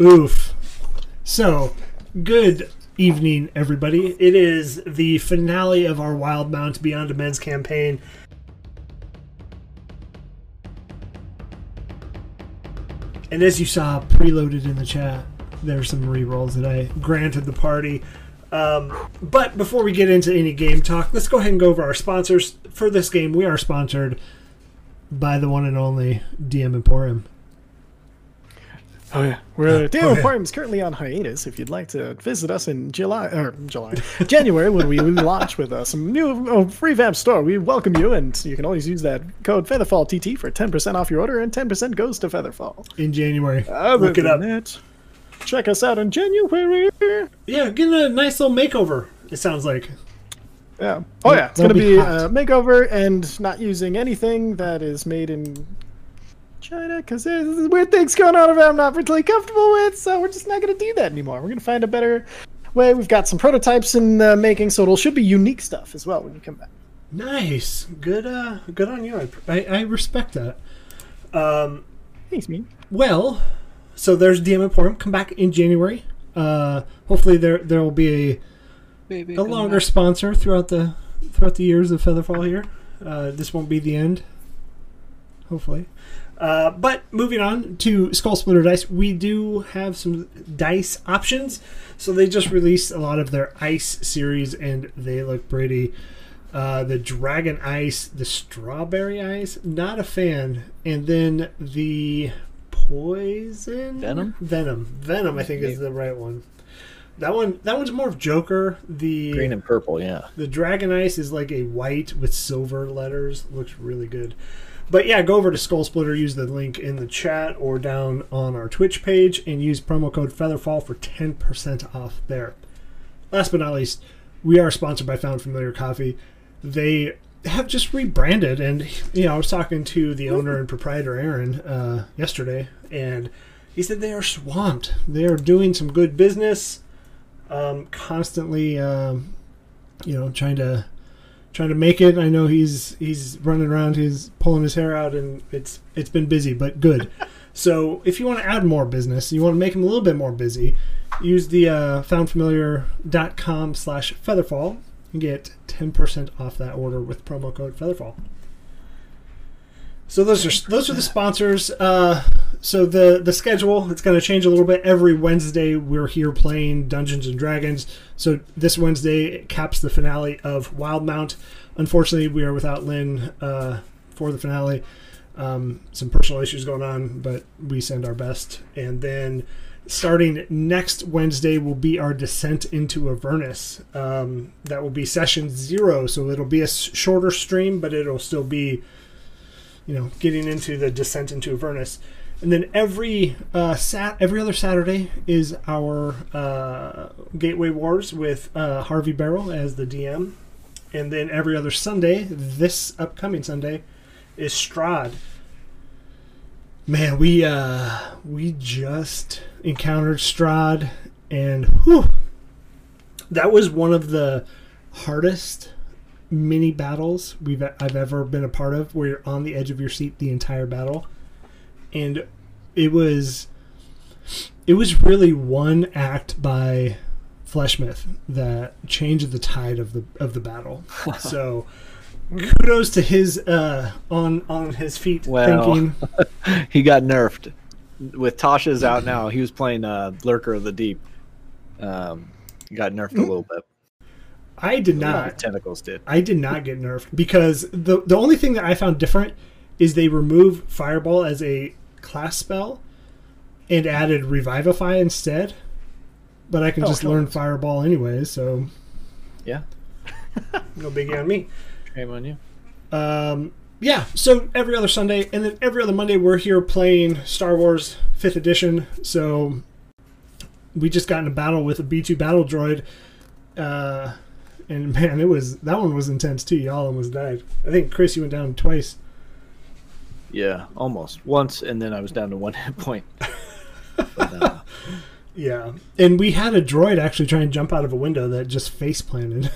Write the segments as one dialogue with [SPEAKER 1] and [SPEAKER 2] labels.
[SPEAKER 1] Oof. So, good evening, everybody. It is the finale of our Wild Mount Beyond Amends campaign. And as you saw preloaded in the chat, there's some rerolls that I granted the party. Um, but before we get into any game talk, let's go ahead and go over our sponsors. For this game, we are sponsored by the one and only DM Emporium.
[SPEAKER 2] Oh yeah, we're Daniel Aquarium is currently on hiatus. If you'd like to visit us in July or July, January when we launch with uh, some new oh, revamped store, we welcome you, and you can always use that code Featherfall TT for ten percent off your order, and ten percent goes to Featherfall.
[SPEAKER 1] in January.
[SPEAKER 2] Other
[SPEAKER 1] Look it
[SPEAKER 2] than
[SPEAKER 1] up.
[SPEAKER 2] that, check us out in January.
[SPEAKER 1] Yeah, getting a nice little makeover. It sounds like
[SPEAKER 2] Yeah. Oh yeah, it's
[SPEAKER 1] That'll
[SPEAKER 2] gonna
[SPEAKER 1] be
[SPEAKER 2] be
[SPEAKER 1] hot.
[SPEAKER 2] uh, makeover and not using anything that is made in China because there's weird things going on around I'm not really comfortable with. So we're just not gonna do that anymore. We're gonna find a better way. We've got some prototypes in uh, making, so it'll should be unique stuff as well when you come back.
[SPEAKER 1] nice. Good. Uh, good on you. I, I, I respect that. Um,
[SPEAKER 2] Thanks, me.
[SPEAKER 1] well, so there's DM Emporium. Come back in January. Uh, hopefully there there will be a
[SPEAKER 3] Baby,
[SPEAKER 1] a
[SPEAKER 3] come
[SPEAKER 1] longer
[SPEAKER 3] back.
[SPEAKER 1] sponsor throughout the throughout the years of Featherfall here. Uh, this won't be the end, hopefully. Uh, but moving on to Skull Splitter Dice, we do have some dice options. So they just released a lot of their ice series, and they look pretty. Uh, the dragon ice, the strawberry ice, not a fan, and then the poison
[SPEAKER 3] Venom?
[SPEAKER 1] venom, venom. I think is the right one. That one, that one's more of Joker. The
[SPEAKER 3] Green and purple, yeah.
[SPEAKER 1] the Dragon Ice is like a white with silver letters. Looks really good. But yeah, go over to Skull Splitter, use the link in the chat or down on our Twitch page, and use promo code Featherfall for 10% off there. Last but not least, we are sponsored by Found Familiar Coffee. They have just rebranded, and you know, I was talking to the owner and proprietor Aaron uh, yesterday, and he said they are swamped. They are doing some good business, um, constantly um, you know trying to trying to make it i know he's he's running around he's pulling his hair out and it's it's been busy but good so if you want to add more business you want to make him a little bit more busy use the uh, foundfamiliar.com slash featherfall and get 10% off that order with promo code featherfall so those are those are the sponsors uh, so the the schedule it's going to change a little bit every wednesday we're here playing dungeons and dragons so this wednesday it caps the finale of wildmount unfortunately we are without lynn uh, for the finale um, some personal issues going on but we send our best and then starting next wednesday will be our descent into avernus um, that will be session zero so it'll be a s- shorter stream but it'll still be you know, getting into the descent into Avernus. And then every uh, sat every other Saturday is our uh, Gateway Wars with uh, Harvey Barrel as the DM, and then every other Sunday, this upcoming Sunday, is Strahd. Man, we uh, we just encountered Strahd, and whew, that was one of the hardest mini battles we've I've ever been a part of where you're on the edge of your seat the entire battle. And it was it was really one act by Fleshmith that changed the tide of the of the battle. so kudos to his uh on on his feet
[SPEAKER 3] Well.
[SPEAKER 1] thinking
[SPEAKER 3] He got nerfed. With Tasha's out now, he was playing uh, Lurker of the Deep. Um, he got nerfed a little bit.
[SPEAKER 1] I did
[SPEAKER 3] Not
[SPEAKER 1] not
[SPEAKER 3] tentacles did.
[SPEAKER 1] I did not get nerfed because the the only thing that I found different is they removed Fireball as a class spell and added Revivify instead. But I can
[SPEAKER 2] Oh,
[SPEAKER 1] just
[SPEAKER 2] hell
[SPEAKER 1] learn
[SPEAKER 2] yes.
[SPEAKER 1] Fireball anyway, so
[SPEAKER 3] Yeah,
[SPEAKER 1] no biggie on me.
[SPEAKER 3] shame on you.
[SPEAKER 1] Um, yeah, so every other Sunday, and then every other Monday, we're here playing Star Wars 5th Edition. So we just got in a battle with a B2 battle droid. Uh, and man, it was that one was intense too. Y'all almost died. I think Chris, you went down twice.
[SPEAKER 3] Yeah, almost once, and then I was down to one hit point. But, uh,
[SPEAKER 1] Yeah, and we had a droid actually try and jump out of a window that just face planted.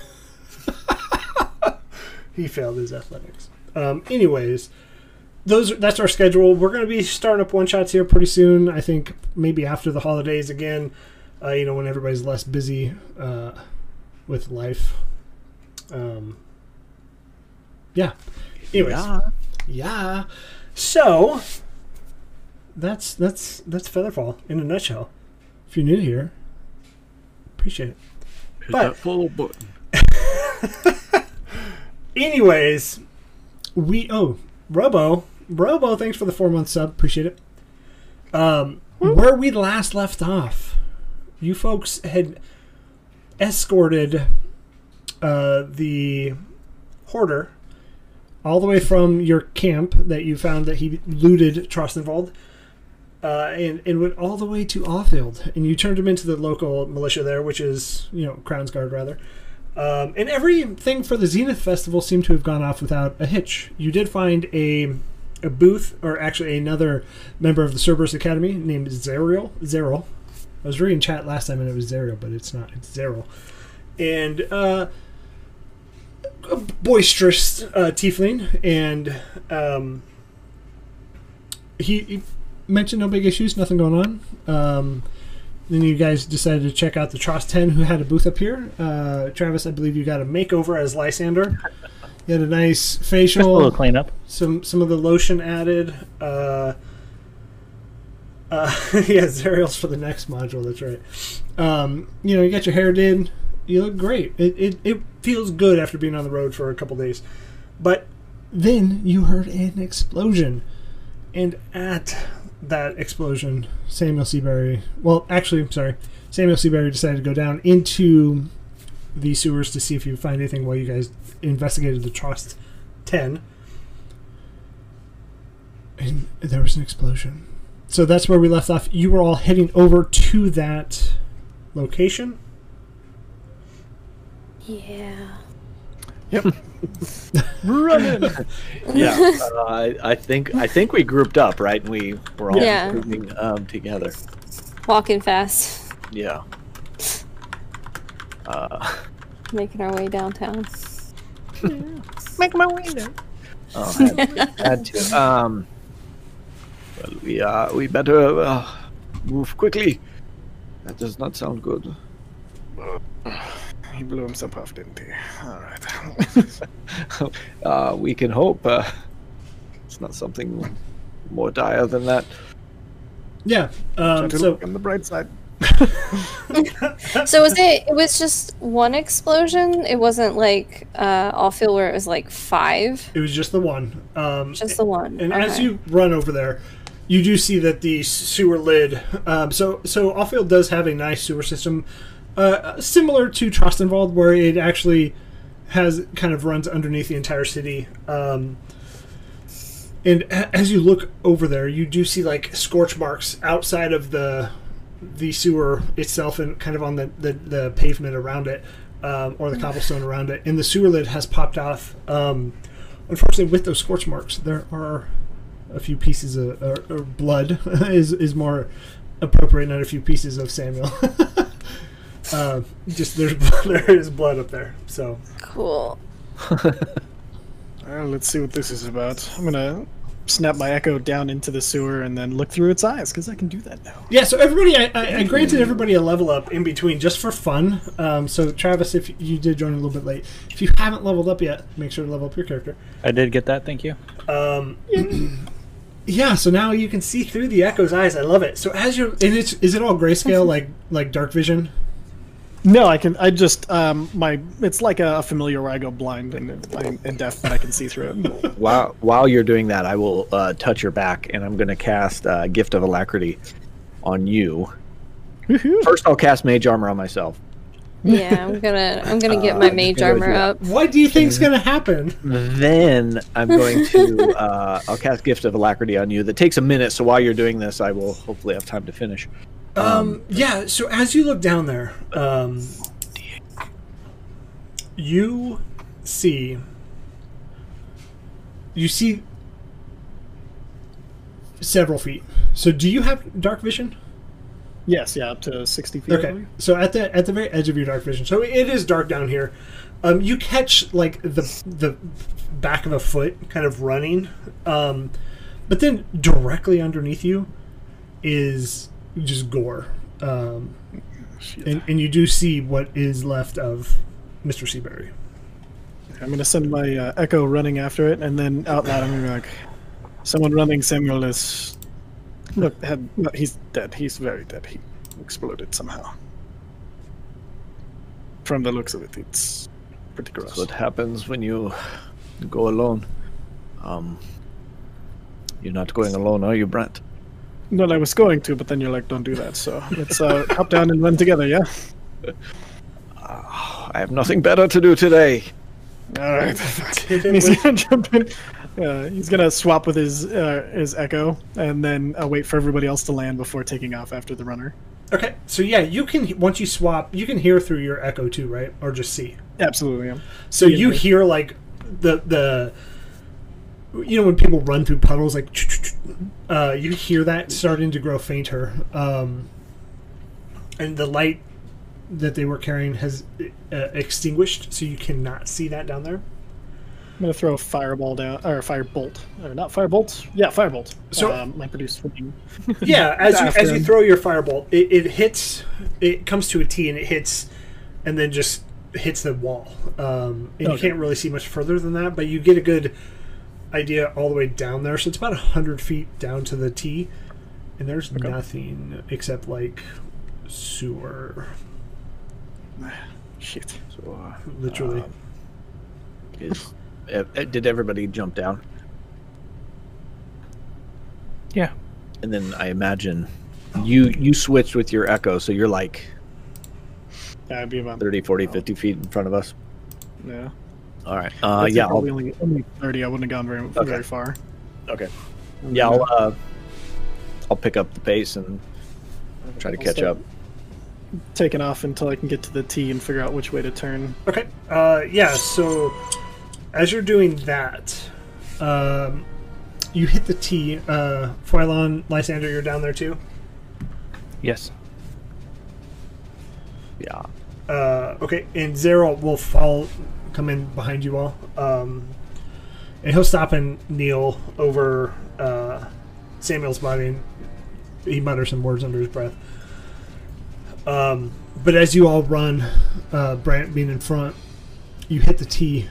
[SPEAKER 1] he failed his athletics. Um, anyways, those that's our schedule. We're going to be starting up one shots here pretty soon. I think maybe after the holidays again. Uh, you know, when everybody's less busy uh, with life. Um, yeah. Anyways,
[SPEAKER 3] uh,
[SPEAKER 1] yeah. So that's that's that's Featherfall in a nutshell. If you're new here, appreciate it.
[SPEAKER 4] Hit
[SPEAKER 1] But-
[SPEAKER 4] that follow button.
[SPEAKER 1] Anyways, we oh Robo Robo, thanks for the four month sub, appreciate it. Um, where we last left off, you folks had escorted uh, the hoarder all the way from your camp that you found that he looted Trostenwald. Uh, and, and went all the way to Offfield, and you turned him into the local militia there, which is you know Crown's Guard rather. Um, and everything for the Zenith Festival seemed to have gone off without a hitch. You did find a a booth, or actually another member of the Cerberus Academy named Zerial. Zeril. I was reading chat last time and it was Zerial, but it's not. It's Zeril. And uh, a boisterous uh, tiefling, and um, he, he mentioned no big issues, nothing going on. Um, then you guys decided to check out the Tross 10 who had a booth up here. Uh, Travis, I believe you got a makeover as Lysander. You had a nice
[SPEAKER 5] Just a little
[SPEAKER 1] facial,
[SPEAKER 5] cleanup.
[SPEAKER 1] some some of the lotion added. Uh, uh, yeah, Zerial's for the next module. That's right. Um, you know, you got your hair did. You look great. It, it, it feels good after being on the road for a couple days. But then you heard an explosion. And at that explosion, Samuel Seabury, well, actually, I'm sorry, Samuel Seabury decided to go down into the sewers to see if you find anything while you guys investigated the Trust 10. And there was an explosion. So that's where we left off. You were all heading over to that location.
[SPEAKER 6] Yeah.
[SPEAKER 2] Run in.
[SPEAKER 3] Yeah, uh, I, I think I think we grouped up, right? And we were all
[SPEAKER 6] Yeah.
[SPEAKER 3] grouping um, together.
[SPEAKER 6] Walking fast,
[SPEAKER 3] Yeah. Uh,
[SPEAKER 6] making our way downtown.
[SPEAKER 2] Make my window.
[SPEAKER 3] oh, I had, had to. Um, well, we uh, we better uh, move quickly. That does not sound good.
[SPEAKER 2] He blew himself off, didn't he? All right.
[SPEAKER 3] uh, we can hope uh, it's not something more dire than that.
[SPEAKER 1] Yeah. Um,
[SPEAKER 2] Try to
[SPEAKER 1] so
[SPEAKER 2] look on the bright side.
[SPEAKER 6] So was it? It was just one explosion. It wasn't like uh, all field where it was like five.
[SPEAKER 1] it was just the one. Um,
[SPEAKER 6] Just the one.
[SPEAKER 1] And as
[SPEAKER 6] Okay.
[SPEAKER 1] you run over there, you do see that the sewer lid. Um, so so Offfield does have a nice sewer system, uh, similar to Trostenwald, where it actually has kind of runs underneath the entire city. Um, and a- as you look over there, you do see like scorch marks outside of the the sewer itself and kind of on the, the, the pavement around it um, or the cobblestone around it. And the sewer lid has popped off. Um, unfortunately, with those scorch marks, there are a few pieces of or, or blood is, is more appropriate, not a few pieces of Samuel. uh, just there's there is blood up there. So
[SPEAKER 6] cool.
[SPEAKER 2] Well, Uh, let's see what this is about. I'm gonna snap my echo down into the sewer and then look through its eyes because I can do that now.
[SPEAKER 1] Yeah, so everybody, I, I, I granted everybody a level up in between just for fun. Um, so Travis, if you did join a little bit late, if you haven't leveled up yet, make sure to level up your character.
[SPEAKER 5] I did get that. Thank you.
[SPEAKER 1] Um, yeah, so now you can see through the Echo's eyes. I love it. So as you're, and it's is it all grayscale like like dark vision?
[SPEAKER 2] No, I can. I just um my it's like a, familiar where I go blind and I'm- and deaf, but I can see through it.
[SPEAKER 3] While while you're doing that, I will uh, touch your back, and I'm going to cast uh, Gift of Alacrity on you.
[SPEAKER 2] Woohoo.
[SPEAKER 3] First, I'll cast Mage Armor on myself.
[SPEAKER 6] Yeah, I'm gonna I'm gonna get
[SPEAKER 3] Uh,
[SPEAKER 6] my
[SPEAKER 3] you
[SPEAKER 6] mage
[SPEAKER 3] can go
[SPEAKER 6] armor
[SPEAKER 3] do that.
[SPEAKER 6] up.
[SPEAKER 1] What do you think's gonna happen?
[SPEAKER 5] Mm-hmm.
[SPEAKER 3] Then I'm going to uh, I'll cast Gift of Alacrity on you. That takes a minute, so while you're doing this, I will hopefully have time to finish.
[SPEAKER 1] Um, yeah, so as you look down there, um, you see you see several feet. So do you have dark vision?
[SPEAKER 2] Yes, yeah, up to sixty feet. I
[SPEAKER 1] Okay.
[SPEAKER 2] believe.
[SPEAKER 1] So at the at the very edge of your dark vision. So it is dark down here. Um, you catch like the the back of a foot kind of running. Um, But then directly underneath you is just gore. Um,
[SPEAKER 2] Shit.
[SPEAKER 1] and, and you do see what is left of Mr. Seabury.
[SPEAKER 2] I'm gonna send my uh, echo running after it, and then out loud I'm gonna be like, "Someone running Samuel is look, had, no, he's dead. He's very dead. He exploded somehow. From the looks of it, it's pretty
[SPEAKER 3] That's
[SPEAKER 2] gross.
[SPEAKER 3] what happens when you go alone. Um, you're not going alone, are you, Brent?
[SPEAKER 2] No, I was going to, but then you're like, "Don't do that." So let's uh, hop down and run together. Yeah.
[SPEAKER 3] I have nothing better to do today.
[SPEAKER 2] All right. And he's gonna jump in. Uh, he's gonna swap with his uh, his echo, and then uh, wait for everybody else to land before taking off after the runner.
[SPEAKER 1] Okay, so yeah, you can once you swap, you can hear through your echo too, right? Or just see.
[SPEAKER 2] Absolutely. Yeah.
[SPEAKER 1] So
[SPEAKER 2] Yeah,
[SPEAKER 1] you
[SPEAKER 2] but-
[SPEAKER 1] hear like the the you know when people run through puddles like uh, you hear that starting to grow fainter, um, and the light that they were carrying has uh, extinguished, so you cannot see that down there.
[SPEAKER 2] I'm gonna throw a fireball down, or a firebolt, or not firebolt. Yeah, firebolt.
[SPEAKER 1] So-
[SPEAKER 2] um, my produced flame.
[SPEAKER 1] yeah, as you, as
[SPEAKER 2] After
[SPEAKER 1] you
[SPEAKER 2] him.
[SPEAKER 1] throw your fireball, it, it hits, it comes to a T and it hits, and then just hits the wall. Um, and you
[SPEAKER 2] Okay.
[SPEAKER 1] can't really see much further than that, but you get a good idea all the way down there. So it's about 100 feet down to the T, and there's nothing except like sewer,
[SPEAKER 2] Shit.
[SPEAKER 3] So, uh,
[SPEAKER 1] literally.
[SPEAKER 3] Um, is, uh, uh, did everybody jump down?
[SPEAKER 2] Yeah.
[SPEAKER 3] And then I imagine you you switched with your echo, so you're like
[SPEAKER 2] That would be about.
[SPEAKER 3] 30, 40, 50 feet in front of us.
[SPEAKER 2] Yeah.
[SPEAKER 3] All right. Uh,
[SPEAKER 2] That's
[SPEAKER 3] yeah. I'll,
[SPEAKER 2] Probably only, only thirty. I wouldn't have gone very very far.
[SPEAKER 3] okay. Yeah. I'll, uh, I'll pick up the pace and try to
[SPEAKER 2] I'll
[SPEAKER 3] catch
[SPEAKER 2] start
[SPEAKER 3] up.
[SPEAKER 2] Taking off until I can get to the T and figure out which way to turn.
[SPEAKER 1] Okay. Uh, yeah. So as you're doing that, um, you hit the T. Uh, Phylon, Lysander, you're down there too.
[SPEAKER 4] Yes.
[SPEAKER 3] Yeah.
[SPEAKER 1] Uh, okay, and Zero will fall, come in behind you all, um, and he'll stop and kneel over uh, Samuel's body, and he mutters some words under his breath. Um, but as you all run, uh, Brant being in front, you hit the T.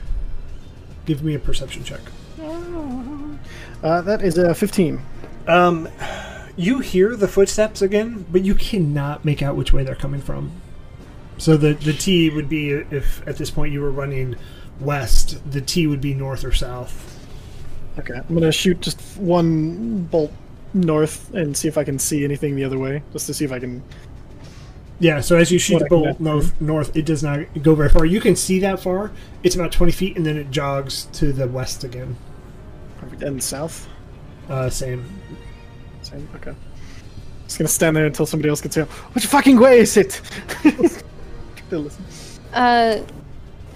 [SPEAKER 1] Give me a perception check.
[SPEAKER 2] Uh, that is a fifteen.
[SPEAKER 1] Um, you hear the footsteps again, but you cannot make out which way they're coming from. So the the T would be if at this point you were running west, the T would be north or south.
[SPEAKER 2] Okay. I'm gonna shoot just one bolt north and see if I can see anything the other way, just to see if I can.
[SPEAKER 1] Yeah. So as you shoot
[SPEAKER 2] What
[SPEAKER 1] the
[SPEAKER 2] I can
[SPEAKER 1] bolt
[SPEAKER 2] get.
[SPEAKER 1] north, north, it does not go very far. You can see that far. It's about twenty feet, and then it jogs to the west again.
[SPEAKER 2] And south.
[SPEAKER 1] Uh, same.
[SPEAKER 2] Same. Okay. Just gonna stand there until somebody else gets out. Which fucking way is it? Still listen.
[SPEAKER 6] Uh,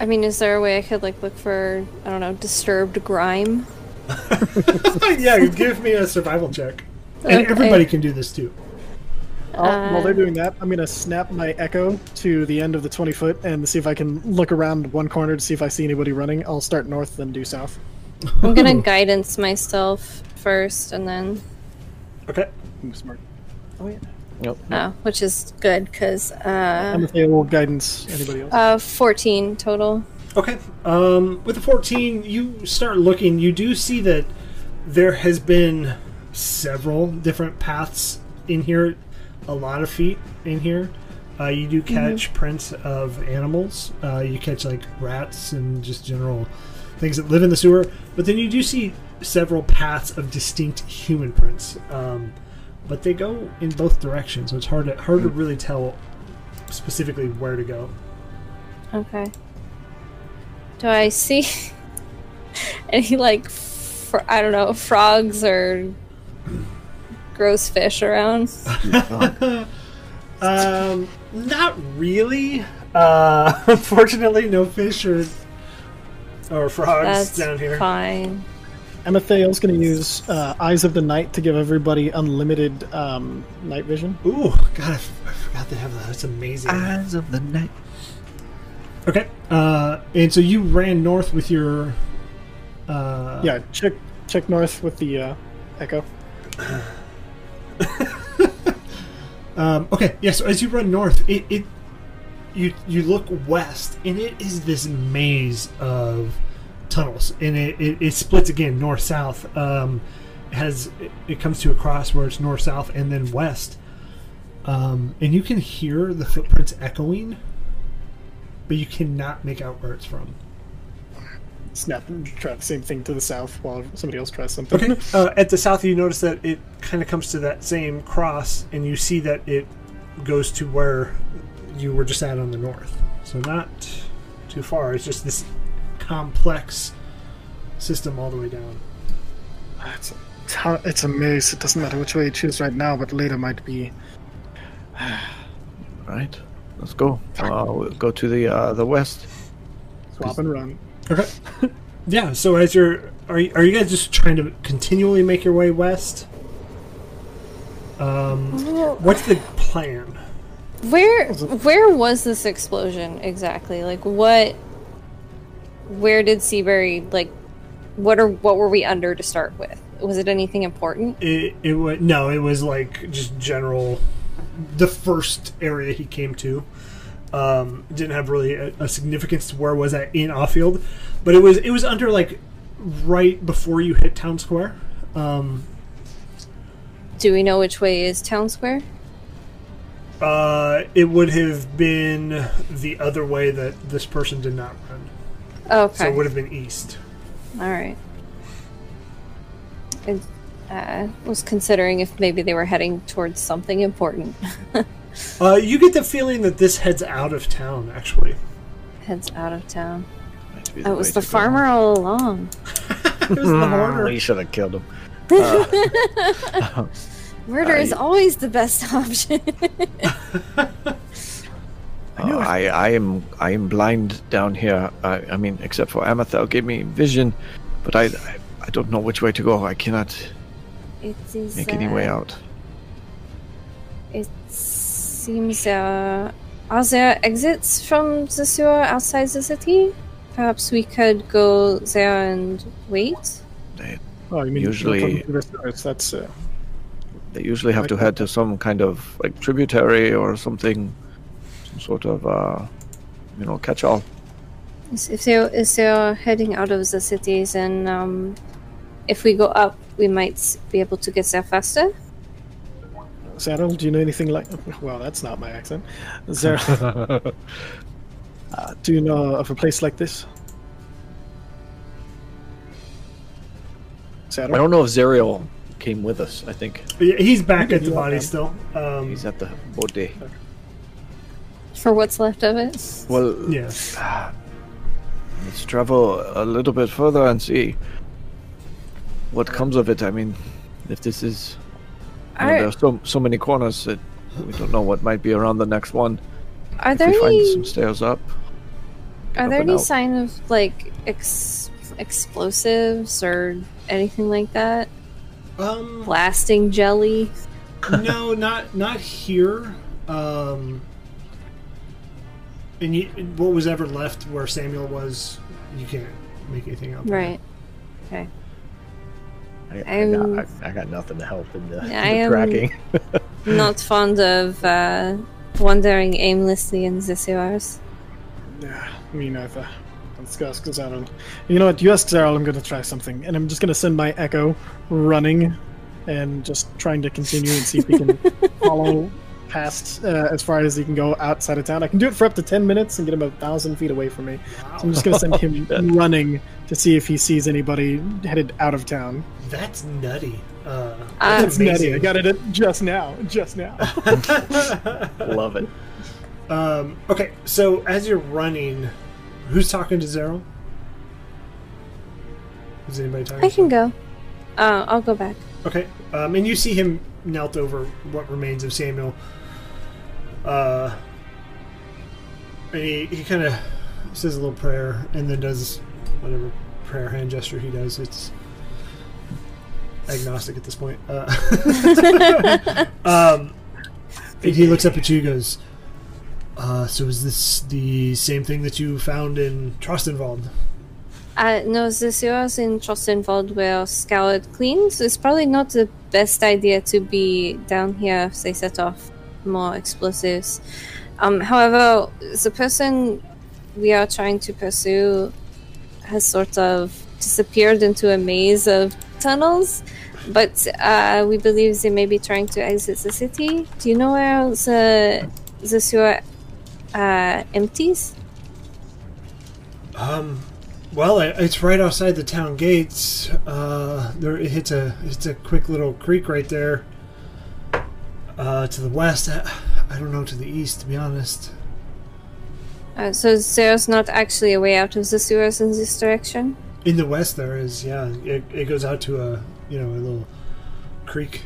[SPEAKER 6] I mean, is there a way I could like look for I don't know disturbed grime?
[SPEAKER 1] yeah. Give me a survival check, and
[SPEAKER 6] Okay.
[SPEAKER 1] everybody can do this too.
[SPEAKER 2] Oh,
[SPEAKER 6] Uh,
[SPEAKER 2] while they're doing that, I'm gonna snap my echo to the end of the 20 foot and see if I can look around one corner to see if I see anybody running. I'll start north, then due south.
[SPEAKER 6] I'm gonna guidance myself first, and then
[SPEAKER 1] Okay.
[SPEAKER 2] I'm smart. Oh yeah.
[SPEAKER 3] Yep.
[SPEAKER 6] oh, which is good because
[SPEAKER 2] I'm
[SPEAKER 6] uh,
[SPEAKER 2] gonna say will guidance anybody else.
[SPEAKER 6] uh, 14 total.
[SPEAKER 1] Okay. Um, with the 14, you start looking. You do see that there has been several different paths in here, a lot of feet in here. Uh, you do catch prints of animals. Uh, you catch like rats and just general things that live in the sewer. But then you do see several paths of distinct human prints. Um, but they go in both directions, so it's hard to hard to really tell specifically where to go.
[SPEAKER 6] Okay. Do I see any like fr- I don't know frogs or gross fish around?
[SPEAKER 1] Um, not really. Uh, unfortunately, no fish or, or frogs
[SPEAKER 6] That's
[SPEAKER 1] down here.
[SPEAKER 6] fine.
[SPEAKER 2] Amathael's gonna use uh, Eyes of the Night to give everybody unlimited um, night vision.
[SPEAKER 1] Ooh, God, I, f- I forgot they have that. That's amazing.
[SPEAKER 6] Uh,
[SPEAKER 3] Eyes of the night.
[SPEAKER 1] okay. Uh, and so you ran north with your. Uh,
[SPEAKER 2] Yeah, check check north with the uh, Echo.
[SPEAKER 1] Um, okay, yeah. So as you run north, it, it you you look west, and it is this maze of tunnels, and it, it, it splits again north south. Um, has it, it comes to a cross where it's north south and then west, um, and you can hear the footprints echoing, but you cannot make out where it's from.
[SPEAKER 2] Snap and try the same thing to the south while somebody else tries something.
[SPEAKER 1] Okay. Uh, at the south, you notice that it kind of comes to that same cross, and you see that it goes to where you were just at on the north. So not too far. It's just this complex system all the way down.
[SPEAKER 2] It's a, ta- it's a maze. It doesn't matter which way you choose right now, but later might be.
[SPEAKER 3] All right, let's go. Uh, we'll go to the uh, the west.
[SPEAKER 2] Swap and run.
[SPEAKER 1] Okay. yeah. So as you're, are you, are you guys just trying to continually make your way west? Um, what's the plan?
[SPEAKER 6] Where where was this explosion exactly? Like what where did Seabury like what are what were we under to start with? Was it anything important?
[SPEAKER 1] It it was no. It was like just general. The first area he came to um, didn't have really a, a significance to where was that in Offield, but it was it was under like right before you hit Town Square. Um,
[SPEAKER 6] Do we know which way is town square?
[SPEAKER 1] uh, it would have been the other way that this person did not run, so
[SPEAKER 6] Okay.
[SPEAKER 1] it would have been east.
[SPEAKER 6] All right. I uh, was considering if maybe they were heading towards something important.
[SPEAKER 1] Uh, you get the feeling that this heads out of town. Actually,
[SPEAKER 6] Heads out of town.
[SPEAKER 3] Might be
[SPEAKER 6] That
[SPEAKER 3] way
[SPEAKER 6] was the
[SPEAKER 3] to go.
[SPEAKER 6] farmer all along.
[SPEAKER 1] it was the horner.
[SPEAKER 3] We should have killed him.
[SPEAKER 6] Murder is
[SPEAKER 3] I-
[SPEAKER 6] always the best option.
[SPEAKER 3] Uh, I, I am I am blind down here. I, I mean, except for Amathel gave me vision, but I, I I don't know which way to go. I cannot
[SPEAKER 6] it is.
[SPEAKER 3] make any
[SPEAKER 6] uh,
[SPEAKER 3] way out.
[SPEAKER 6] It seems uh, are there exits from the sewer outside the city? Perhaps we could go there and wait.
[SPEAKER 3] They,
[SPEAKER 2] Oh, you mean
[SPEAKER 3] Usually-
[SPEAKER 2] you're talking to the stars, That's uh,
[SPEAKER 3] they usually have to head to some kind of like tributary or something, some sort of uh, you know catch-all.
[SPEAKER 6] Is- If they if they are heading out of the city, then um, if we go up, we might s- be able to get there faster.
[SPEAKER 2] Saddle. Do you know anything like? Well, that's not my accent. Zara, uh, do you know of a place like this? Saddle.
[SPEAKER 5] I don't know if Zerial came with us. I think
[SPEAKER 1] Yeah, He's back at the
[SPEAKER 2] Yeah.
[SPEAKER 1] body still. Um,
[SPEAKER 3] He's at the bode.
[SPEAKER 6] For what's left of it.
[SPEAKER 3] Well,
[SPEAKER 1] yeah.
[SPEAKER 3] let's travel a little bit further and see what comes of it. I mean, if this is I mean,
[SPEAKER 6] Are,
[SPEAKER 3] there are so so many corners that we don't know what might be around the next one.
[SPEAKER 6] are
[SPEAKER 3] If
[SPEAKER 6] there
[SPEAKER 3] we find
[SPEAKER 6] any
[SPEAKER 3] some stairs up,
[SPEAKER 6] are there
[SPEAKER 3] and
[SPEAKER 6] any
[SPEAKER 3] out.
[SPEAKER 6] sign of like ex- explosives or anything like that?
[SPEAKER 1] Um,
[SPEAKER 6] Blasting jelly.
[SPEAKER 1] no, not not here. Um, and you, what was ever left where Samuel was, you can't make anything out. there.
[SPEAKER 6] Right.
[SPEAKER 5] I, I,
[SPEAKER 6] I'm-
[SPEAKER 5] got, I, I got nothing to help in the,
[SPEAKER 6] I
[SPEAKER 5] the
[SPEAKER 6] am-
[SPEAKER 5] tracking.
[SPEAKER 6] Not fond of uh, wandering aimlessly in the sewers.
[SPEAKER 2] Yeah, me neither. Let's go, because I don't. You know what? You ask Zarl, I'm going to try something, and I'm just going to send my Echo running, and just trying to continue and see if he can follow past uh, as far as he can go outside of town. I can do it for up to ten minutes and get him a thousand feet away from me. So I'm just going to send him running to see if he sees anybody headed out of town.
[SPEAKER 1] That's nutty. Uh,
[SPEAKER 6] Ah.
[SPEAKER 1] that's
[SPEAKER 2] That's nutty. I
[SPEAKER 1] amazing.
[SPEAKER 2] got it just now. Just now.
[SPEAKER 5] Love it.
[SPEAKER 1] um, okay, so as you're running, who's talking to Zero? Is anybody talking?
[SPEAKER 6] I
[SPEAKER 1] to
[SPEAKER 6] can
[SPEAKER 1] him?
[SPEAKER 6] go. Uh, I'll go back.
[SPEAKER 1] Okay, um, and you see him knelt over what remains of Samuel. Uh, and he, he kind of says a little prayer and then does whatever prayer hand gesture he does. It's agnostic at this point. Uh, um, and he looks up at you and goes, uh, So is this the same thing that you found in Trostenwald?
[SPEAKER 6] Uh, no, the sewers in Chosenwald were scoured clean, so it's probably not the best idea to be down here if they set off more explosives. Um, however, the person we are trying to pursue has sort of disappeared into a maze of tunnels, but uh, we believe they may be trying to exit the city. Do you know where the, the sewer uh, empties?
[SPEAKER 1] Um, well, it, it's right outside the town gates. Uh, there it hits a it's a quick little creek right there. Uh, to the west, I, I don't know to the east, to be honest.
[SPEAKER 6] Uh, so there's not actually a way out of the sewers in this direction?
[SPEAKER 1] In the west, there is yeah. It, it goes out to a you know a little creek.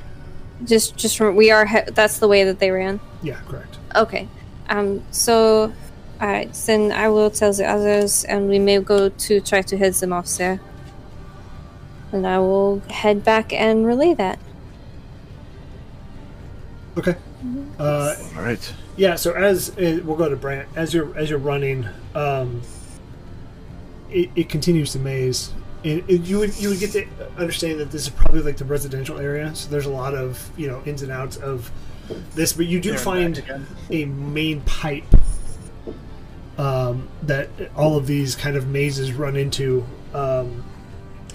[SPEAKER 6] Just, just from, we are. He- that's the way that they ran.
[SPEAKER 1] Yeah, correct.
[SPEAKER 6] Okay. Um. So, all right. Then I will tell the others, and we may go to try to head them off there. And I will head back and relay that.
[SPEAKER 1] Okay. Uh,
[SPEAKER 5] All right.
[SPEAKER 1] Yeah, so as uh, we'll go to Brant, as you're as you're running, um, it, it continues to maze, and it, you would you would get to understand that this is probably like the residential area. So there's a lot of you know ins and outs of this, but you do find a main pipe um, that all of these kind of mazes run into, um,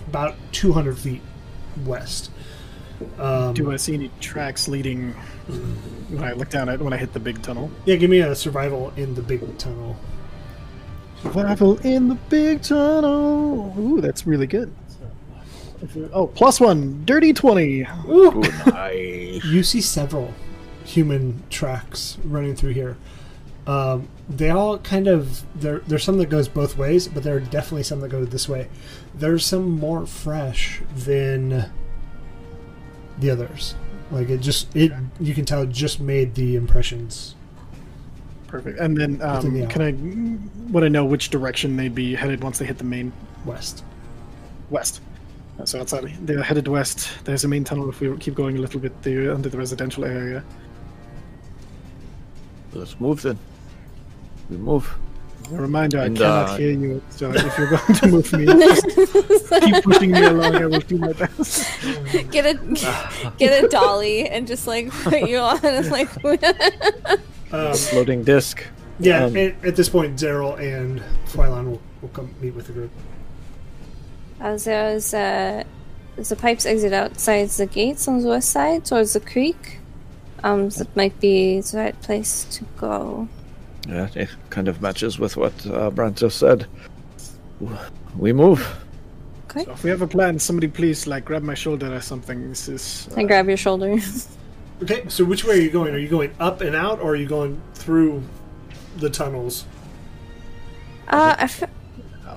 [SPEAKER 1] about 200 feet west. Um,
[SPEAKER 2] Do I see any tracks leading when I look down at when I hit the big tunnel?
[SPEAKER 1] yeah, give me a survival in the big tunnel.
[SPEAKER 2] Survival in the big tunnel. Ooh, that's really good. Oh, plus one, dirty twenty.
[SPEAKER 1] you see several human tracks running through here. Um, they all kind of there. There's some that goes both ways, but there are definitely some that go this way. There's some more fresh than the others. Like it just it you can tell it just made the impressions.
[SPEAKER 2] Perfect. And then
[SPEAKER 1] Within the
[SPEAKER 2] um,
[SPEAKER 1] hour.
[SPEAKER 2] can I want to know which direction they'd be headed once they hit the main
[SPEAKER 1] West.
[SPEAKER 2] west? Uh, So outside, they're headed west. There's a main tunnel. If we keep going a little bit there under the residential area,
[SPEAKER 5] Let's move then. We move.
[SPEAKER 2] a reminder:
[SPEAKER 5] And,
[SPEAKER 2] I cannot
[SPEAKER 5] uh,
[SPEAKER 2] hear you. So if you're going to move me, just keep pushing me along. I will do my best.
[SPEAKER 6] Get a get a dolly and just like put you on and like
[SPEAKER 1] Um,
[SPEAKER 5] Floating disc.
[SPEAKER 1] yeah.
[SPEAKER 5] Um,
[SPEAKER 1] at, at this point, Daryl and Twylon will, will come meet with the group.
[SPEAKER 6] Uh, there's uh, the pipes exit outside the gates on the west side towards the creek. Um, that might be the right place to go.
[SPEAKER 5] Yeah, it kind of matches with what uh, Brant just said. We move.
[SPEAKER 6] Okay,
[SPEAKER 2] If we have a plan, somebody please like grab my shoulder or something. This is
[SPEAKER 6] I grab your shoulder.
[SPEAKER 1] Okay, so which way are you going? Are you going up and out, or are you going through the tunnels?
[SPEAKER 6] Uh, I f-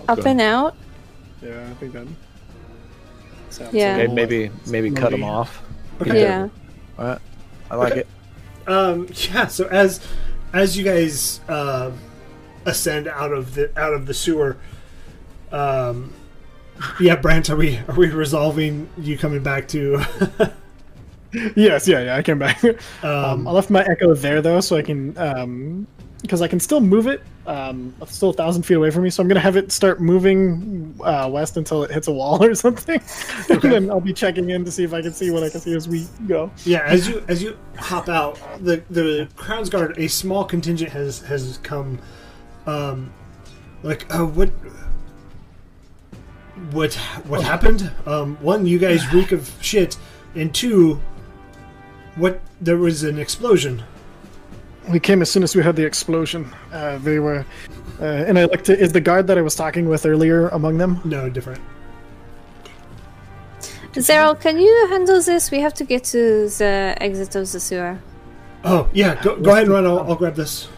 [SPEAKER 6] up and out.
[SPEAKER 2] yeah, I think that. Sounds
[SPEAKER 6] Yeah.
[SPEAKER 5] Okay, maybe maybe cut him
[SPEAKER 2] Movie.
[SPEAKER 5] off.
[SPEAKER 6] Yeah.
[SPEAKER 5] I like it.
[SPEAKER 1] um, yeah. So as as you guys uh, ascend out of the out of the sewer, um, yeah, Brant, are we are we resolving you coming back to?
[SPEAKER 2] Yes, yeah, yeah. I came back.
[SPEAKER 1] um,
[SPEAKER 2] Um, I left my echo there though, so I can um because I can still move it. Um, it's still a thousand feet away from me, so I'm gonna have it start moving uh, west until it hits a wall or something, and then I'll be checking in to see if I can see what I can see as we go.
[SPEAKER 1] yeah, as you as you hop out, the the crowns guard, a small contingent has has come. Um, like, uh, what what what happened? Um, one, you guys reek of shit, and two, what there was an explosion.
[SPEAKER 2] We came as soon as we heard the explosion. Uh, they were, uh, and I looked. To, is the guard that I was talking with earlier among them?
[SPEAKER 1] No, different.
[SPEAKER 6] Zeril, can you handle this? We have to get to the exit of the sewer.
[SPEAKER 1] Oh yeah, go, go ahead and run. I'll, I'll grab this.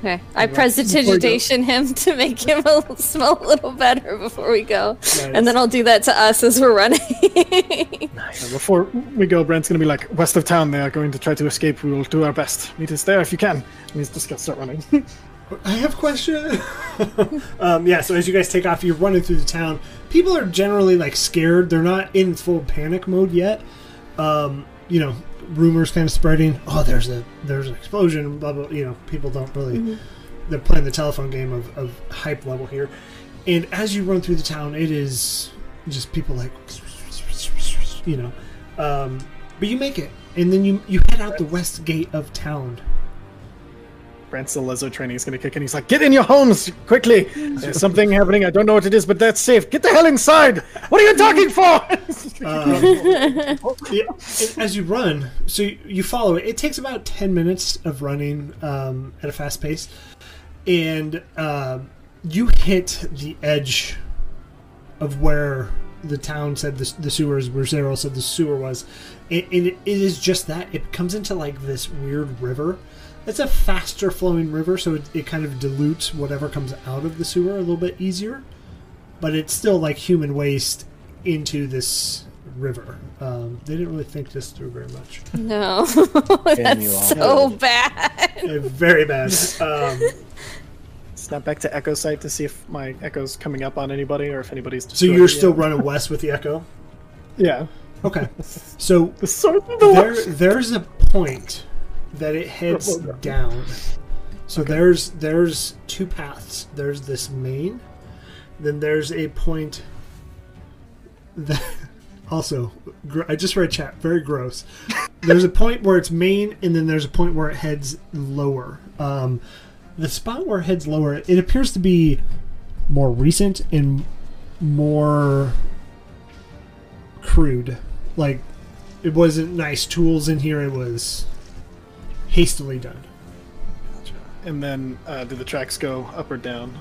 [SPEAKER 6] Okay. I prestidigitation him to make him a little, smell a little better before we go, and then I'll do that to us as we're running.
[SPEAKER 2] Uh, Before we go, Brent's gonna be like, west of town, they are going to try to escape. We will do our best. Meet us there if you can. And he's just gonna start running.
[SPEAKER 1] I have question. um, yeah, so as you guys take off, you're running through the town. People are generally like scared. They're not in full panic mode yet. Um, you know, rumors kind of spreading. Oh, there's a there's an explosion. Blah blah. You know, people don't really. They're playing the telephone game of, of hype level here. And as you run through the town, it is just people like, you know. Um, but you make it, and then you you head out the west gate of town.
[SPEAKER 2] Brent's Lezo training is going to kick in. He's like, "Get in your homes quickly! There's something happening. I don't know what it is, but that's safe. Get the hell inside! What are you talking for?"
[SPEAKER 1] Yeah, and as you run, so you, you follow it. It takes about ten minutes of running um, at a fast pace, and um you hit the edge of where the town said the, the sewers, where Zero said the sewer was, and, and it, it is just that. It comes into like this weird river. It's a faster flowing river, so it, it kind of dilutes whatever comes out of the sewer a little bit easier but it's still like human waste into this river. Um, they didn't really think this through very much.
[SPEAKER 6] No,
[SPEAKER 5] you
[SPEAKER 6] that's so bad.
[SPEAKER 1] Uh, very bad. Um,
[SPEAKER 2] Snap back to Echo Site to see if my Echo's coming up on anybody or if anybody's.
[SPEAKER 1] so
[SPEAKER 2] destroyed
[SPEAKER 1] you're
[SPEAKER 2] it
[SPEAKER 1] still
[SPEAKER 2] yet.
[SPEAKER 1] running west with the echo.
[SPEAKER 2] Yeah.
[SPEAKER 1] Okay, so
[SPEAKER 2] The sword of the
[SPEAKER 1] there,
[SPEAKER 2] West.
[SPEAKER 1] there's a point that it heads down. So there's there's two paths. There's this main, then there's a point that also gr- I just read chat very gross. There's a point where it's main, and then there's a point where it heads lower. Um, the spot where it heads lower, it appears to be more recent and more crude. Like it wasn't nice tools in here. It was hastily done.
[SPEAKER 2] And then, uh, do the tracks go up or down?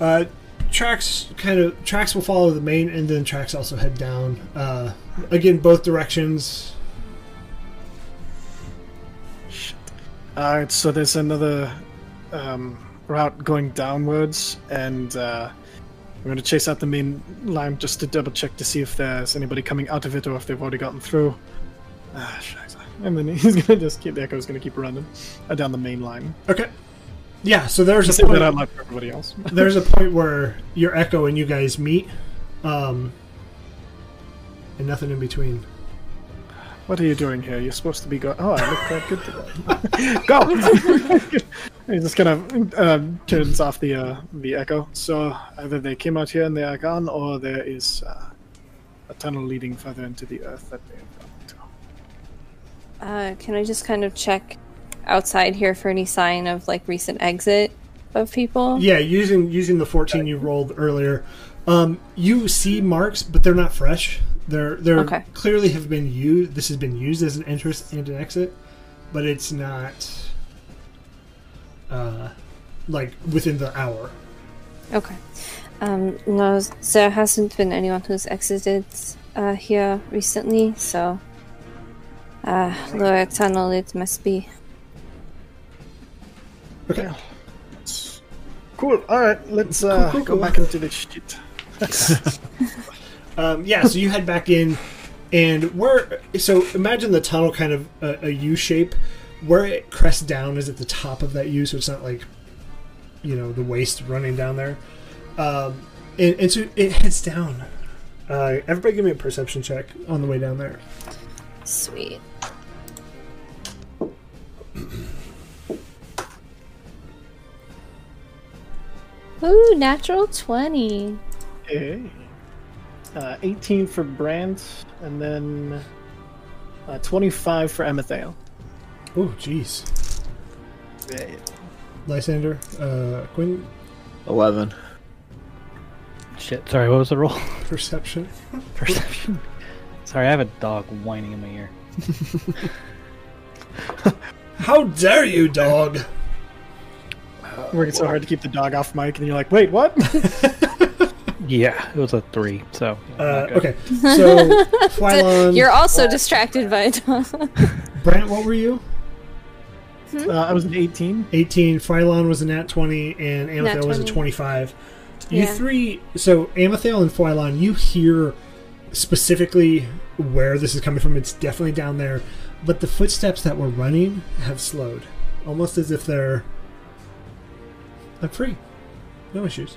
[SPEAKER 1] Uh, tracks kind of tracks will follow the main, and then tracks also head down. Uh, again, both directions.
[SPEAKER 2] All right, so there's another um, route going downwards, and uh, I'm going to chase out the main line just to double check to see if there's anybody coming out of it or if they've already gotten through. Ah, shiza. And then he's going to just keep the echo's going to keep running uh, down the main line.
[SPEAKER 1] Okay. Yeah. So there's
[SPEAKER 2] Just
[SPEAKER 1] a
[SPEAKER 2] say that out
[SPEAKER 1] point,
[SPEAKER 2] loud for everybody else.
[SPEAKER 1] there's a point where your echo and you guys meet, um, and nothing in between.
[SPEAKER 2] What are you doing here? You're supposed to be going. Oh, I look quite good today. Go! he just kind of uh, turns off the uh, the echo. So either they came out here and they are gone, or there is uh, a tunnel leading further into the earth that they have gone to.
[SPEAKER 6] Uh, can I just kind of check outside here for any sign of like recent exit of people?
[SPEAKER 1] Yeah, using using the fourteen you rolled earlier, um, you see marks, but they're not fresh. They're they're
[SPEAKER 6] Okay.
[SPEAKER 1] clearly have been used. This has been used as an entrance and an exit, but it's not uh, like within the hour.
[SPEAKER 6] Okay. Um, no, there hasn't been anyone who's exited uh, here recently, so uh, lower tunnel it must be.
[SPEAKER 2] Cool. All right, let's uh,
[SPEAKER 1] cool,
[SPEAKER 2] go
[SPEAKER 1] cool.
[SPEAKER 2] back into the shit.
[SPEAKER 1] Um, yeah, so you head back in, and where so imagine the tunnel kind of a, a U shape, where it crests down is at the top of that U, so it's not like, you know, the waste running down there, um, and, and so it heads down. Uh, everybody, give me a perception check on the way down there.
[SPEAKER 6] Sweet. Ooh, natural 20.
[SPEAKER 2] Okay. Uh, 18 for Brand, and then uh, 25 for Emmethale.
[SPEAKER 1] Oh, jeez, Lysander, uh, Quinn,
[SPEAKER 5] Eleven.
[SPEAKER 4] Shit. Sorry, what was the roll?
[SPEAKER 1] perception.
[SPEAKER 4] Perception. Sorry, I have a dog whining in my ear.
[SPEAKER 1] How dare you, dog!
[SPEAKER 2] Working so hard to keep the dog off mic, and you're like, wait, what?
[SPEAKER 1] Mm-hmm.
[SPEAKER 4] Yeah, it was a three. So.
[SPEAKER 1] Uh, okay, so Flylon,
[SPEAKER 6] You're also distracted by it.
[SPEAKER 1] Brant, what were you?
[SPEAKER 2] Uh, I was an 18.
[SPEAKER 1] 18 phylon was a nat 20 and
[SPEAKER 6] Nat
[SPEAKER 1] amathale was a
[SPEAKER 6] 20.
[SPEAKER 1] 25 you
[SPEAKER 6] Yeah.
[SPEAKER 1] three so amathale and phylon you hear specifically where this is coming from it's definitely down there but the footsteps that were running have slowed almost as if they're i'm free no issues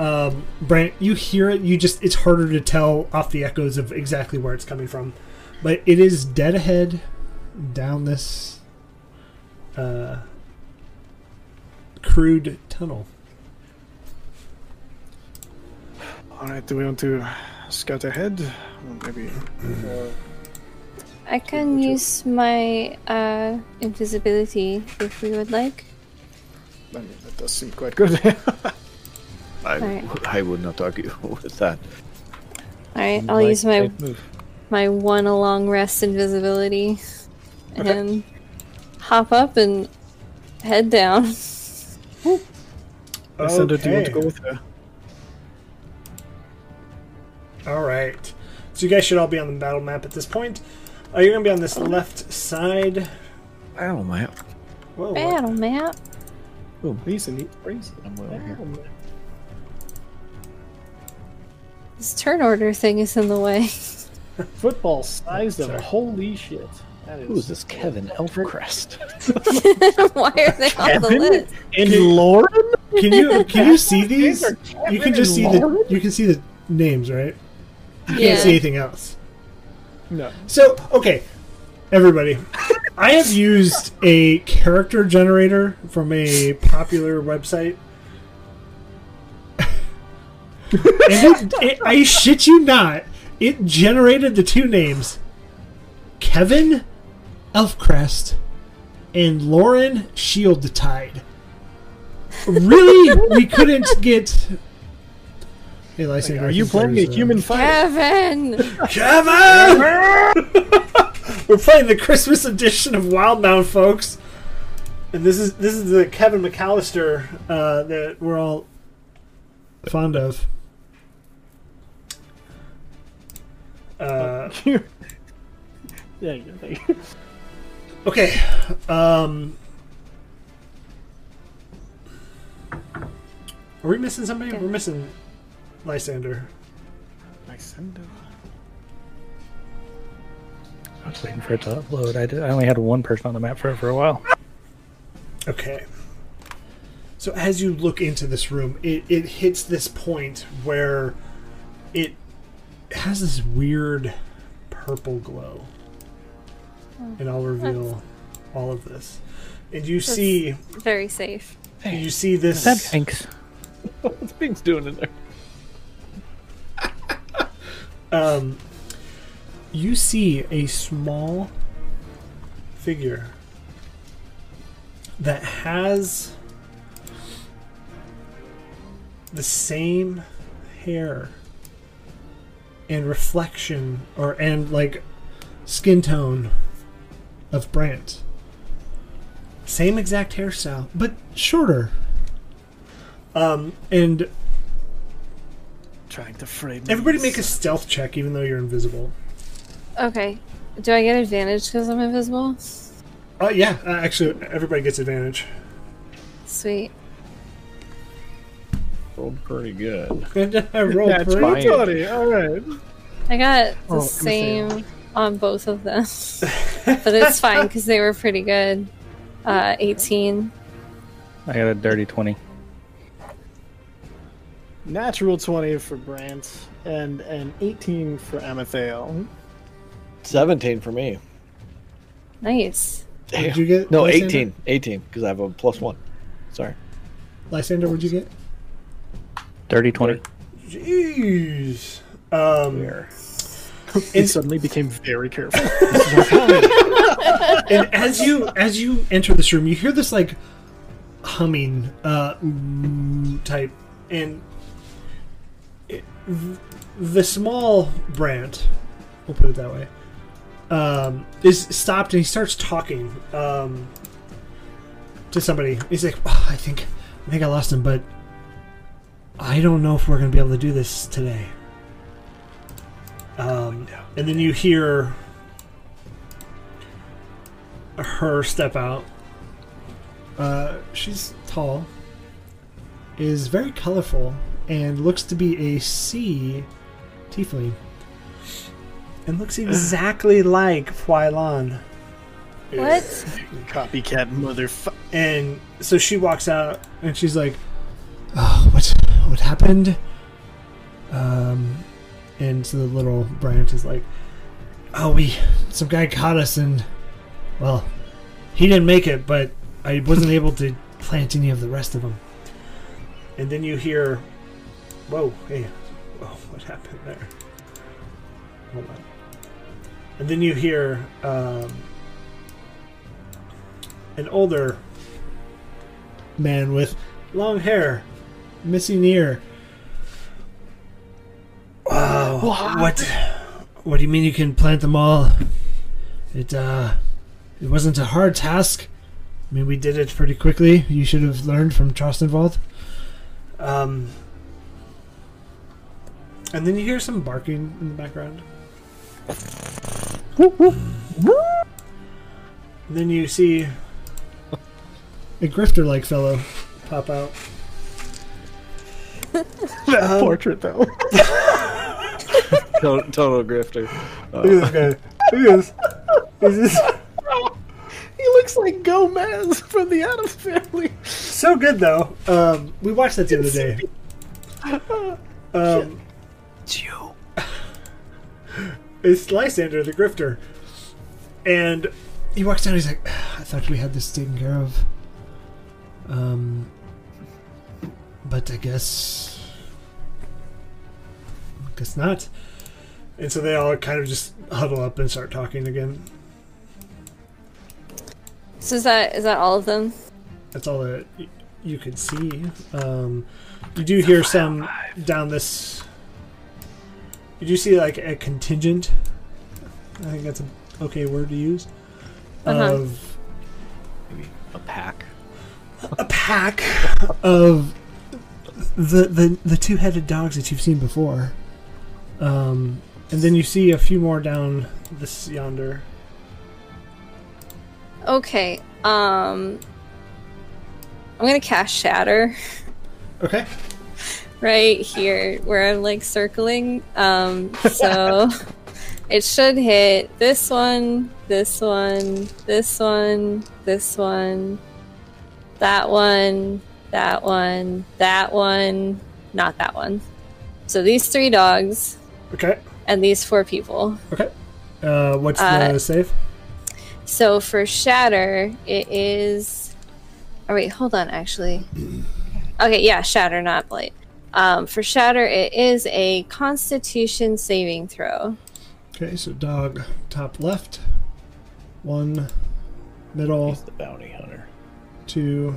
[SPEAKER 1] um, Brant, you hear it. You just it's harder to tell off the echoes of exactly where it's coming from, but it is dead ahead, down this uh, crude tunnel.
[SPEAKER 2] All right. Do we want to scout ahead? Or maybe. Uh,
[SPEAKER 6] I can use my uh, invisibility if we would like.
[SPEAKER 2] I mean, that does seem quite good.
[SPEAKER 5] I,
[SPEAKER 6] Right.
[SPEAKER 5] I would not argue with that.
[SPEAKER 6] All right, I'll use my
[SPEAKER 4] Safe move.
[SPEAKER 6] my one a long rest invisibility, and hop up and head down.
[SPEAKER 2] Alexander, do you want
[SPEAKER 1] Okay.
[SPEAKER 2] to go with her?
[SPEAKER 1] All right. So you guys should all be on the battle map at this point. Uh, you're gonna be on this left side.
[SPEAKER 5] Battle map.
[SPEAKER 1] Whoa. what-
[SPEAKER 6] Battle map.
[SPEAKER 2] He's a neat phrase.
[SPEAKER 5] I'm well here.
[SPEAKER 6] This turn order thing is in the way.
[SPEAKER 2] Football sized of
[SPEAKER 1] Sorry.
[SPEAKER 2] holy shit. That is.
[SPEAKER 5] Who is this Kevin Elfcrest?
[SPEAKER 6] Why are they on the list?
[SPEAKER 2] And Lauren?
[SPEAKER 1] Can you can you see these?
[SPEAKER 2] are
[SPEAKER 1] You can just see the you can see the names, right? You can't see anything else.
[SPEAKER 2] No.
[SPEAKER 1] So, okay, everybody, I have used a character generator from a popular website. and it, it, I shit you not, it generated the two names Kevin Elfcrest and Lauren Shield Tide. Really? we couldn't get. Hey, Lysander,
[SPEAKER 2] Are
[SPEAKER 1] I
[SPEAKER 2] you
[SPEAKER 1] think
[SPEAKER 2] playing a
[SPEAKER 1] there's, uh,
[SPEAKER 2] human fighter?
[SPEAKER 6] Kevin.
[SPEAKER 1] Kevin! We're playing the Christmas edition of Wildbound, folks. And this is this is the Kevin McAllister uh, that we're all fond of. Uh,
[SPEAKER 2] yeah, yeah, yeah.
[SPEAKER 1] okay. Um, are we missing somebody? We're missing Lysander.
[SPEAKER 2] Lysander.
[SPEAKER 4] I was waiting for it to upload. I, did, I only had one person on the map for for a while.
[SPEAKER 1] Okay. So as you look into this room, it, it hits this point where it has this weird purple glow. And I'll reveal all of this. And you see
[SPEAKER 6] Very safe.
[SPEAKER 1] you see this
[SPEAKER 4] That thanks.
[SPEAKER 5] What's Bing's doing in there?
[SPEAKER 1] um, you see a small figure that has the same hair and reflection or and like skin tone of Brant. Same exact hairstyle, but shorter. Um, and
[SPEAKER 2] Trying to frame.
[SPEAKER 1] everybody
[SPEAKER 2] these.
[SPEAKER 1] make a stealth check even though you're invisible.
[SPEAKER 6] Okay. Do I get advantage because I'm invisible?
[SPEAKER 1] Oh yeah, uh, actually, everybody gets advantage.
[SPEAKER 6] Sweet.
[SPEAKER 5] Rolled pretty good.
[SPEAKER 1] I rolled
[SPEAKER 2] That's
[SPEAKER 1] pretty-
[SPEAKER 5] fine.
[SPEAKER 2] twenty. All right.
[SPEAKER 6] I got the
[SPEAKER 2] Oh, let me see.
[SPEAKER 6] same on both of them, but it's fine because they were pretty good. Uh, 18.
[SPEAKER 4] I got a dirty 20.
[SPEAKER 2] Natural twenty for Brant and an eighteen for Amathael.
[SPEAKER 5] 17 for me.
[SPEAKER 6] Nice.
[SPEAKER 1] Did you get
[SPEAKER 5] No,
[SPEAKER 1] Lysander?
[SPEAKER 5] 18. 18, because I have a plus one. Sorry.
[SPEAKER 1] Lysander, what'd you get?
[SPEAKER 4] Dirty 20.
[SPEAKER 1] Jeez. Um,
[SPEAKER 2] He suddenly became very careful.
[SPEAKER 1] and as you as you enter this room, you hear this like humming uh, mm, type, and it, the small Brant, we'll put it that way, um, is stopped and he starts talking um, to somebody. He's like, "Oh, "I think I think I lost him, but I don't know if we're gonna be able to do this today." Um, and then you hear her step out. Uh, she's tall, is very colorful, and looks to be a sea tiefling. And looks exactly like Fwylan.
[SPEAKER 6] What?
[SPEAKER 2] Copycat motherfucker.
[SPEAKER 1] And so she walks out, and she's like, oh, "What? What happened?" Um, and so the little Bryant is like, "Oh, we some guy caught us, and well, he didn't make it, but I wasn't able to plant any of the rest of them." And then you hear, "Whoa, hey, Whoa, what happened there? Hold on. And then you hear um, an older man with long hair, missing ear. Wow. what? What do you mean you can plant them all? It uh, it wasn't a hard task. I mean, we did it pretty quickly. You should have learned from Trostenwald. Um, and then you hear some barking in the background. And then you see a grifter-like fellow pop out.
[SPEAKER 2] That portrait, though.
[SPEAKER 3] Total, total grifter.
[SPEAKER 1] Look at this guy. Look at this. This is
[SPEAKER 2] he looks like Gomez from the Adams Family.
[SPEAKER 1] so good though. Um, we watched that the other day. Um,
[SPEAKER 3] It's you.
[SPEAKER 1] it's Lysander the Grifter, and he walks down. He's like, "I thought we had this taken care of, um, but I guess, guess not." And so they all kind of just huddle up and start talking again.
[SPEAKER 6] So is that is that all of them?
[SPEAKER 1] That's all that y- you could see. Um, you do hear some down this. You do see like a contingent. I think that's an okay word to use.
[SPEAKER 6] Uh-huh.
[SPEAKER 1] Of
[SPEAKER 3] Maybe a pack.
[SPEAKER 1] a pack of the the the two headed dogs that you've seen before. Um, and then you see a few more down this yonder.
[SPEAKER 6] Okay. Um I'm gonna cast Shatter
[SPEAKER 1] Okay.
[SPEAKER 6] right here where I'm like circling. Um so it should hit this one, this one, this one, this one, that one, that one, that one, not that one. So these three dogs
[SPEAKER 1] Okay.
[SPEAKER 6] and these four people.
[SPEAKER 1] Okay. Uh, what's
[SPEAKER 6] Uh,
[SPEAKER 1] the save?
[SPEAKER 6] So for Shatter, it is. Oh wait, hold on. Actually, okay, yeah, Shatter, not Blight. Um, for Shatter, it is a Constitution saving throw.
[SPEAKER 1] Okay, so dog top left, one middle,
[SPEAKER 5] He's the bounty hunter.
[SPEAKER 1] two.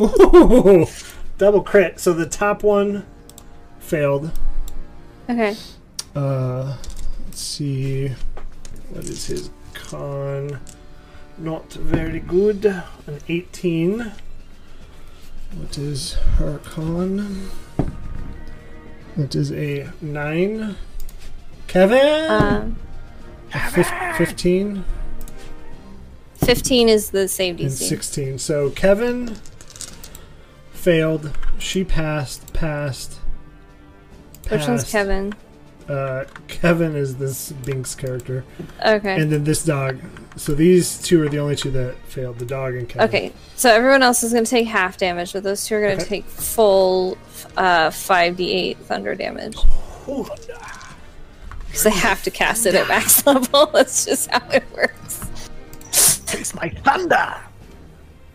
[SPEAKER 1] Ooh, double crit. So the top one failed.
[SPEAKER 6] Okay.
[SPEAKER 1] Uh, let's see. What is his con? Not very good. An 18. What is her con? That is a 9. Kevin!
[SPEAKER 6] Um,
[SPEAKER 1] A fif- 15.
[SPEAKER 6] Fifteen is the save DC.
[SPEAKER 1] and 16. So Kevin failed. She passed. Passed.
[SPEAKER 6] Which one's
[SPEAKER 1] passed.
[SPEAKER 6] Kevin?
[SPEAKER 1] Uh, Kevin is this Binks character,
[SPEAKER 6] Okay.
[SPEAKER 1] and then this dog. So these two are the only two that failed. The dog and Kevin.
[SPEAKER 6] Okay. So everyone else is going to take half damage, but those two are going to
[SPEAKER 1] Okay.
[SPEAKER 6] take full uh, 5d8 thunder damage. Because they have to cast it at max level. That's just how it works.
[SPEAKER 2] Taste my thunder.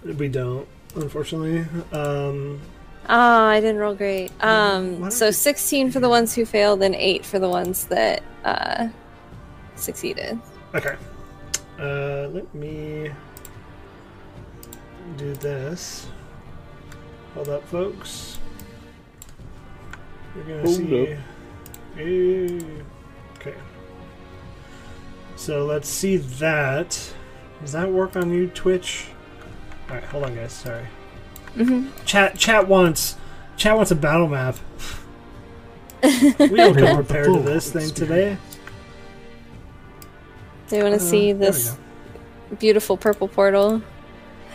[SPEAKER 1] We don't, unfortunately. Um,
[SPEAKER 6] Ah, I didn't roll great.
[SPEAKER 1] why
[SPEAKER 6] Um,
[SPEAKER 1] don't
[SPEAKER 6] so
[SPEAKER 1] you-
[SPEAKER 6] 16 for the ones who failed and 8 for the ones that uh, succeeded.
[SPEAKER 1] okay. Uh, let me do this. Hold up, folks. You're gonna
[SPEAKER 5] Hold
[SPEAKER 1] see. Hey. Okay. So let's see that. Does that work on you, Twitch? All right, hold on, guys. Sorry.
[SPEAKER 6] Mhm.
[SPEAKER 1] Chat, chat wants, chat wants a battle map. we don't come prepared to this thing today.
[SPEAKER 6] They want to
[SPEAKER 1] Uh, there
[SPEAKER 6] see
[SPEAKER 1] we
[SPEAKER 6] this
[SPEAKER 1] go.
[SPEAKER 6] beautiful purple portal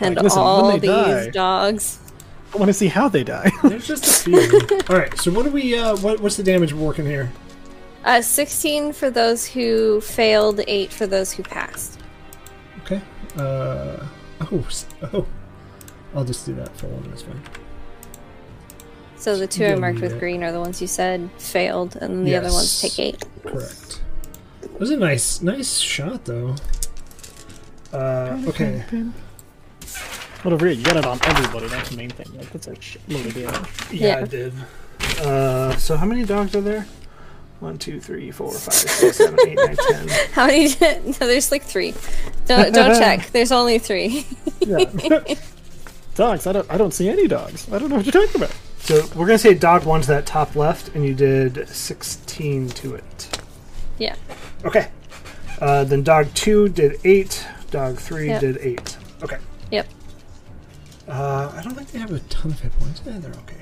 [SPEAKER 6] and
[SPEAKER 2] Like, listen, when
[SPEAKER 6] all
[SPEAKER 2] they
[SPEAKER 6] these
[SPEAKER 2] die-
[SPEAKER 6] dogs.
[SPEAKER 2] I want to see how they die.
[SPEAKER 1] There's just a few. All right. So what do we? Uh, what, what's the damage we're working here?
[SPEAKER 6] Uh, 16 for those who failed, 8 for those who passed.
[SPEAKER 1] Okay. Uh, oh, s- oh. I'll just do that for one. That's fine.
[SPEAKER 6] So the two I
[SPEAKER 1] Don't
[SPEAKER 6] marked
[SPEAKER 1] need
[SPEAKER 6] with
[SPEAKER 1] it.
[SPEAKER 6] green are the ones you said failed, and then the other ones
[SPEAKER 1] Yes.
[SPEAKER 6] take 8.
[SPEAKER 1] Correct. That was a nice, nice shot though. Uh, okay.
[SPEAKER 2] Whatever, you got it on everybody. That's the main thing. Like, that's a shitload of damage.
[SPEAKER 6] Yeah.
[SPEAKER 1] did.
[SPEAKER 2] Uh, so how many dogs are there? One, two, three, four, five, six, seven, eight, nine, ten.
[SPEAKER 6] How many? no, there's like three. Don't don't check. There's only three.
[SPEAKER 2] Yeah. dogs. I don't. I don't see any dogs. I don't know what you're talking about. So we're gonna say dog one to that top left, and you did 16 to it.
[SPEAKER 6] yeah.
[SPEAKER 1] Okay.
[SPEAKER 2] Uh, then dog two did eight. Dog three
[SPEAKER 6] Yep.
[SPEAKER 2] did eight.
[SPEAKER 1] Okay.
[SPEAKER 6] Yep.
[SPEAKER 1] Uh, I don't think they have a ton of hit points. Yeah, they're okay.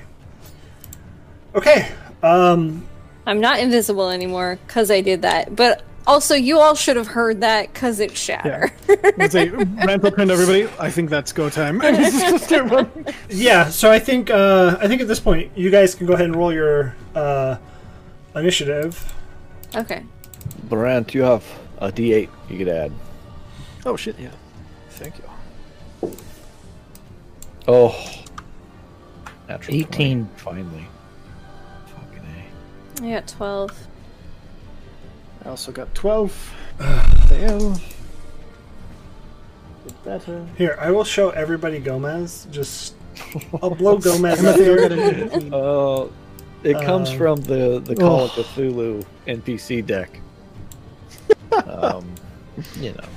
[SPEAKER 1] Okay. Um,
[SPEAKER 6] I'm not invisible anymore because I did that. But also, you all should have heard that because it's shatter.
[SPEAKER 2] Let's say Randall pinned everybody. I think that's go time.
[SPEAKER 1] yeah. So I think uh, I think at this point you guys can go ahead and roll your uh, initiative.
[SPEAKER 6] okay.
[SPEAKER 5] Brant, you have a D8 you could add.
[SPEAKER 2] oh shit! Yeah. Thank you.
[SPEAKER 5] Oh. Natural
[SPEAKER 4] 18.
[SPEAKER 5] 20, finally. Fucking A.
[SPEAKER 6] I got 12.
[SPEAKER 2] I also got 12. Fail. Did Better.
[SPEAKER 1] Here, I will show everybody Gomez. Just I'll blow Gomez up here.
[SPEAKER 5] Oh, it comes
[SPEAKER 1] Um,
[SPEAKER 5] from the, the Call of Cthulhu NPC deck. um, you know.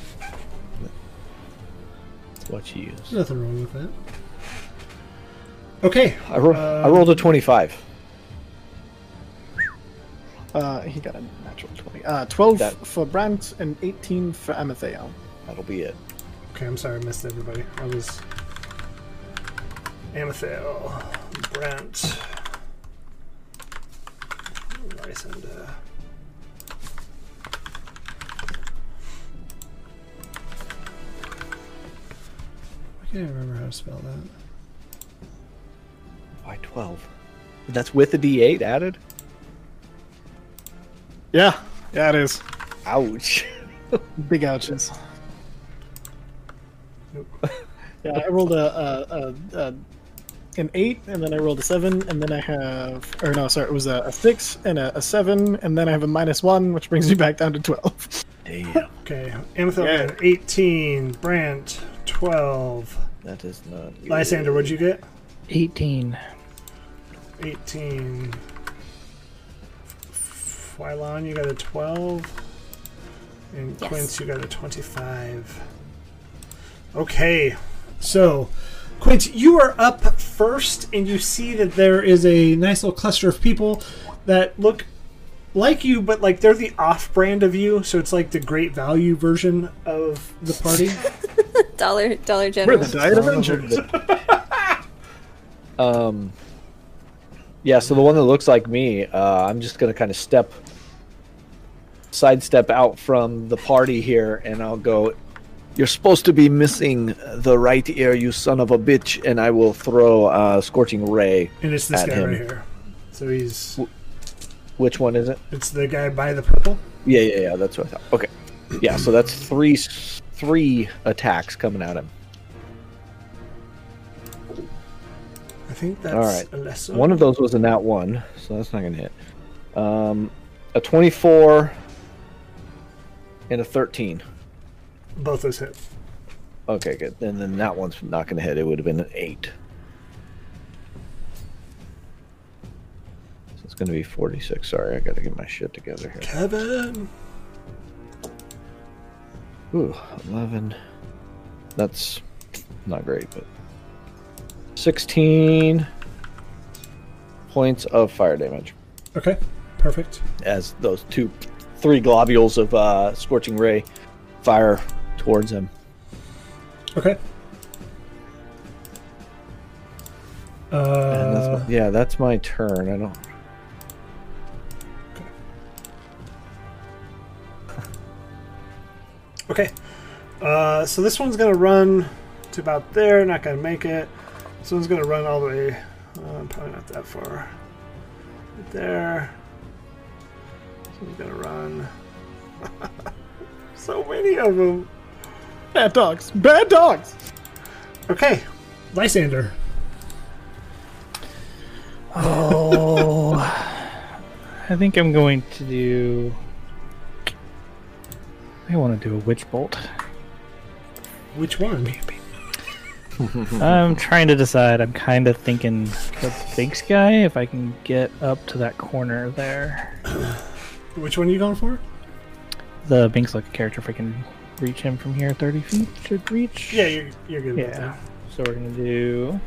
[SPEAKER 5] It's what you use.
[SPEAKER 1] Nothing wrong with that. Okay.
[SPEAKER 5] I, ro- I rolled a 25.
[SPEAKER 2] Uh, he got a natural 20. Uh, 12
[SPEAKER 5] That-
[SPEAKER 2] for Brandt and 18 for Amathael.
[SPEAKER 5] That'll be it.
[SPEAKER 1] Okay, I'm sorry, I missed everybody. I was Amethyl, Brent, Rice, and uh, I can't remember how to spell that.
[SPEAKER 5] Why 12? That's with a D8 added?
[SPEAKER 2] Yeah. Yeah, it is.
[SPEAKER 5] Ouch.
[SPEAKER 2] Big ouches.
[SPEAKER 1] Nope.
[SPEAKER 2] yeah, I rolled a, a, a, a an eight, and then I rolled a seven, and then I have, or no, sorry, it was a, a six and a, a seven, and then I have a minus one, which brings me back down to twelve.
[SPEAKER 5] Damn.
[SPEAKER 1] Okay, Amethyl
[SPEAKER 2] Yeah.
[SPEAKER 1] got an 18, Brant 12.
[SPEAKER 5] That is not. good.
[SPEAKER 1] Lysander, what'd you get?
[SPEAKER 4] 18.
[SPEAKER 1] 18. Wylon, you got a 12. And
[SPEAKER 6] Yes.
[SPEAKER 1] Quince, you got a 25. Okay, so Quince, you are up first, and you see that there is a nice little cluster of people that look like you, but like they're the off brand of you, so it's like the great value version of the party.
[SPEAKER 6] Dollar Dollar General.
[SPEAKER 2] Diet Avengers.
[SPEAKER 5] Um, yeah, so the one that looks like me, uh, I'm just going to kind of step, sidestep out from the party here, and I'll go, You're supposed to be missing the right ear, you son of a bitch, and I will throw uh, Scorching Ray.
[SPEAKER 1] and it's this
[SPEAKER 5] At
[SPEAKER 1] guy
[SPEAKER 5] him.
[SPEAKER 1] right here. So he's.
[SPEAKER 5] Which one is it?
[SPEAKER 1] It's the guy by the purple.
[SPEAKER 5] Yeah, yeah, yeah, that's what I thought. Okay. Yeah, so that's three s- three attacks coming at him.
[SPEAKER 1] I think that's
[SPEAKER 5] Alright.
[SPEAKER 1] Alesso.
[SPEAKER 5] One of those was a nat one, so that's not gonna hit. Um, a twenty-four and a thirteen.
[SPEAKER 1] Both those hit.
[SPEAKER 5] Okay, good. And then that one's not gonna hit. It would have been an eight. So it's gonna be forty-six. Sorry, I gotta get my shit together here.
[SPEAKER 1] Kevin.
[SPEAKER 5] Ooh, 11. That's not great, but 16 points of fire damage
[SPEAKER 1] Okay, perfect.
[SPEAKER 5] as those two, three globules of uh, scorching ray fire towards him.
[SPEAKER 1] Okay.
[SPEAKER 5] And that's
[SPEAKER 1] Uh,
[SPEAKER 5] my, yeah, that's my turn. I don't.
[SPEAKER 1] okay. Uh, so this one's gonna run to about there. Not gonna make it. This one's gonna run all the way. Uh, probably not that far. Right there. This one's gonna run. so many of them.
[SPEAKER 2] Bad dogs. Bad dogs.
[SPEAKER 1] Okay, Lysander.
[SPEAKER 4] Oh. I think I'm going to do. I want to do a witch bolt.
[SPEAKER 1] Which one?
[SPEAKER 4] I'm trying to decide. I'm kind of thinking the big sky, if I can get up to that corner there.
[SPEAKER 1] Which one are you going for?
[SPEAKER 4] The Binks like a character, if I can reach him from here 30 feet, should reach.
[SPEAKER 1] Yeah, you're, you're good. With
[SPEAKER 4] Yeah.
[SPEAKER 1] that.
[SPEAKER 4] So we're gonna do.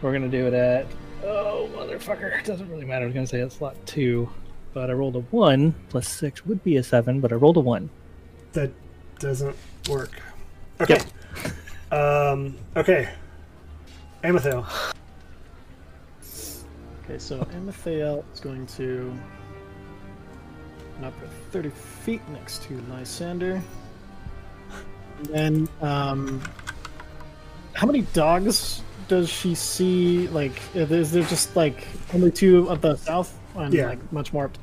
[SPEAKER 4] We're gonna do it at. Oh motherfucker! It doesn't really matter. I was gonna say it's slot two, but I rolled a one plus six would be a seven, but I rolled a one.
[SPEAKER 1] that doesn't work. Okay. Um, okay. Amethyl.
[SPEAKER 2] Okay, so Amethael is going to run up at 30 feet next to Lysander. And then, um, how many dogs does she see? Like, is there just like only two up the south and
[SPEAKER 1] Yeah.
[SPEAKER 2] like much more up?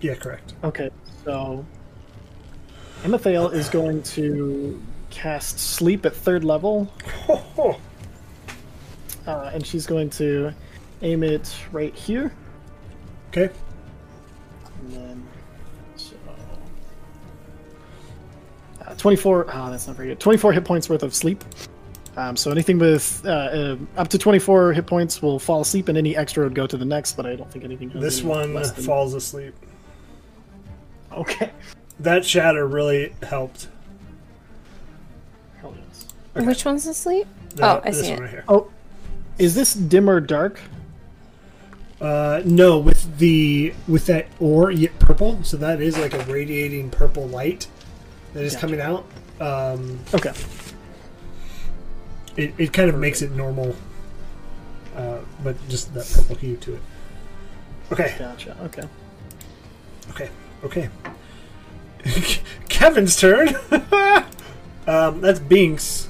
[SPEAKER 1] Yeah, correct.
[SPEAKER 2] Okay, so Amethael is going to cast Sleep at third level
[SPEAKER 1] Ho, ho.
[SPEAKER 2] uh, and she's going to aim it right here.
[SPEAKER 1] Okay.
[SPEAKER 2] And then, so. Uh, 24. Oh, that's not very good. 24 hit points worth of sleep. Um, so anything with uh, uh, up to 24 hit points will fall asleep, and any extra would go to the next, but I don't think anything has
[SPEAKER 1] This
[SPEAKER 2] any
[SPEAKER 1] one
[SPEAKER 2] less than-
[SPEAKER 1] falls asleep.
[SPEAKER 2] Okay.
[SPEAKER 1] That shatter really helped.
[SPEAKER 2] Hell yes.
[SPEAKER 6] Which one's asleep?
[SPEAKER 1] The-
[SPEAKER 6] Oh, I
[SPEAKER 1] this
[SPEAKER 6] see
[SPEAKER 1] one
[SPEAKER 6] it.
[SPEAKER 1] right here.
[SPEAKER 2] Oh, is this dim or dark?
[SPEAKER 1] Uh, no, with the with that ore yet purple, so that is like a radiating purple light that is
[SPEAKER 2] Gotcha.
[SPEAKER 1] coming out. Um,
[SPEAKER 2] Okay.
[SPEAKER 1] it, it kind of makes it normal, uh, but just that purple hue to it. Okay,
[SPEAKER 2] Gotcha. Okay.
[SPEAKER 1] okay, okay. Kevin's turn. um, that's Binks.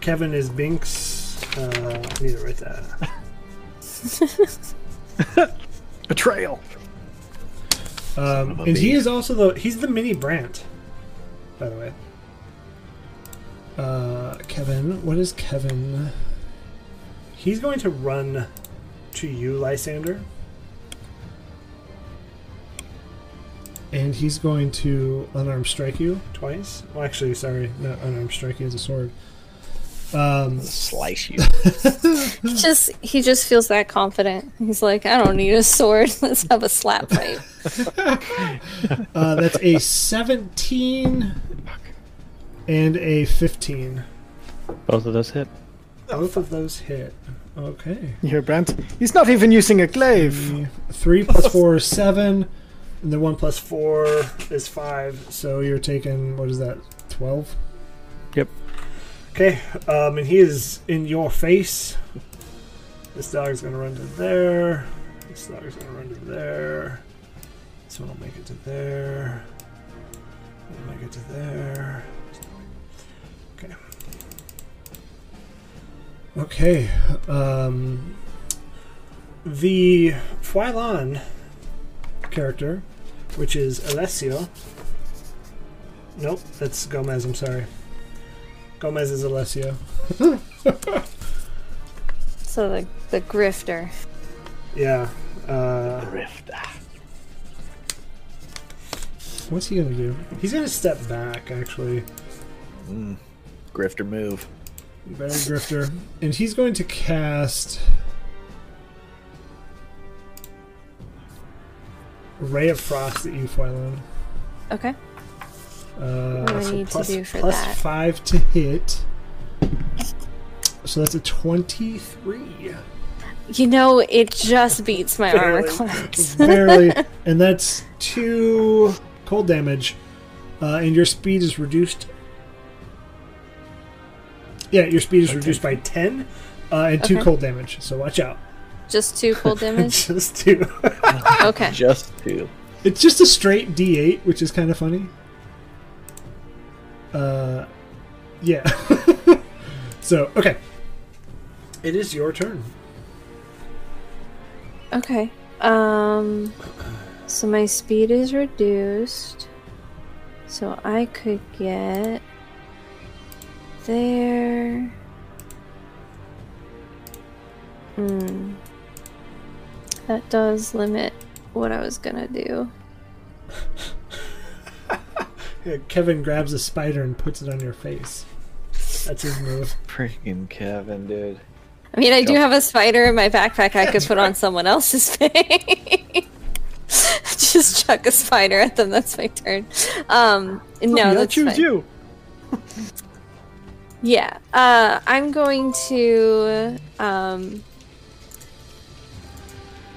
[SPEAKER 1] Kevin is Binks. Uh, I need to write that.
[SPEAKER 2] Betrayal.
[SPEAKER 1] Um, and he is also the he's the mini Brant, by the way. Uh, Kevin, what is Kevin? He's going to run to you, Lysander, and he's going to unarmed strike you twice. Well, actually, sorry, not unarmed strike you as a sword. Um,
[SPEAKER 5] Slice you.
[SPEAKER 6] Just he just feels that confident. He's like, I don't need a sword. Let's have a slap fight.
[SPEAKER 1] uh, that's a seventeen and a fifteen.
[SPEAKER 4] Both of those hit.
[SPEAKER 1] Both of those hit. Okay.
[SPEAKER 2] You hear Brent? He's not even using a glaive.
[SPEAKER 1] Three plus four is seven, and then one plus four is five. So you're taking what is that? Twelve.
[SPEAKER 4] Yep.
[SPEAKER 1] Okay, um, and he is in your face. This dog's gonna run to there. This dog's gonna run to there. This one will make it to there. It'll make it to there. Okay. Okay. Um, the Fuilan character, which is Alessio. Nope, that's Gomez, I'm sorry. Gomez is Alessio.
[SPEAKER 6] So the the grifter.
[SPEAKER 1] Yeah. Uh, What's he gonna do? He's gonna step back, actually.
[SPEAKER 5] Mm. Grifter move.
[SPEAKER 1] Very grifter. And he's going to cast. Ray of Frost at you, Fuilon.
[SPEAKER 6] Okay.
[SPEAKER 1] Uh,
[SPEAKER 6] What do I
[SPEAKER 1] so
[SPEAKER 6] need to
[SPEAKER 1] plus-
[SPEAKER 6] do for
[SPEAKER 1] plus
[SPEAKER 6] that?
[SPEAKER 1] five to hit. So that's a twenty-three.
[SPEAKER 6] You know, it just beats my armor
[SPEAKER 1] Barely.
[SPEAKER 6] class.
[SPEAKER 1] Barely, and that's two cold damage, uh, and your speed is reduced. Yeah, your speed is reduced by ten, uh, and two
[SPEAKER 6] Okay.
[SPEAKER 1] cold damage. So watch out.
[SPEAKER 6] just two cold damage.
[SPEAKER 1] just two.
[SPEAKER 6] Okay.
[SPEAKER 5] Just two.
[SPEAKER 1] it's just a straight D8, which is kind of funny. Uh, yeah. so okay, it is your turn.
[SPEAKER 6] Okay. Um so my speed is reduced. So I could get there. Hmm. That does limit what I was gonna do.
[SPEAKER 1] Yeah, Kevin grabs a spider and puts it on your face. That's his move.
[SPEAKER 5] Freaking Kevin, dude.
[SPEAKER 6] I mean, I
[SPEAKER 2] Oh.
[SPEAKER 6] do have a spider in my backpack. I could put on someone else's face. Just chuck a spider at them. That's my turn. Um, no,
[SPEAKER 2] I
[SPEAKER 6] that's
[SPEAKER 2] choose
[SPEAKER 6] fine.
[SPEAKER 2] you.
[SPEAKER 6] Yeah, uh, I'm going to. Um,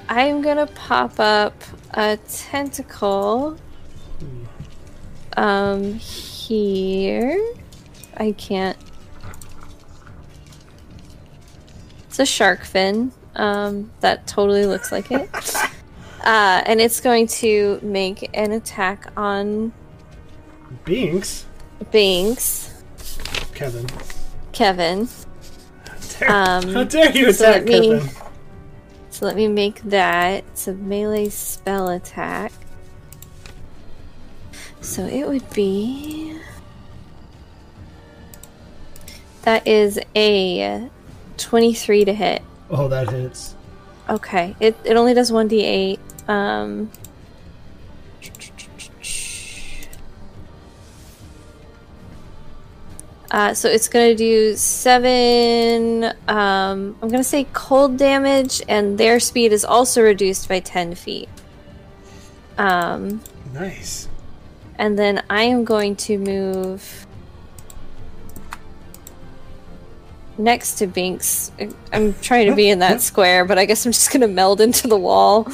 [SPEAKER 6] I'm gonna pop up a tentacle. Um, here. I can't. It's a shark fin. Um, that totally looks like it. Uh, and it's going to make an attack on
[SPEAKER 1] Binks,
[SPEAKER 6] Binks,
[SPEAKER 1] Kevin.
[SPEAKER 6] Kevin.
[SPEAKER 1] Dare-
[SPEAKER 6] Um,
[SPEAKER 1] How dare you
[SPEAKER 6] so let
[SPEAKER 1] attack
[SPEAKER 6] me-
[SPEAKER 1] Kevin?
[SPEAKER 6] So let me make that. It's a melee spell attack. So it would be. That is a 23 to hit.
[SPEAKER 1] Oh, that hits.
[SPEAKER 6] Okay. It, it only does 1d8. Um. Uh, so it's going to do seven. Um, I'm going to say cold damage, and their speed is also reduced by 10 feet. Um,
[SPEAKER 1] Nice.
[SPEAKER 6] and then I am going to move next to Binks. I'm trying to be in that square, but I guess I'm just going to meld into the wall.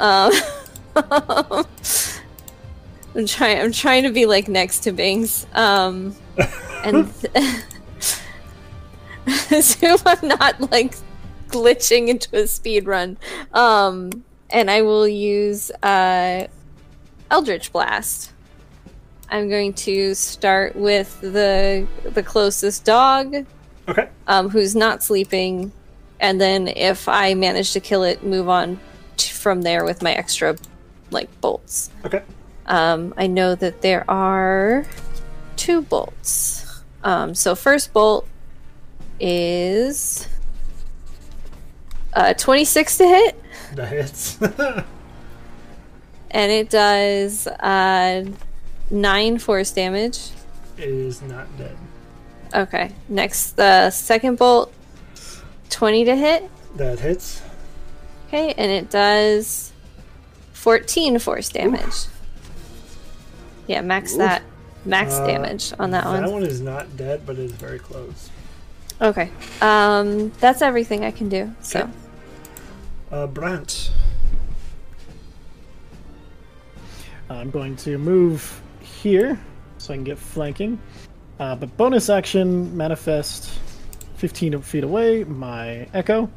[SPEAKER 6] Um, I'm trying. I'm trying to be like next to Binks. Um, and assume I'm not like glitching into a speed run. Um, and I will use uh, Eldritch Blast. I'm going to start with the the closest dog,
[SPEAKER 1] Okay.
[SPEAKER 6] um, who's not sleeping, and then if I manage to kill it, move on t- from there with my extra like bolts.
[SPEAKER 1] Okay.
[SPEAKER 6] Um, I know that there are two bolts. Um, so first bolt is uh, 26 to hit,
[SPEAKER 1] That hits.
[SPEAKER 6] and it does uh, nine force damage.
[SPEAKER 1] is not dead.
[SPEAKER 6] Okay. Next, the second bolt, 20 to hit.
[SPEAKER 1] That hits.
[SPEAKER 6] Okay, and it does 14 force damage. Yeah, max that. Max
[SPEAKER 1] Uh,
[SPEAKER 6] damage on that,
[SPEAKER 1] That
[SPEAKER 6] one.
[SPEAKER 1] one is not dead, but it is very close.
[SPEAKER 6] Okay. Um, that's everything I can do. So,
[SPEAKER 1] Okay. Uh, Brant.
[SPEAKER 2] Uh, I'm going to move here so I can get flanking. Uh, but bonus action manifest 15 feet away, my echo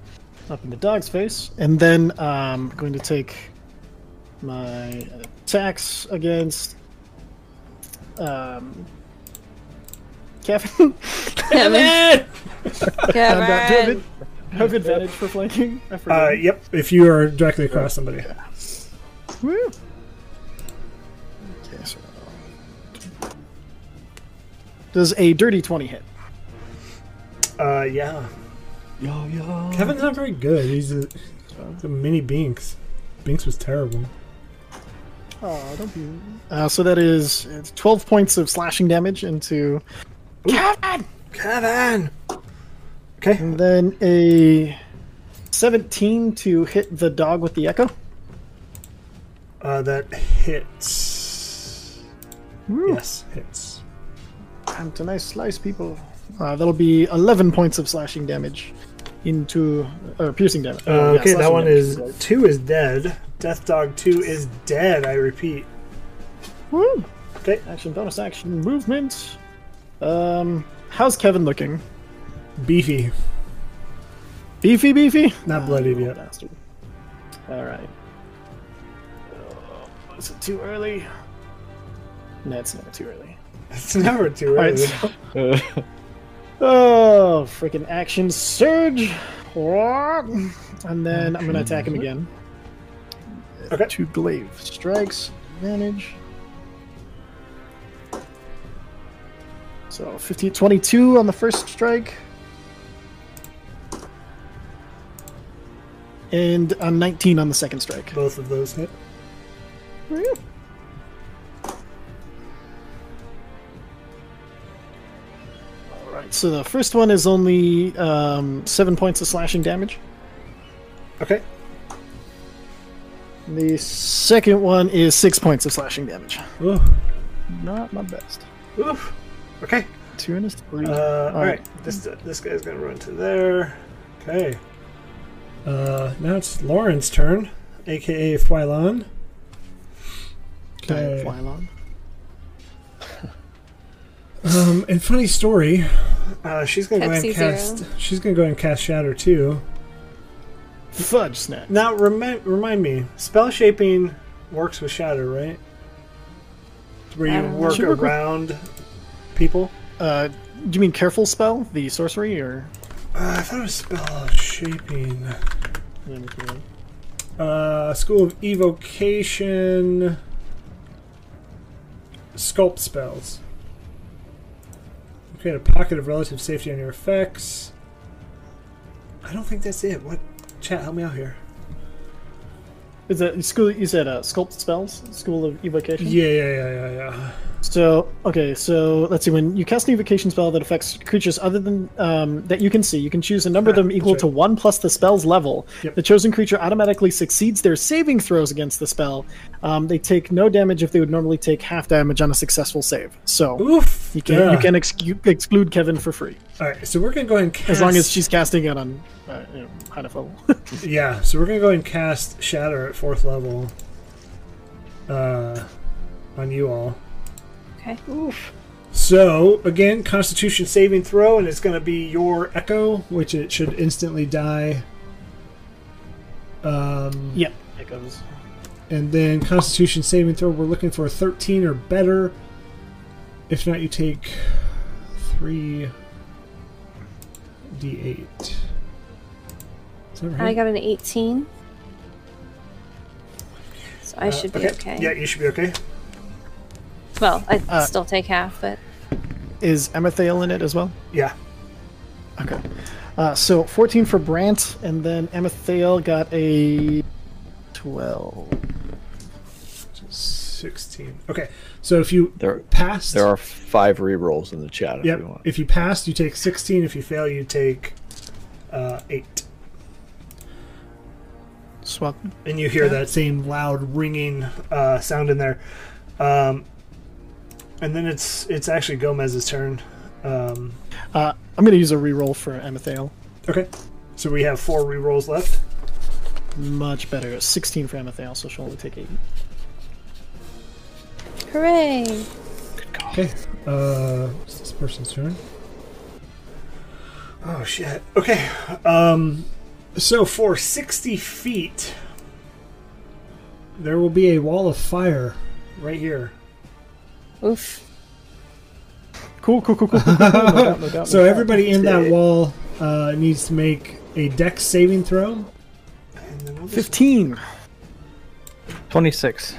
[SPEAKER 2] up in the dog's face. And then um, I'm going to take my attacks against um, Kevin.
[SPEAKER 6] Kevin,
[SPEAKER 2] Um, that- do I have
[SPEAKER 6] Kevin.
[SPEAKER 2] ad- have advantage for flanking? I forgot.
[SPEAKER 1] Uh, yep. If you are directly across somebody.
[SPEAKER 2] Woo. Okay, so- Does a dirty 20 hit?
[SPEAKER 1] Uh, yeah.
[SPEAKER 5] Yo, yo.
[SPEAKER 1] Kevin's not very good. He's a, he's a mini Binks. Binks was terrible.
[SPEAKER 2] Oh, don't be. Uh, so that is it's 12 points of slashing damage into.
[SPEAKER 1] Kevin. Okay.
[SPEAKER 2] And then a 17 to hit the dog with the echo.
[SPEAKER 1] Uh, that hits. Yes, hits.
[SPEAKER 2] Time to nice slice, people. Uh, that'll be 11 points of slashing damage into. or piercing damage.
[SPEAKER 1] Uh,
[SPEAKER 2] Uh, yeah,
[SPEAKER 1] okay, that
[SPEAKER 2] slashing
[SPEAKER 1] one
[SPEAKER 2] damage.
[SPEAKER 1] is two is dead. Death Dog two is dead. I repeat.
[SPEAKER 2] Woo!
[SPEAKER 1] Okay.
[SPEAKER 2] Action, bonus action, movement. Um, how's Kevin looking?
[SPEAKER 1] Beefy,
[SPEAKER 2] Beefy, beefy.
[SPEAKER 1] not bloodied
[SPEAKER 2] Little
[SPEAKER 1] yet.
[SPEAKER 2] bastard. All right. Oh, is it too early? No, it's never too early.
[SPEAKER 1] It's never too
[SPEAKER 2] All right.
[SPEAKER 1] early.
[SPEAKER 2] So... oh, freaking action surge! And then I'm gonna attack him again.
[SPEAKER 1] Okay.
[SPEAKER 2] Two glaive strikes, advantage. So 15, 22 on the first strike. And a 19 on the second strike.
[SPEAKER 1] Both of those hit.
[SPEAKER 2] All right. So the first one is only um, seven points of slashing damage.
[SPEAKER 1] Okay.
[SPEAKER 2] The second one is six points of slashing damage.
[SPEAKER 1] Ooh.
[SPEAKER 2] Not my best.
[SPEAKER 1] Oof. Okay.
[SPEAKER 2] Two and a three.
[SPEAKER 1] Uh, all right.
[SPEAKER 2] right.
[SPEAKER 1] This this guy's gonna run to there. Okay. Uh, now it's Lauren's turn, aka Phylon.
[SPEAKER 2] Can I
[SPEAKER 1] okay.
[SPEAKER 2] fly along?
[SPEAKER 1] Um, and funny story, uh, she's gonna go ahead and
[SPEAKER 6] Pepsi Zero.
[SPEAKER 1] cast. She's gonna go ahead and cast Shatter too.
[SPEAKER 2] Fudge snap.
[SPEAKER 1] Now remind remind me, spell shaping works with Shatter, right? Where
[SPEAKER 6] I
[SPEAKER 1] you
[SPEAKER 6] don't know.
[SPEAKER 1] work
[SPEAKER 2] Should work with-
[SPEAKER 1] around people.
[SPEAKER 2] Uh, do you mean careful spell? The sorcery or?
[SPEAKER 1] Uh, I thought it was spell shaping. Uh, School of Evocation. Sculpt spells. Create a pocket of relative safety on your effects. I don't think that's it. What? Chat, help me out here.
[SPEAKER 2] Is that school? You said uh, sculpt spells, school of evocation.
[SPEAKER 1] Yeah, yeah, yeah, yeah, yeah.
[SPEAKER 2] So okay, so let's see. When you cast an evocation spell that affects creatures other than um, that you can see, you can choose a number of
[SPEAKER 1] Ah,
[SPEAKER 2] them equal
[SPEAKER 1] that's
[SPEAKER 2] to
[SPEAKER 1] right.
[SPEAKER 2] one plus the spell's level.
[SPEAKER 1] Yep.
[SPEAKER 2] The chosen creature automatically succeeds their saving throws against the spell. Um, they take no damage if they would normally take half damage on a successful save. So
[SPEAKER 1] Oof.
[SPEAKER 2] you can you can ex- you exclude Kevin for free
[SPEAKER 1] All right, so we're gonna go ahead and cast.
[SPEAKER 2] as long as she's casting it on uh, you know, high enough level.
[SPEAKER 1] Yeah, so we're gonna go ahead and cast Shatter at fourth level. Uh, on you all.
[SPEAKER 6] Okay.
[SPEAKER 1] So again, Constitution saving throw, and it's going to be your Echo, which it should instantly die. Um,
[SPEAKER 2] yep, it goes.
[SPEAKER 1] And then Constitution saving throw, we're looking for a 13 or better. If not, you take three d8. Is that right?
[SPEAKER 6] I got an 18. So I
[SPEAKER 1] Uh,
[SPEAKER 6] should be okay.
[SPEAKER 1] Yeah, you should be okay.
[SPEAKER 6] Well, I
[SPEAKER 2] Uh,
[SPEAKER 6] still take half, but
[SPEAKER 2] Is Amethyl in it as well?
[SPEAKER 1] Yeah.
[SPEAKER 2] Okay. Uh, so 14 for Brant, and then Amethyl got a 12.
[SPEAKER 1] 16. Okay, so if you
[SPEAKER 5] There-
[SPEAKER 1] pass,
[SPEAKER 5] There are five rerolls in the chat if
[SPEAKER 1] Yep.
[SPEAKER 5] you want.
[SPEAKER 1] If you pass, you take 16. If you fail, you take uh, 8.
[SPEAKER 2] Swap.
[SPEAKER 1] And you hear that same loud ringing uh, sound in there. Um, and then it's it's actually Gomez's turn. Um,
[SPEAKER 2] Uh, I'm going to use a reroll for Amethyl.
[SPEAKER 1] okay. So we have four rerolls left.
[SPEAKER 2] Much better. 16 for Amethyl, so she'll only take 8.
[SPEAKER 6] hooray!
[SPEAKER 1] Okay. Uh, what's this person's turn? Oh, shit. Okay. Um, so for 60 feet, there will be a wall of fire right here.
[SPEAKER 6] Oof.
[SPEAKER 2] Cool, cool, cool, cool. cool, cool, cool. No doubt, no doubt,
[SPEAKER 1] So
[SPEAKER 2] no doubt.
[SPEAKER 1] everybody in that wall uh, needs to make a dex saving throw.
[SPEAKER 2] 15.
[SPEAKER 4] 26.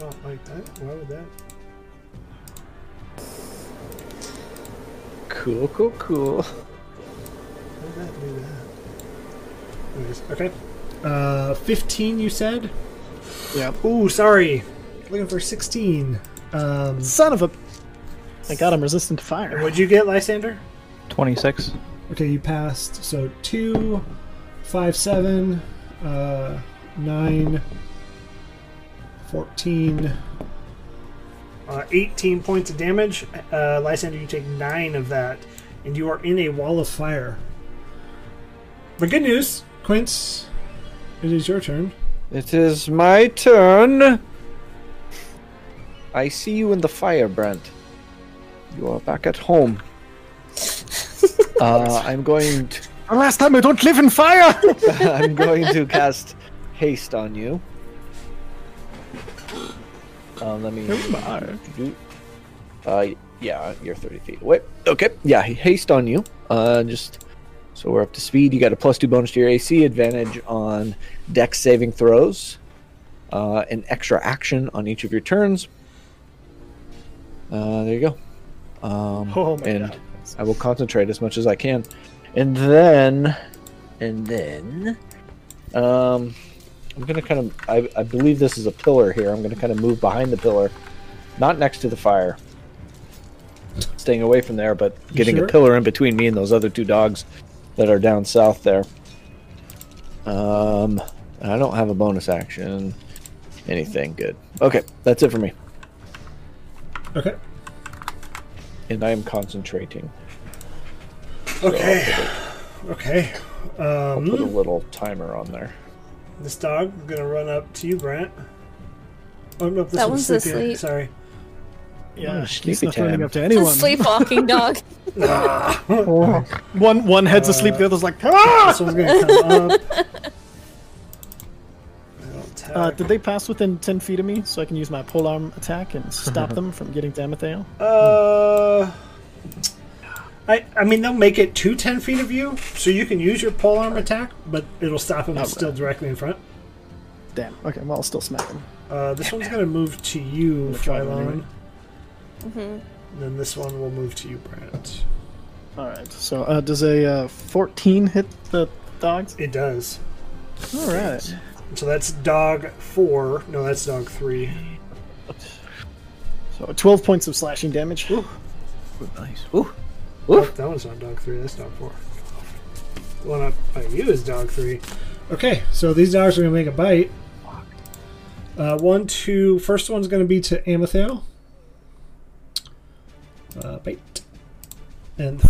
[SPEAKER 1] Not like that. Why would that?
[SPEAKER 3] Cool, cool, cool.
[SPEAKER 1] Why would that do that? Anyways, okay. Uh, 15, you said?
[SPEAKER 2] Yep.
[SPEAKER 1] Ooh, sorry. Looking for 16. Um,
[SPEAKER 2] Son of a. I got him resistant to
[SPEAKER 1] and
[SPEAKER 2] fire.
[SPEAKER 1] what'd you get, Lysander?
[SPEAKER 4] 26.
[SPEAKER 1] Okay, you passed. So 2, 5, 7, uh, 9, 14, uh, 18 points of damage. Uh, Lysander, you take 9 of that, and you are in a wall of fire. But good news, Quince, it is your turn.
[SPEAKER 5] It is my turn. I see you in the fire, Brent. You are back at home. uh, I'm going to,
[SPEAKER 2] The last time I don't live in fire!
[SPEAKER 5] I'm going to cast haste on you. Uh, let me. Uh, yeah, you're 30 feet away. Okay, yeah, haste on you. Uh, just so we're up to speed. You got a plus two bonus to your AC, advantage on dex saving throws, uh, an extra action on each of your turns. Uh, there you go. Um,
[SPEAKER 2] Oh my
[SPEAKER 5] and
[SPEAKER 2] god.
[SPEAKER 5] I will concentrate as much as I can, and then, and then, um, I'm gonna kind of. I, I believe this is a pillar here. I'm gonna kind of move behind the pillar, not next to the fire. staying away from there, but
[SPEAKER 1] You
[SPEAKER 5] getting
[SPEAKER 1] sure?
[SPEAKER 5] a pillar in between me and those other two dogs that are down south there. Um, I don't have a bonus action. Anything good? Okay, that's it for me.
[SPEAKER 1] Okay.
[SPEAKER 5] And I am concentrating.
[SPEAKER 1] Okay. Okay.
[SPEAKER 5] I'll put a
[SPEAKER 1] Um,
[SPEAKER 5] little timer on there.
[SPEAKER 1] this dog is gonna run up to you, Brant. Oh no, this
[SPEAKER 6] That
[SPEAKER 1] one's
[SPEAKER 6] one's
[SPEAKER 1] sleeping.
[SPEAKER 6] asleep.
[SPEAKER 1] Sorry.
[SPEAKER 2] Yeah,
[SPEAKER 5] Oh,
[SPEAKER 2] she's
[SPEAKER 5] sleepy
[SPEAKER 2] not running
[SPEAKER 5] time.
[SPEAKER 2] up to
[SPEAKER 6] It's a
[SPEAKER 2] anyone.
[SPEAKER 6] sleepwalking dog.
[SPEAKER 2] One one head's asleep, the other's like, ah!
[SPEAKER 1] This one's gonna come up. It'll attack.
[SPEAKER 2] Uh, did they pass within 10 feet of me so I can use my polearm attack and stop them from getting to Amathael?
[SPEAKER 1] Uh, I I mean they'll make it to ten feet of you, so you can use your polearm attack, but it'll stop him. It's still directly in front.
[SPEAKER 2] Damn. Okay, well, I'll still smack them.
[SPEAKER 1] Uh, this one's gonna move to you,
[SPEAKER 2] gonna try one
[SPEAKER 1] Phylon.
[SPEAKER 2] anyway.
[SPEAKER 1] And Then this one will move to you, Brant.
[SPEAKER 2] Alright, so uh, does a uh, 14 hit the dogs?
[SPEAKER 1] It does.
[SPEAKER 2] Alright.
[SPEAKER 1] So that's dog four. No, that's dog three.
[SPEAKER 2] So 12 points of slashing damage.
[SPEAKER 5] Nice. Ooh.
[SPEAKER 1] Oh, that one's not dog three. That's dog four. The one up by you is dog three. Okay, so these dogs are gonna make a bite. Uh, one, two. First one's gonna be to Amethyl. Uh, bite. And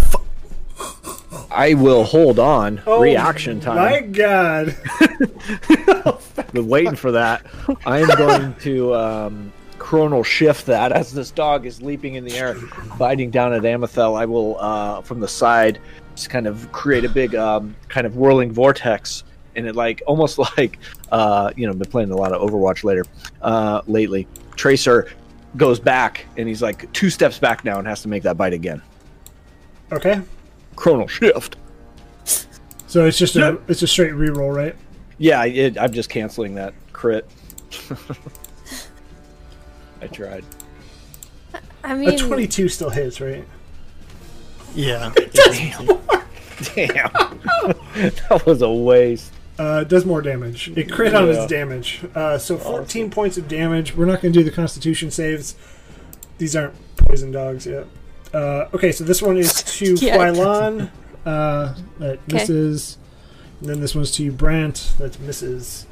[SPEAKER 5] I will hold on.
[SPEAKER 1] Oh,
[SPEAKER 5] Reaction time.
[SPEAKER 1] my God,
[SPEAKER 5] Been waiting for that. I am going to um, chronal shift that as this dog is leaping in the air, biting down at Amethel. I will, uh, from the side, just kind of create a big um, kind of whirling vortex, and it like almost like uh, you know, been playing a lot of Overwatch later uh, lately. Tracer goes back, and he's like two steps back now, and has to make that bite again.
[SPEAKER 1] Okay,
[SPEAKER 5] Chronal shift.
[SPEAKER 1] so it's just a it's a straight reroll, right?
[SPEAKER 5] Yeah, it, I'm just canceling that crit. I tried.
[SPEAKER 6] I
[SPEAKER 1] A
[SPEAKER 6] mean,
[SPEAKER 1] twenty-two still hits, right?
[SPEAKER 2] Yeah.
[SPEAKER 5] Damn. that was a waste.
[SPEAKER 1] Uh, it does more damage. It crit on
[SPEAKER 5] Yeah.
[SPEAKER 1] his damage. Uh, so 14 points of damage. We're not going to do the Constitution saves. These aren't poison dogs yet. Uh, okay, so this one is to
[SPEAKER 6] Yeah.
[SPEAKER 1] Quilon. Uh, that misses. And then this one's to Brant. That misses.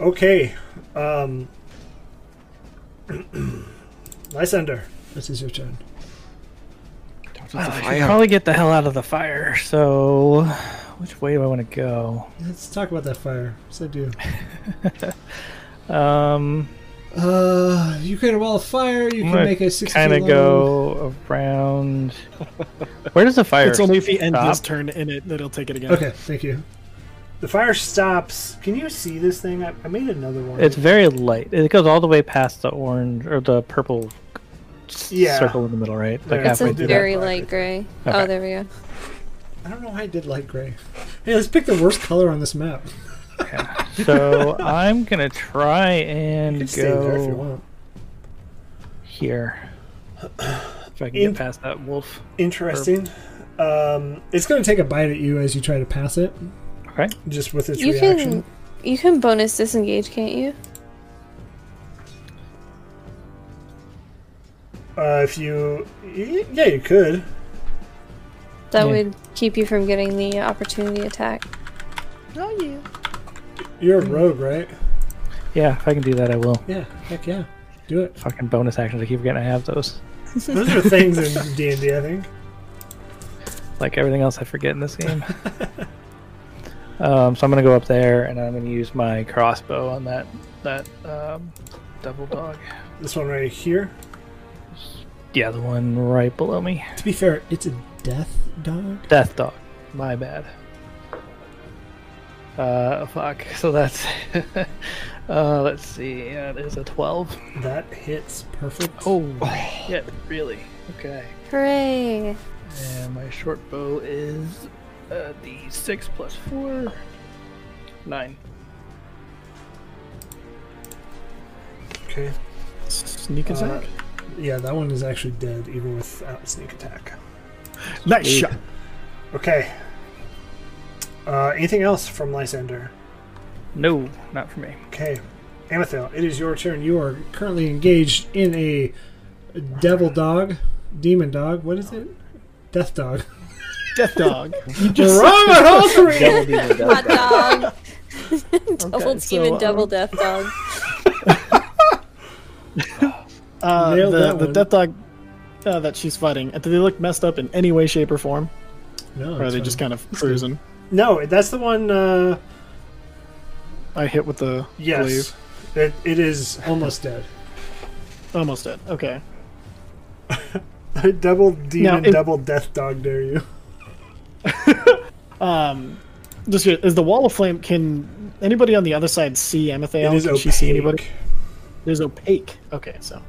[SPEAKER 1] Okay. Um, Lysander, this is your turn.
[SPEAKER 4] I should probably get the hell out of the fire. So, which way do I want to go?
[SPEAKER 1] Let's talk about that fire. Yes, I do.
[SPEAKER 4] Um,
[SPEAKER 1] Uh, you create a wall of fire. You can
[SPEAKER 4] I'm gonna
[SPEAKER 1] make a 60
[SPEAKER 4] kind of
[SPEAKER 1] long-
[SPEAKER 4] go around. Where does the fire?
[SPEAKER 2] It's only if he ends his
[SPEAKER 4] stop?
[SPEAKER 2] turn in it that he'll take it again.
[SPEAKER 1] Okay, thank you. The fire stops. Can you see this thing? I, I made another one.
[SPEAKER 4] It's very light. It goes all the way past the orange or the purple s-
[SPEAKER 1] Yeah.
[SPEAKER 4] circle in the middle, right? Like
[SPEAKER 1] There.
[SPEAKER 6] it's a
[SPEAKER 4] halfway
[SPEAKER 1] do
[SPEAKER 4] through.
[SPEAKER 1] that.
[SPEAKER 6] very light gray. Oh,
[SPEAKER 4] Okay.
[SPEAKER 6] there we go.
[SPEAKER 1] I don't know why I did light gray. Hey, let's pick the worst color on this map.
[SPEAKER 4] that. So I'm gonna try
[SPEAKER 1] You can
[SPEAKER 4] and
[SPEAKER 1] stay there if you
[SPEAKER 4] go
[SPEAKER 1] want.
[SPEAKER 4] here. If I can
[SPEAKER 1] In-
[SPEAKER 4] get past that wolf.
[SPEAKER 1] Interesting. Um, it's going to take a bite at you as you try to pass it,
[SPEAKER 4] Okay.
[SPEAKER 1] just with its
[SPEAKER 6] You
[SPEAKER 1] reaction.
[SPEAKER 6] can, you can bonus disengage, can't you?
[SPEAKER 1] Uh, if you, y- yeah, you could.
[SPEAKER 6] That
[SPEAKER 4] Yeah.
[SPEAKER 6] would keep you from getting the uh, opportunity attack.
[SPEAKER 1] You're a rogue, right?
[SPEAKER 4] Yeah, if I can do that, I will.
[SPEAKER 1] Yeah. Heck yeah. Do it.
[SPEAKER 4] Fucking bonus actions. I keep forgetting I have those.
[SPEAKER 1] Those are things in D and D. I think.
[SPEAKER 4] like everything else I forget in this game. um, so I'm gonna go up there and I'm gonna use my crossbow on that that um, double dog.
[SPEAKER 1] This one right here.
[SPEAKER 4] Yeah, the one right below me.
[SPEAKER 1] To be fair, it's a death dog.
[SPEAKER 4] Death dog. My bad. Uh, fuck. So that's. uh, let's see. Yeah, it is a twelve.
[SPEAKER 1] That hits perfect.
[SPEAKER 4] Oh, shit! Really? Okay.
[SPEAKER 6] Hooray!
[SPEAKER 4] And my short bow is uh, the six plus four. Nine.
[SPEAKER 1] Okay.
[SPEAKER 2] Sneak attack.
[SPEAKER 1] Yeah, that one is actually dead even without sneak attack.
[SPEAKER 2] nice shot.
[SPEAKER 1] Okay. Uh, anything else from Lysander?
[SPEAKER 4] No, not for me.
[SPEAKER 1] Okay. Amethel, it is your turn. You are currently engaged in a devil dog Demon dog. What is it? Death dog.
[SPEAKER 2] Death dog.
[SPEAKER 1] Wrong on all three.
[SPEAKER 5] Double demon, double
[SPEAKER 6] Hot dog. double
[SPEAKER 2] Okay,
[SPEAKER 6] demon,
[SPEAKER 2] so, uh,
[SPEAKER 6] double death dog.
[SPEAKER 2] Uh,
[SPEAKER 1] Nailed
[SPEAKER 2] the,
[SPEAKER 1] that
[SPEAKER 2] the
[SPEAKER 1] one.
[SPEAKER 2] death dog uh, that she's fighting. Do they look messed up in any way, shape, or form?
[SPEAKER 1] No,
[SPEAKER 2] or are
[SPEAKER 1] it's
[SPEAKER 2] they
[SPEAKER 1] fine.
[SPEAKER 2] just kind of cruising?
[SPEAKER 1] no, that's the one. Uh,
[SPEAKER 2] I hit with the
[SPEAKER 1] yes,
[SPEAKER 2] glaive.
[SPEAKER 1] it, it is almost dead.
[SPEAKER 2] Almost dead. Okay.
[SPEAKER 1] double demon,
[SPEAKER 2] it-
[SPEAKER 1] double death dog. Dare you?
[SPEAKER 2] Just here, is the wall of flame? Can anybody on the other side see Amethyl?
[SPEAKER 1] It is
[SPEAKER 2] Can she see anybody?
[SPEAKER 1] opaque.
[SPEAKER 2] There's opaque. Okay, so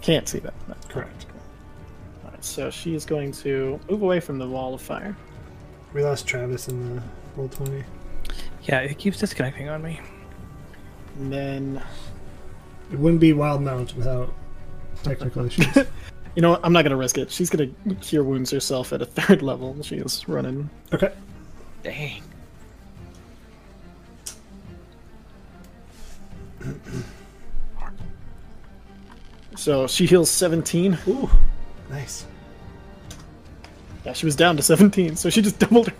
[SPEAKER 2] can't see that. No.
[SPEAKER 1] Correct.
[SPEAKER 2] All right, so she is going to move away from the wall of fire.
[SPEAKER 1] We lost Travis in the roll twenty.
[SPEAKER 4] Yeah, it keeps disconnecting on me.
[SPEAKER 2] And then
[SPEAKER 1] It wouldn't be wild mount without technical issues.
[SPEAKER 2] you know what? I'm not gonna risk it. She's gonna cure wounds herself at a third level. She is running.
[SPEAKER 1] Okay.
[SPEAKER 5] Dang.
[SPEAKER 2] So she heals 17.
[SPEAKER 1] Ooh, nice.
[SPEAKER 2] Yeah, she was down to 17, so she just doubled her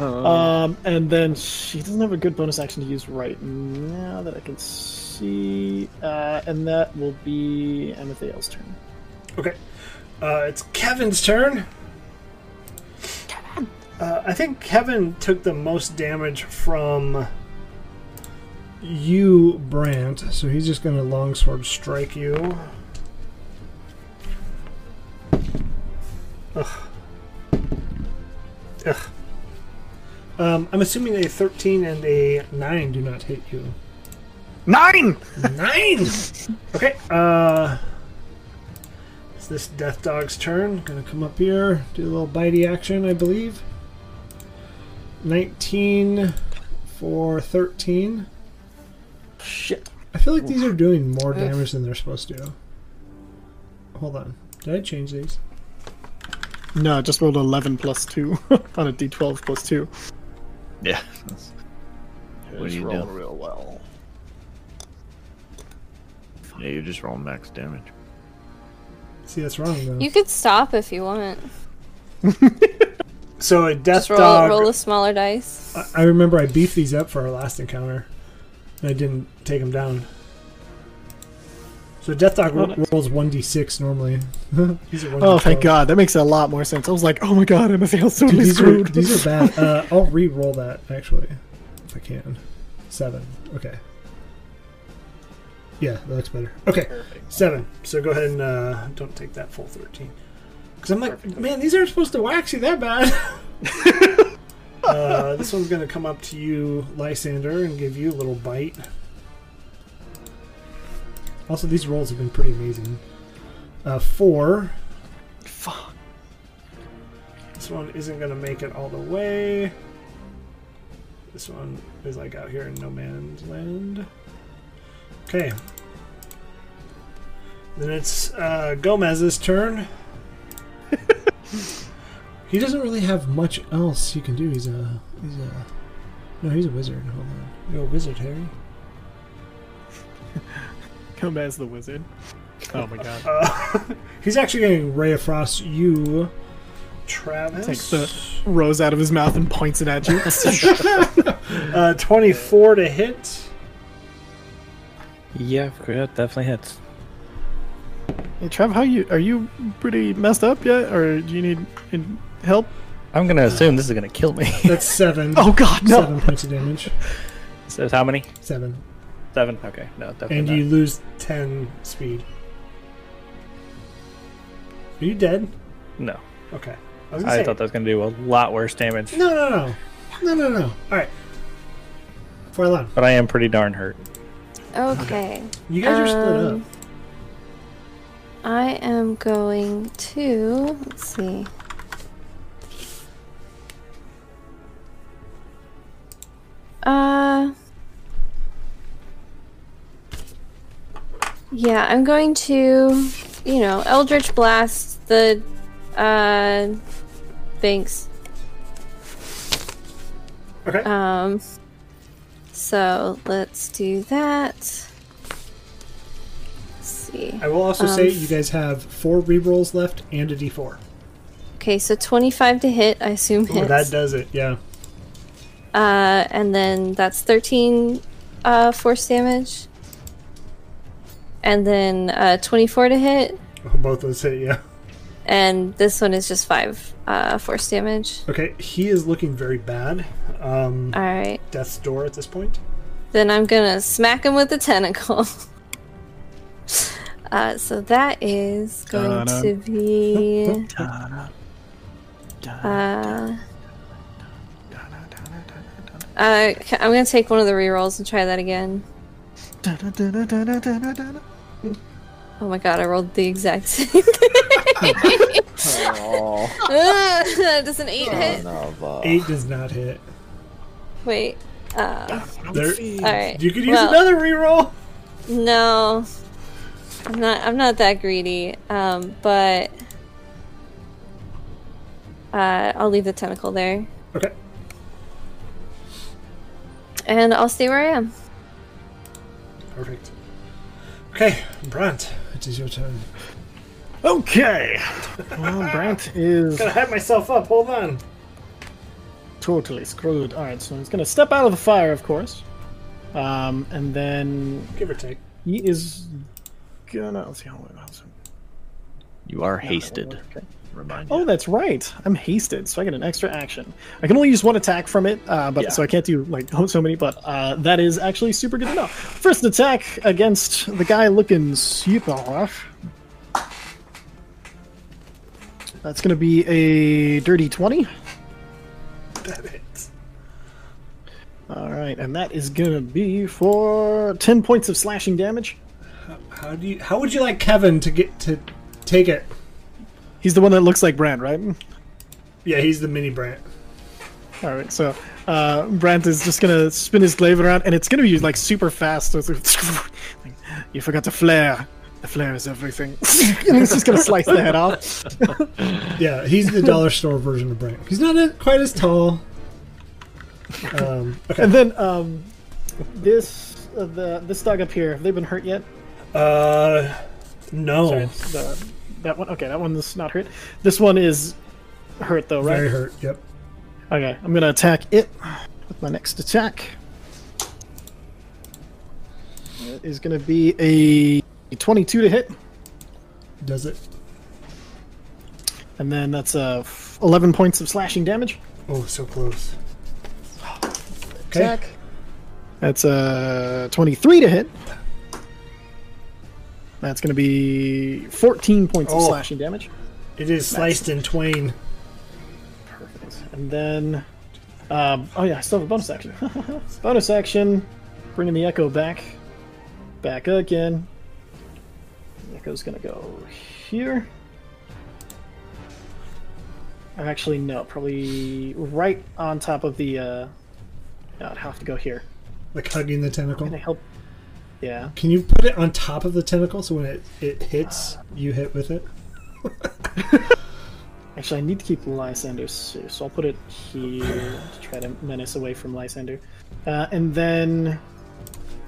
[SPEAKER 2] um, and then she doesn't have a good bonus action to use right now that I can see. Uh, and that will be Amethyal's turn.
[SPEAKER 1] Okay. Uh, it's Kevin's turn. Uh, I think Kevin took the most damage from you, Brant. So he's just going to longsword strike you. Ugh. Ugh. Um, I'm assuming a 13 and a 9 do not hit you.
[SPEAKER 2] Nine!
[SPEAKER 1] Nine. Okay. Uh, it's this death dog's turn. Gonna come up here, do a little bitey action, I believe. Nineteen for thirteen.
[SPEAKER 2] Shit.
[SPEAKER 1] I feel like these are doing more damage than they're supposed to. Hold on. Did I change these?
[SPEAKER 2] No, I just rolled 11 plus 2 on a d12 plus 2.
[SPEAKER 5] Yeah.
[SPEAKER 2] What
[SPEAKER 5] do you
[SPEAKER 2] rolling
[SPEAKER 5] do?
[SPEAKER 2] real well.
[SPEAKER 5] Yeah, you're just rolling max damage.
[SPEAKER 1] See, that's wrong though.
[SPEAKER 6] You could stop if you want.
[SPEAKER 1] So a death
[SPEAKER 6] Just roll,
[SPEAKER 1] dog.
[SPEAKER 6] roll a smaller dice.
[SPEAKER 1] I- I remember I beefed these up for our last encounter, and I didn't take them down. So Death Dog
[SPEAKER 2] Oh,
[SPEAKER 1] ro-
[SPEAKER 2] nice.
[SPEAKER 1] rolls one d six normally. these are 1d12.
[SPEAKER 2] Oh, thank God. That makes a lot more sense. I was like, oh my God, Amethyal's
[SPEAKER 1] Dude,
[SPEAKER 2] totally
[SPEAKER 1] these are
[SPEAKER 2] screwed.
[SPEAKER 1] these are bad. Uh, I'll re-roll that actually, if I can. Seven. Okay. Yeah, that looks better. Okay, seven. So go ahead and uh, don't take that full thirteen. Because I'm like, man, these aren't supposed to wax you that bad. uh, this one's gonna come up to you, Lysander, and give you a little bite. Also, these rolls have been pretty amazing. Uh, four.
[SPEAKER 2] Fuck.
[SPEAKER 1] This one isn't gonna make it all the way. This one is like out here in no man's land. Okay. Then it's uh, Gomez's turn. he doesn't really have much else he can do. He's a he's a no, he's a wizard. Hold on, you're a wizard, Harry.
[SPEAKER 2] Come as the wizard. Oh my God.
[SPEAKER 1] He's actually getting Ray of Frost. You, Travis.
[SPEAKER 2] Takes the rose out of his mouth and points it at you.
[SPEAKER 1] uh, Twenty-four to hit.
[SPEAKER 4] Yeah, that definitely hits.
[SPEAKER 2] hey, Trav, how you? Are you pretty messed up yet, or do you need in- help?
[SPEAKER 4] I'm gonna assume this is gonna kill me.
[SPEAKER 1] That's seven.
[SPEAKER 2] Oh God, no!
[SPEAKER 1] Seven points of damage.
[SPEAKER 4] so it's how many?
[SPEAKER 1] Seven.
[SPEAKER 4] Seven. Okay, no, definitely.
[SPEAKER 1] And
[SPEAKER 4] not.
[SPEAKER 1] you lose 10 speed. Are you dead?
[SPEAKER 4] No,
[SPEAKER 1] Okay. I was gonna
[SPEAKER 4] I
[SPEAKER 1] say.
[SPEAKER 4] thought that was gonna do a lot worse damage,
[SPEAKER 1] No, no, no. No, no, no. Alright. Forlan,
[SPEAKER 4] but I am pretty darn hurt.
[SPEAKER 6] Okay.
[SPEAKER 1] you guys are split up.
[SPEAKER 6] Um, I am going to. Let's see. Uh. Yeah, I'm going to, you know, Eldritch Blast the, uh, Binks.
[SPEAKER 1] Okay.
[SPEAKER 6] Um, so let's do that. Let's see.
[SPEAKER 1] I will also
[SPEAKER 6] Um,
[SPEAKER 1] say you guys have four rerolls left and a d4.
[SPEAKER 6] Okay, so 25 to hit, I assume
[SPEAKER 1] Ooh,
[SPEAKER 6] hits.
[SPEAKER 1] that does it, yeah.
[SPEAKER 6] Uh, and then that's 13 uh, force damage. And then uh, 24 to hit.
[SPEAKER 1] Both those hit, yeah.
[SPEAKER 6] And this one is just 5 uh, force damage.
[SPEAKER 1] Okay, he is looking very bad. Um,
[SPEAKER 6] Alright.
[SPEAKER 1] death's door at this point.
[SPEAKER 6] Then I'm gonna smack him with the tentacle. uh, so that is going
[SPEAKER 2] Ta-da.
[SPEAKER 6] to be.
[SPEAKER 2] Da,
[SPEAKER 6] Uh,
[SPEAKER 2] da, da, da,
[SPEAKER 6] uh, ca- I'm gonna take one of the rerolls and try that again.
[SPEAKER 2] da, da, da, da, da, da, da, da, da, da.
[SPEAKER 6] Oh my god, I rolled the exact same thing.
[SPEAKER 5] Oh,
[SPEAKER 6] Ugh, Does an 8 hit?
[SPEAKER 5] Nava.
[SPEAKER 1] Eight does not hit.
[SPEAKER 6] Wait. Uh,
[SPEAKER 1] There,
[SPEAKER 6] Alright.
[SPEAKER 1] you could use
[SPEAKER 6] well,
[SPEAKER 1] another reroll.
[SPEAKER 6] No. I'm not I'm not that greedy. Um, but uh, I'll leave the tentacle there.
[SPEAKER 1] Okay.
[SPEAKER 6] And I'll stay where I am.
[SPEAKER 1] Perfect. Okay, Brant, it is your turn.
[SPEAKER 2] Okay. Well, Brant is
[SPEAKER 1] Gotta hype myself up, hold on.
[SPEAKER 2] totally screwed. All right, so he's gonna step out of the fire, of course, um, and then
[SPEAKER 1] Give or take.
[SPEAKER 2] he is gonna. Let's see how how- how-
[SPEAKER 5] You are
[SPEAKER 2] no,
[SPEAKER 5] hasted.
[SPEAKER 2] okay.
[SPEAKER 5] Remind
[SPEAKER 2] Oh,
[SPEAKER 5] you.
[SPEAKER 2] that's right. I'm hasted, so I get an extra action. I can only use one attack from it, uh, but
[SPEAKER 5] Yeah.
[SPEAKER 2] so I can't do like oh, so many. But uh, that is actually super good enough. First attack against the guy looking super rough. That's gonna be a dirty twenty.
[SPEAKER 1] That hits.
[SPEAKER 2] All right, and that is gonna be for ten points of slashing damage.
[SPEAKER 1] How do you? How would you like Kevin to get to take it?
[SPEAKER 2] He's the one that looks like Brand, right?
[SPEAKER 1] Yeah, he's the mini Brant.
[SPEAKER 2] All right, so uh, Brant is just gonna spin his glaive around, and it's gonna be like super fast. So it's like, you forgot the flare. The flare is everything. and he's just gonna slice the head off.
[SPEAKER 1] Yeah, he's the dollar store version of Brant. He's not a, quite as tall. Um, okay.
[SPEAKER 2] And then um, this uh, the this dog up here. Have they been hurt yet?
[SPEAKER 1] Uh, no,
[SPEAKER 2] Sorry, the, that one. Okay, that one's not hurt. This one is hurt though, right?
[SPEAKER 1] very hurt. Yep.
[SPEAKER 2] Okay, I'm gonna attack it with my next attack. It is gonna be a 22 to hit,
[SPEAKER 1] Does it?
[SPEAKER 2] and then that's uh, f- 11 points of slashing damage.
[SPEAKER 1] Oh, so close. Okay.
[SPEAKER 2] Attack. That's uh, 23 to hit. That's gonna be 14 points of
[SPEAKER 1] Oh.
[SPEAKER 2] slashing damage.
[SPEAKER 1] It is sliced in twain.
[SPEAKER 2] And then, um, oh yeah, I still have a bonus action. bonus action, bringing the echo back, back again. The echo's gonna go here. Or actually, no, probably right on top of the. Uh, no, I'd have to go here.
[SPEAKER 1] Like hugging the
[SPEAKER 2] Can I
[SPEAKER 1] tentacle.
[SPEAKER 2] help? Yeah.
[SPEAKER 1] Can you put it on top of the tentacle so when it, it hits, you hit with it?
[SPEAKER 2] Actually, I need to keep Lysander safe, so I'll put it here to try to menace away from Lysander. Uh, and then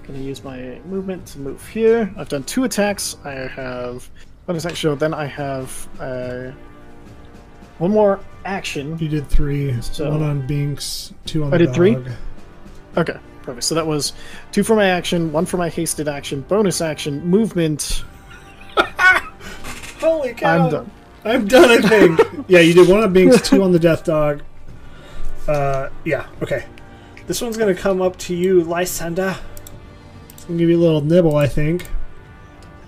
[SPEAKER 2] gonna use my movement to move here. I've done two attacks. I have bonus action. Then I have uh, one more action.
[SPEAKER 1] You did three.
[SPEAKER 2] So-
[SPEAKER 1] one on Binks, two on
[SPEAKER 2] I
[SPEAKER 1] the
[SPEAKER 2] did three?
[SPEAKER 1] dog.
[SPEAKER 2] Okay, perfect. So that was two for my action, one for my hasted action, bonus action, movement.
[SPEAKER 1] Holy cow!
[SPEAKER 2] I'm done.
[SPEAKER 1] I've done a thing. yeah, you did one on Binks, two on the Death Dog. Uh, yeah, okay. This one's gonna come up to you, Lysander. It's gonna give you a little nibble, I think.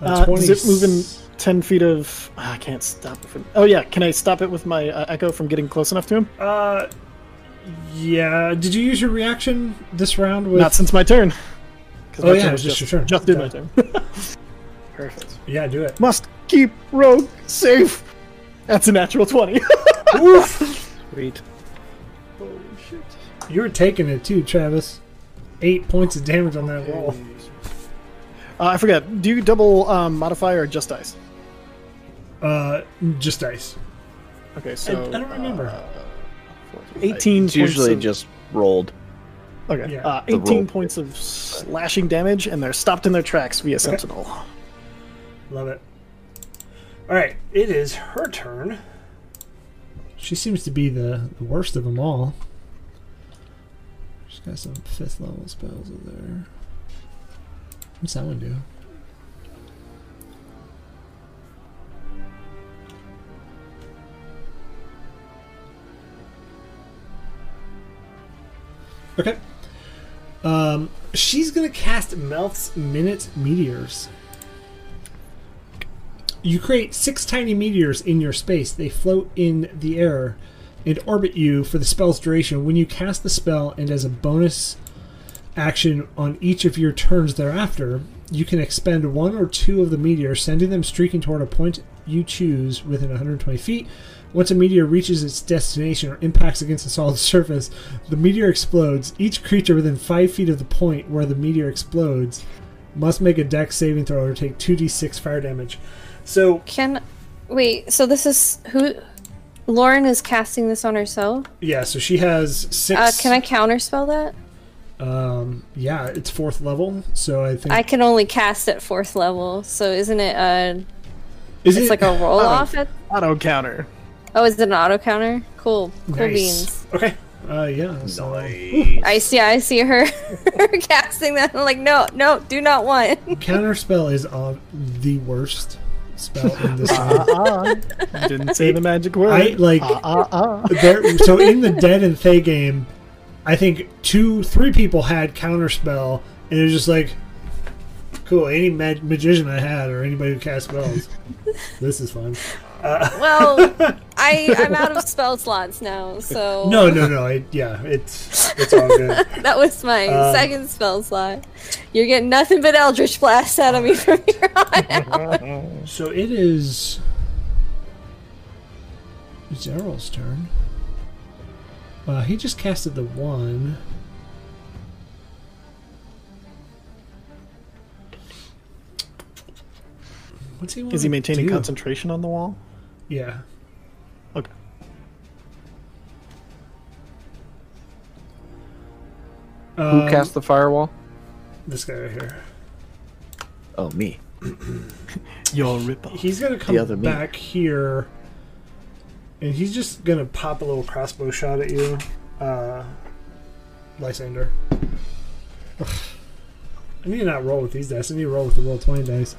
[SPEAKER 2] Uh, is it
[SPEAKER 1] 20
[SPEAKER 2] moving ten feet of? ah, I can't stop it from. Oh yeah, can I stop it with my uh, echo from getting close enough to him?
[SPEAKER 1] Uh, yeah. Did you use your reaction this round? With
[SPEAKER 2] Not since my turn. 'Cause
[SPEAKER 1] Oh,
[SPEAKER 2] my
[SPEAKER 1] yeah,
[SPEAKER 2] turn
[SPEAKER 1] it
[SPEAKER 2] was
[SPEAKER 1] was just your turn.
[SPEAKER 2] Just did
[SPEAKER 1] Yeah.
[SPEAKER 2] my turn. Perfect.
[SPEAKER 1] yeah, do it.
[SPEAKER 2] Must keep Rogue safe. That's a natural 20.
[SPEAKER 4] Sweet.
[SPEAKER 1] You were taking it too, Travis. Eight points of damage on that roll.
[SPEAKER 2] Oh. Uh, I forgot. Do you double um, modifier or just dice?
[SPEAKER 1] Uh, just dice.
[SPEAKER 2] Okay, so.
[SPEAKER 1] I don't remember.
[SPEAKER 2] uh, 18
[SPEAKER 5] It's usually
[SPEAKER 2] points of-
[SPEAKER 5] just rolled.
[SPEAKER 2] Okay.
[SPEAKER 1] yeah,
[SPEAKER 2] uh,
[SPEAKER 5] the
[SPEAKER 2] 18
[SPEAKER 5] roll.
[SPEAKER 2] points of slashing damage, and they're stopped in their tracks via Sentinel.
[SPEAKER 1] Love it. All right, it is her turn. She seems to be the, the worst of them all. She's got some fifth level spells in there. What's that one do? Okay. Um, she's gonna cast Melth's Minute Meteors. You create six tiny meteors in your space. They float in the air and orbit you for the spell's duration. When you cast the spell, and as a bonus action on each of your turns thereafter, you can expend one or two of the meteors, sending them streaking toward a point you choose within 120 feet. Once a meteor reaches its destination or impacts against a solid surface, the meteor explodes. Each creature within 5 feet of the point where the meteor explodes must make a dex saving throw or take 2d6 fire damage. So,
[SPEAKER 6] Can wait, so this is who Lauren is casting this on herself?
[SPEAKER 1] yeah, so she has
[SPEAKER 6] Uh,
[SPEAKER 1] 6.
[SPEAKER 6] can I counterspell that?
[SPEAKER 1] Um, yeah, it's fourth level, so I think.
[SPEAKER 6] I can only cast at fourth level, so isn't it uh
[SPEAKER 1] is
[SPEAKER 6] it's
[SPEAKER 1] it- Oh.
[SPEAKER 6] like a roll off at
[SPEAKER 2] Auto counter.
[SPEAKER 6] Oh, is it an auto counter? Cool. Cool
[SPEAKER 1] nice.
[SPEAKER 6] beans.
[SPEAKER 1] Okay. Uh, yeah. So,
[SPEAKER 6] I see. I see her casting that. I'm like, no, no, do not want.
[SPEAKER 1] counter spell is uh, the worst spell in this game.
[SPEAKER 2] Uh-uh. You didn't say the magic word.
[SPEAKER 1] I like
[SPEAKER 2] uh-uh.
[SPEAKER 1] there. So in the Dead and Thay game, I think two, three people had counterspell, and it was just like, cool. Any mag- magician I had, or anybody who cast spells, this is fun.
[SPEAKER 6] Well, I I'm out of spell slots now, so
[SPEAKER 1] No, no, no. It, yeah, it's it's all good.
[SPEAKER 6] that was my
[SPEAKER 1] Um,
[SPEAKER 6] second spell slot. You're getting nothing but Eldritch Blast out of me from here on out.
[SPEAKER 1] So it is it's Errol's turn. Uh, he just casted the one. What's he?
[SPEAKER 2] Is he
[SPEAKER 1] wanna
[SPEAKER 2] maintaining
[SPEAKER 1] do?
[SPEAKER 2] concentration on the wall?
[SPEAKER 1] Yeah.
[SPEAKER 2] Okay.
[SPEAKER 1] Um,
[SPEAKER 5] Who
[SPEAKER 4] Um,
[SPEAKER 5] cast the firewall?
[SPEAKER 1] this guy right here?
[SPEAKER 5] Oh, me.
[SPEAKER 2] Your ripper.
[SPEAKER 1] He's gonna come
[SPEAKER 5] other me.
[SPEAKER 1] back here, and he's just gonna pop a little crossbow shot at you, uh, Lysander. Ugh. I need to not roll with these dice. I need to roll with the roll twenty dice.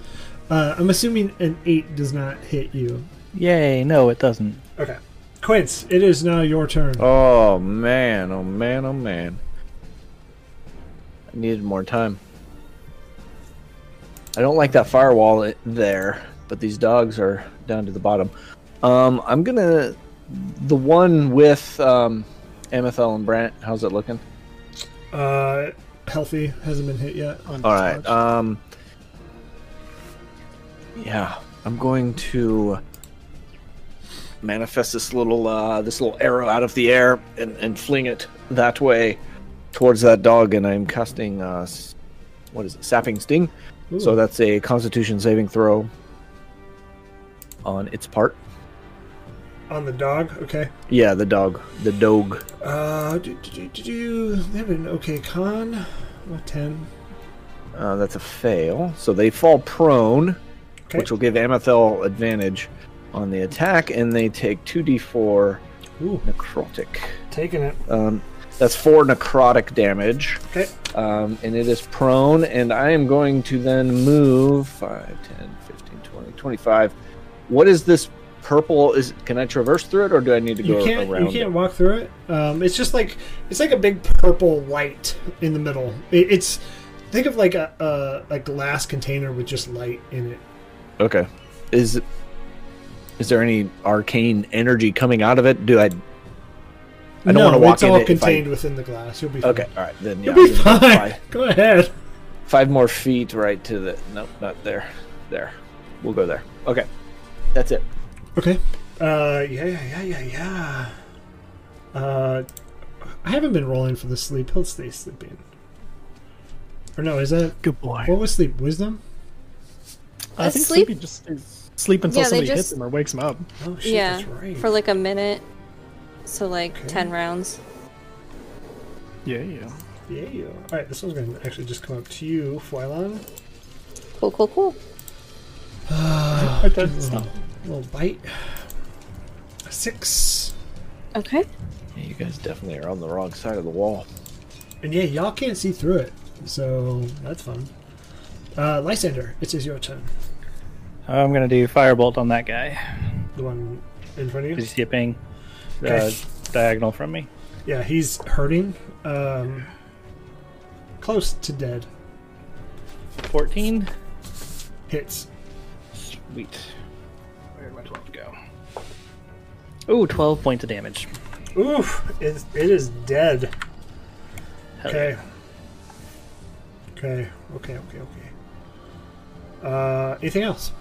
[SPEAKER 1] Uh, I'm assuming an eight does not hit you.
[SPEAKER 4] Yay! No, it doesn't.
[SPEAKER 1] Okay, Quince, it is now your turn.
[SPEAKER 5] Oh man! Oh man! Oh man! I needed more time. I don't like that firewall i- there, but these dogs are down to the bottom. Um, I'm gonna the one with um, MFL and Brant. How's it looking?
[SPEAKER 1] Uh, healthy hasn't been hit yet.
[SPEAKER 2] Uh.
[SPEAKER 5] All right. Um. Yeah, I'm going to manifest this little uh, this little arrow out of the air and, and fling it that way towards that dog, and I'm casting uh, s- what is it, sapping sting.
[SPEAKER 1] Ooh.
[SPEAKER 5] So that's a Constitution saving throw on its part.
[SPEAKER 1] on the dog. Okay.
[SPEAKER 5] Yeah, the dog, the dog.
[SPEAKER 1] Uh, do do do do. do. They have an okay con. A ten.
[SPEAKER 5] Uh, that's a fail. So they fall prone.
[SPEAKER 1] Okay.
[SPEAKER 5] which will give Amethel advantage on the attack, and they take 2d4
[SPEAKER 1] Ooh,
[SPEAKER 5] necrotic.
[SPEAKER 1] taking it.
[SPEAKER 5] Um, that's four necrotic damage,
[SPEAKER 1] Okay.
[SPEAKER 5] um, and it is prone, and I am going to then move 5, 10, 15, 20, 25. What is this purple? Is Can I traverse through it, or do I need to go
[SPEAKER 1] You can't.
[SPEAKER 5] around
[SPEAKER 1] You
[SPEAKER 5] it?
[SPEAKER 1] can't walk through it. Um, it's just like it's like a big purple light in the middle. It, it's think of like a, a a glass container with just light in it.
[SPEAKER 5] Okay. Is is there any arcane energy coming out of it? Do I? I don't
[SPEAKER 1] no,
[SPEAKER 5] wanna walk
[SPEAKER 1] it's
[SPEAKER 5] in
[SPEAKER 1] all
[SPEAKER 5] it if I-
[SPEAKER 1] contained within the glass. You'll be fine.
[SPEAKER 5] Okay. All right. Then yeah.
[SPEAKER 1] You'll be
[SPEAKER 5] I'm gonna fly.
[SPEAKER 1] fine. Go ahead.
[SPEAKER 5] five more feet right to the nope not there there we'll go there okay that's it
[SPEAKER 1] Okay. Uh, yeah, yeah, yeah, yeah, yeah. Uh, I haven't been rolling for the sleep. He'll stay sleeping. Or no, is that
[SPEAKER 2] Good boy.
[SPEAKER 1] what was sleep? Wisdom?
[SPEAKER 2] I think
[SPEAKER 6] Asleep?
[SPEAKER 2] Sleepy just stays sleep until
[SPEAKER 6] Yeah, they
[SPEAKER 2] somebody hits
[SPEAKER 6] just-
[SPEAKER 2] him or wakes him up.
[SPEAKER 1] Oh shit,
[SPEAKER 6] yeah,
[SPEAKER 1] that's right.
[SPEAKER 6] for like a minute. So like
[SPEAKER 1] Okay.
[SPEAKER 6] ten rounds.
[SPEAKER 2] Yeah, yeah.
[SPEAKER 1] yeah. All right, this one's gonna actually just come up to you, Fwylon.
[SPEAKER 6] Cool, cool, cool.
[SPEAKER 1] Uh,
[SPEAKER 4] does
[SPEAKER 1] give it a
[SPEAKER 4] stop.
[SPEAKER 1] Little, little bite. Six.
[SPEAKER 6] Okay.
[SPEAKER 5] Yeah, you guys definitely are on the wrong side of the wall.
[SPEAKER 1] And yeah, y'all can't see through it, so that's fun. Uh, Lysander, it is your turn.
[SPEAKER 4] I'm gonna do firebolt on that guy.
[SPEAKER 1] The one in front of
[SPEAKER 4] Did
[SPEAKER 1] you.
[SPEAKER 4] you see it ping? Uh,
[SPEAKER 1] Okay.
[SPEAKER 4] diagonal from me.
[SPEAKER 1] Yeah, he's hurting. Um, close to dead.
[SPEAKER 4] 14.
[SPEAKER 1] Hits.
[SPEAKER 4] Sweet. Where'd my 12 go? Ooh, 12 points of damage.
[SPEAKER 1] Oof! It, it is dead.
[SPEAKER 4] Hell
[SPEAKER 1] Okay. Okay. Okay. Okay. Okay. Uh, anything else?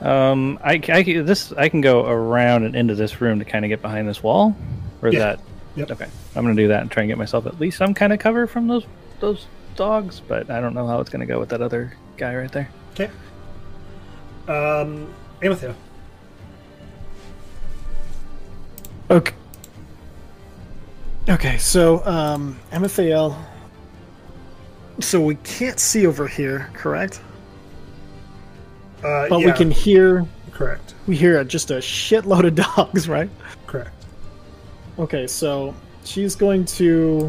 [SPEAKER 4] Um, I, c- I c- this I can go around and into this room to kind of get behind this wall, or is
[SPEAKER 1] Yeah.
[SPEAKER 4] that?
[SPEAKER 1] Yep.
[SPEAKER 4] Okay, I'm gonna do that and try and get myself at least some kind of cover from those those dogs, but I don't know how it's gonna go with that other guy right there.
[SPEAKER 1] Okay. Um, Amethyst.
[SPEAKER 2] Okay. Okay, so um Amithael. So we can't see over here, correct?
[SPEAKER 1] Uh,
[SPEAKER 2] But we
[SPEAKER 1] yeah,
[SPEAKER 2] can hear
[SPEAKER 1] Correct.
[SPEAKER 2] we hear just a shitload of dogs, right?
[SPEAKER 1] Correct.
[SPEAKER 2] Okay, so she's going to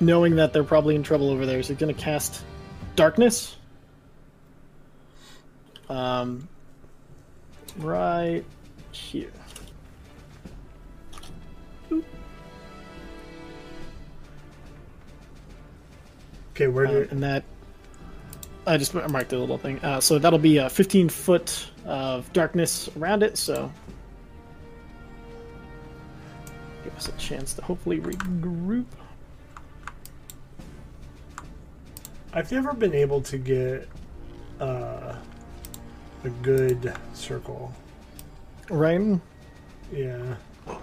[SPEAKER 2] knowing that they're probably in trouble over there, she's gonna cast darkness. Um right here. Uh,
[SPEAKER 1] Okay. Where
[SPEAKER 2] Um,
[SPEAKER 1] do?
[SPEAKER 2] and that I just marked the little thing. Uh, so that'll be a 15 foot of darkness around it. So give us a chance to hopefully regroup.
[SPEAKER 1] I've never been able to get uh, a good circle.
[SPEAKER 2] Right?
[SPEAKER 1] Yeah.
[SPEAKER 2] I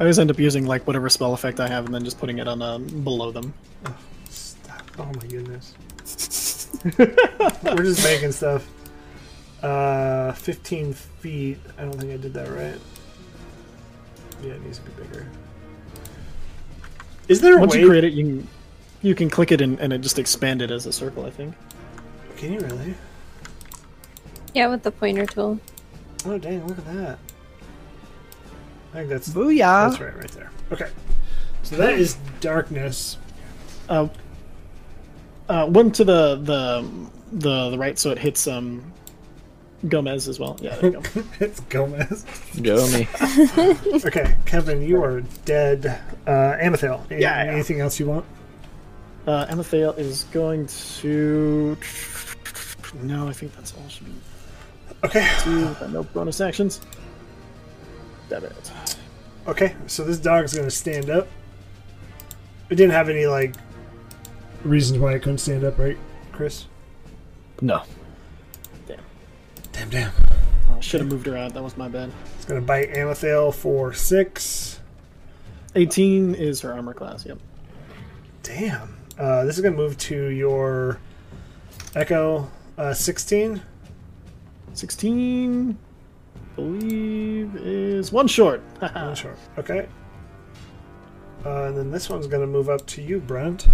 [SPEAKER 2] always end up using like whatever spell effect I have, and then just putting it on um, below them.
[SPEAKER 1] Stop. Oh my goodness. We're just making stuff. Uh, 15 feet. I don't think I did that right. Yeah, it needs to be bigger. Is there a
[SPEAKER 2] Once
[SPEAKER 1] way?
[SPEAKER 2] you create it, you can you can click it and, and it just expanded as a circle. I think.
[SPEAKER 1] Can you really?
[SPEAKER 6] Yeah, with the pointer tool.
[SPEAKER 1] Oh dang! Look at that. I think that's
[SPEAKER 5] Booyah!
[SPEAKER 1] that's right, right there. Okay. So that is darkness.
[SPEAKER 2] Uh, uh, one to the the the the right, so it hits um Gomez as well. Yeah, there you go.
[SPEAKER 1] it's Gomez.
[SPEAKER 5] Go me.
[SPEAKER 1] Okay, Kevin, you are dead. Uh, Amethyl. a-
[SPEAKER 2] Yeah, yeah.
[SPEAKER 1] Anything else you want?
[SPEAKER 2] Uh, Amethyl is going to. No, I think that's all she can
[SPEAKER 1] Okay.
[SPEAKER 2] do. With that. No bonus actions. Damn it.
[SPEAKER 1] Okay, so this dog's gonna stand up. It didn't have any like reasons why it couldn't stand up, right, Chris?
[SPEAKER 5] No.
[SPEAKER 1] Damn, damn.
[SPEAKER 2] Should have moved her out. That was my bad.
[SPEAKER 1] It's gonna bite Amethyl for six.
[SPEAKER 2] 18 is her armor class. Yep.
[SPEAKER 1] Damn. Uh, this is gonna move to your Echo uh, sixteen.
[SPEAKER 2] 16, believe, is one short.
[SPEAKER 1] Not sure. Okay. Uh, and then this one's gonna move up to you, Brent.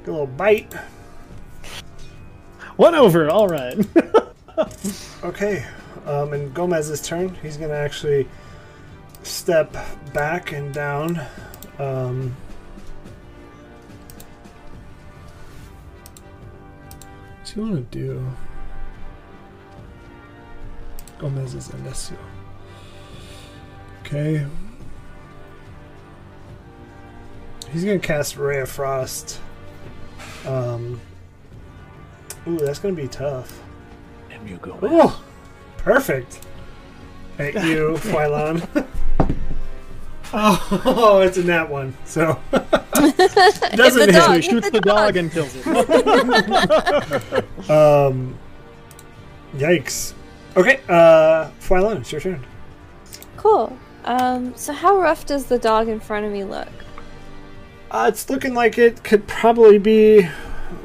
[SPEAKER 1] Get a little bite.
[SPEAKER 2] one over. All right.
[SPEAKER 1] Okay, um, and Gomez's turn. He's going to actually step back and down. Um, what's he want to do? Gomez is Alessio. Okay. He's going to cast Ray of Frost. Um, ooh, that's going to be tough.
[SPEAKER 5] Damn you, go.
[SPEAKER 1] Oh, perfect. At you, Phylon. oh, it's in that one. So doesn't
[SPEAKER 6] Hit the
[SPEAKER 2] so he
[SPEAKER 1] hit.
[SPEAKER 6] dog.
[SPEAKER 2] shoots the dog and kills it.
[SPEAKER 1] Um, yikes. Okay, uh, Phylon, it's your turn.
[SPEAKER 6] Cool. Um, so how rough does the dog in front of me look?
[SPEAKER 1] Uh, it's looking like it could probably be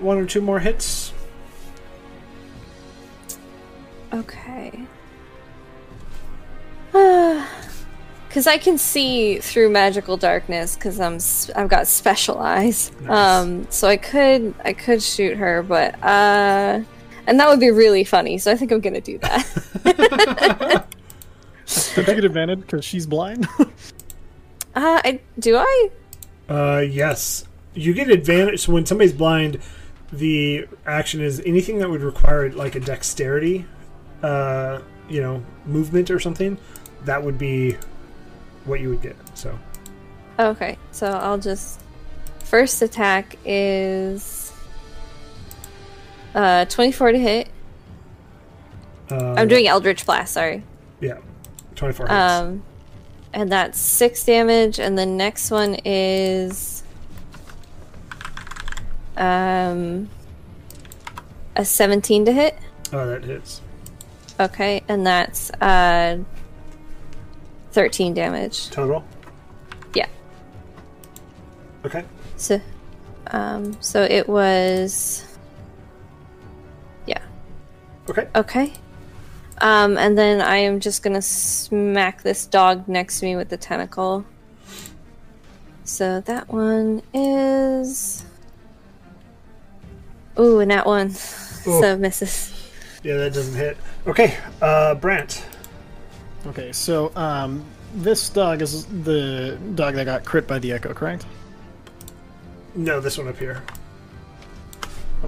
[SPEAKER 1] one or two more hits.
[SPEAKER 6] Okay. Because I can see through magical darkness because I'm s- I've got special eyes.
[SPEAKER 1] Nice.
[SPEAKER 6] Um, so I could I could shoot her, but uh, And that would be really funny, so I think I'm gonna do that.
[SPEAKER 2] Did you get advantage because she's blind?
[SPEAKER 6] uh, I, do I?
[SPEAKER 1] Uh, yes. You get advantage. So when somebody's blind, the action is anything that would require like a dexterity, uh, you know, movement or something. That would be what you would get. So
[SPEAKER 6] Oh, Okay, so I'll just. First attack is. Uh, 24 to hit.
[SPEAKER 1] uh,
[SPEAKER 6] I'm doing Eldritch Blast, sorry.
[SPEAKER 1] yeah, twenty four hits.
[SPEAKER 6] Um, and that's six damage, and the next one is um, a seventeen to hit.
[SPEAKER 1] oh, that hits.
[SPEAKER 6] Okay, and that's uh, thirteen damage.
[SPEAKER 1] Total.
[SPEAKER 6] Yeah.
[SPEAKER 1] Okay.
[SPEAKER 6] So, um, so it was, yeah.
[SPEAKER 1] Okay.
[SPEAKER 6] Okay. Um, and then I am just gonna smack this dog next to me with the tentacle. So that one is. Ooh, and that one. So misses.
[SPEAKER 1] Yeah, that doesn't hit. Okay. Uh, Brant.
[SPEAKER 2] okay, so um, this dog is the dog that got crit by the echo, correct?
[SPEAKER 1] No, this one up here.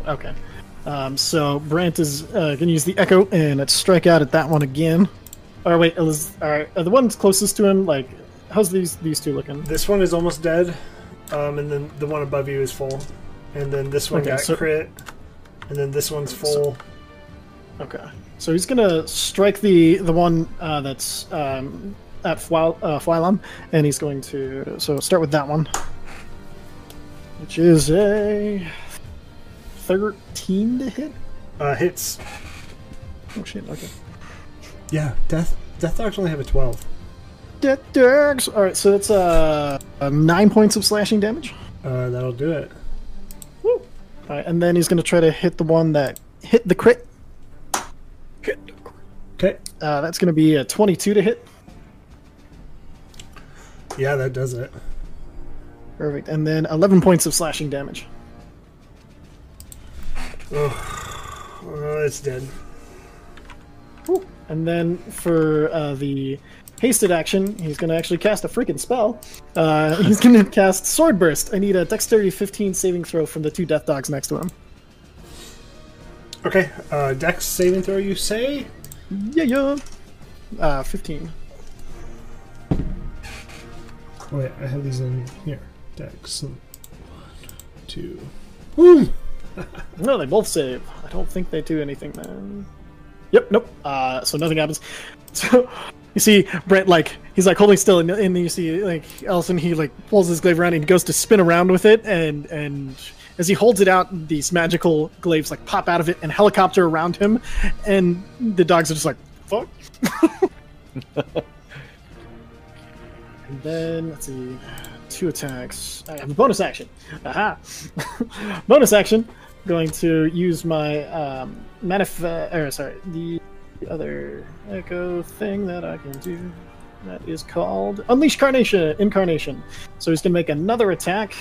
[SPEAKER 2] Okay. Um, so Brant is uh, gonna use the echo and let's strike out at that one again. Or wait, is, are, are the ones closest to him like? How's these these two looking?
[SPEAKER 1] This one is almost dead, um, and then the one above you is full, and then this one
[SPEAKER 2] Okay,
[SPEAKER 1] got
[SPEAKER 2] so-
[SPEAKER 1] crit, and then this one's full.
[SPEAKER 2] Okay. So he's gonna strike the the one uh, that's um, at Fwylum, uh, Fwylum, and he's going to so start with that one, which is a thirteen to hit.
[SPEAKER 1] Uh, hits.
[SPEAKER 2] Oh shit! Okay.
[SPEAKER 1] Yeah, death. Death dogs only have a twelve.
[SPEAKER 2] Dead dogs. All right, so that's uh, uh, nine points of slashing damage.
[SPEAKER 1] Uh, that'll do it.
[SPEAKER 2] Woo. All right, and then he's gonna try to hit the one that hit the crit.
[SPEAKER 1] Okay.
[SPEAKER 2] Uh, that's gonna be a twenty-two to hit.
[SPEAKER 1] Yeah, that does it.
[SPEAKER 2] Perfect. And then eleven points of slashing damage.
[SPEAKER 1] Uh, it's dead.
[SPEAKER 2] Whew. And then for uh, the hasted action, he's going to actually cast a freaking spell. Uh, he's going to cast Sword Burst. I need a Dexterity 15 saving throw from the two death dogs next to him.
[SPEAKER 1] Okay. Uh, Dex saving throw. You say?
[SPEAKER 2] Yeah, yeah. Uh, 15.
[SPEAKER 1] Wait, I have these in here. Dex. One, two. Boom.
[SPEAKER 2] No, they both save. I don't think they do anything then. Yep, nope. Uh, so nothing happens. So you see Brent like he's like holding still, and, and then you see like Ellison he like pulls his glaive around and he goes to spin around with it, and and as he holds it out, these magical glaives like pop out of it and helicopter around him, and the dogs are just like fuck. and then let's see, two attacks. I have a bonus action. Aha! bonus action. Going to use my um, manifest. Or sorry, the other echo thing that I can do. That is called Unleash Carnation Incarnation. So he's gonna make another attack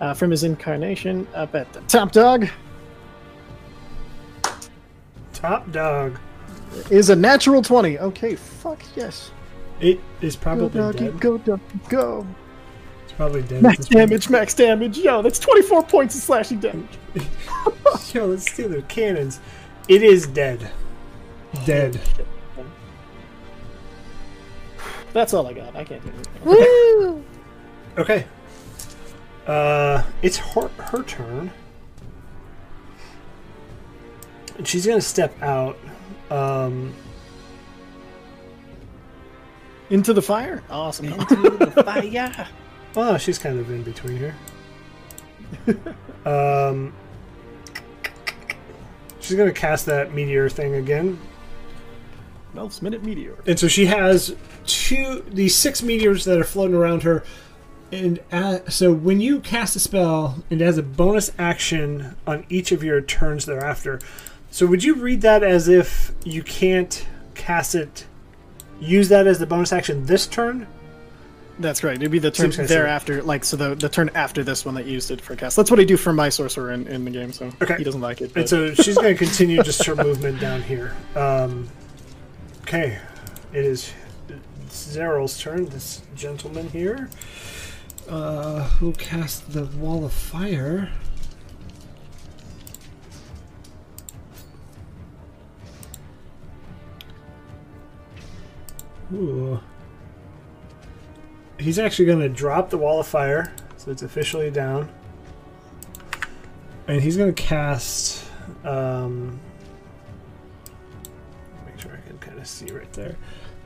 [SPEAKER 2] uh, from his incarnation up at the top dog.
[SPEAKER 1] Top dog.
[SPEAKER 2] Is a natural twenty. Okay, fuck yes.
[SPEAKER 1] It is
[SPEAKER 2] Go
[SPEAKER 1] probably
[SPEAKER 2] doggy,
[SPEAKER 1] dead.
[SPEAKER 2] go doggy, go.
[SPEAKER 1] It's probably dead. at
[SPEAKER 2] Max
[SPEAKER 1] this point.
[SPEAKER 2] damage, max damage. Yo, that's twenty-four points of slashing damage.
[SPEAKER 1] Yo, let's steal their cannons. It is dead. Dead.
[SPEAKER 2] That's all I got. I can't do anything.
[SPEAKER 6] Woo!
[SPEAKER 1] Okay. Uh, it's her, her turn. And she's gonna step out. Um,
[SPEAKER 2] Into the fire. Awesome.
[SPEAKER 1] well, Oh, she's kind of in between here. um, she's gonna cast that meteor thing again.
[SPEAKER 2] Twelve minute meteor.
[SPEAKER 1] and so she has two these six meteors that are floating around her and uh, so when you cast a spell it has a bonus action on each of your turns thereafter so would you read that as if you can't cast it use that as the bonus action this turn
[SPEAKER 2] That's right. It'd be the turn
[SPEAKER 1] Seems kinda
[SPEAKER 2] thereafter, like so the, the turn after this one that you used it for cast. That's what I do for my sorcerer in, in the game, so
[SPEAKER 1] Okay.
[SPEAKER 2] he doesn't like it.
[SPEAKER 1] And
[SPEAKER 2] But
[SPEAKER 1] so she's going to continue just her movement down here. Um, okay, it is Zeryl's turn. This gentleman here, uh, who cast the wall of fire. Ooh. He's actually going to drop the wall of fire, so it's officially down. And he's going to cast. Um, make sure I can kind of see right there.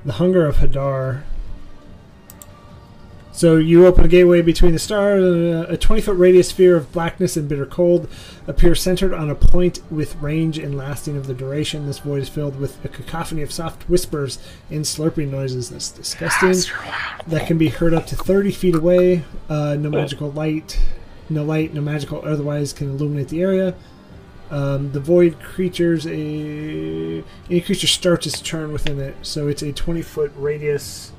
[SPEAKER 1] The Hunger of Hadar. So you open a gateway between the stars. uh, A 20 foot radius sphere of blackness and bitter cold appears centered on a point with range and lasting of the duration. This void is filled with a cacophony of soft whispers and slurping noises that's disgusting that can be heard up to 30 feet away. Uh, no magical light, no light, no magical otherwise can illuminate the area. Um, the void creatures, a any creature starts its turn within it, so it's a 20 foot radius.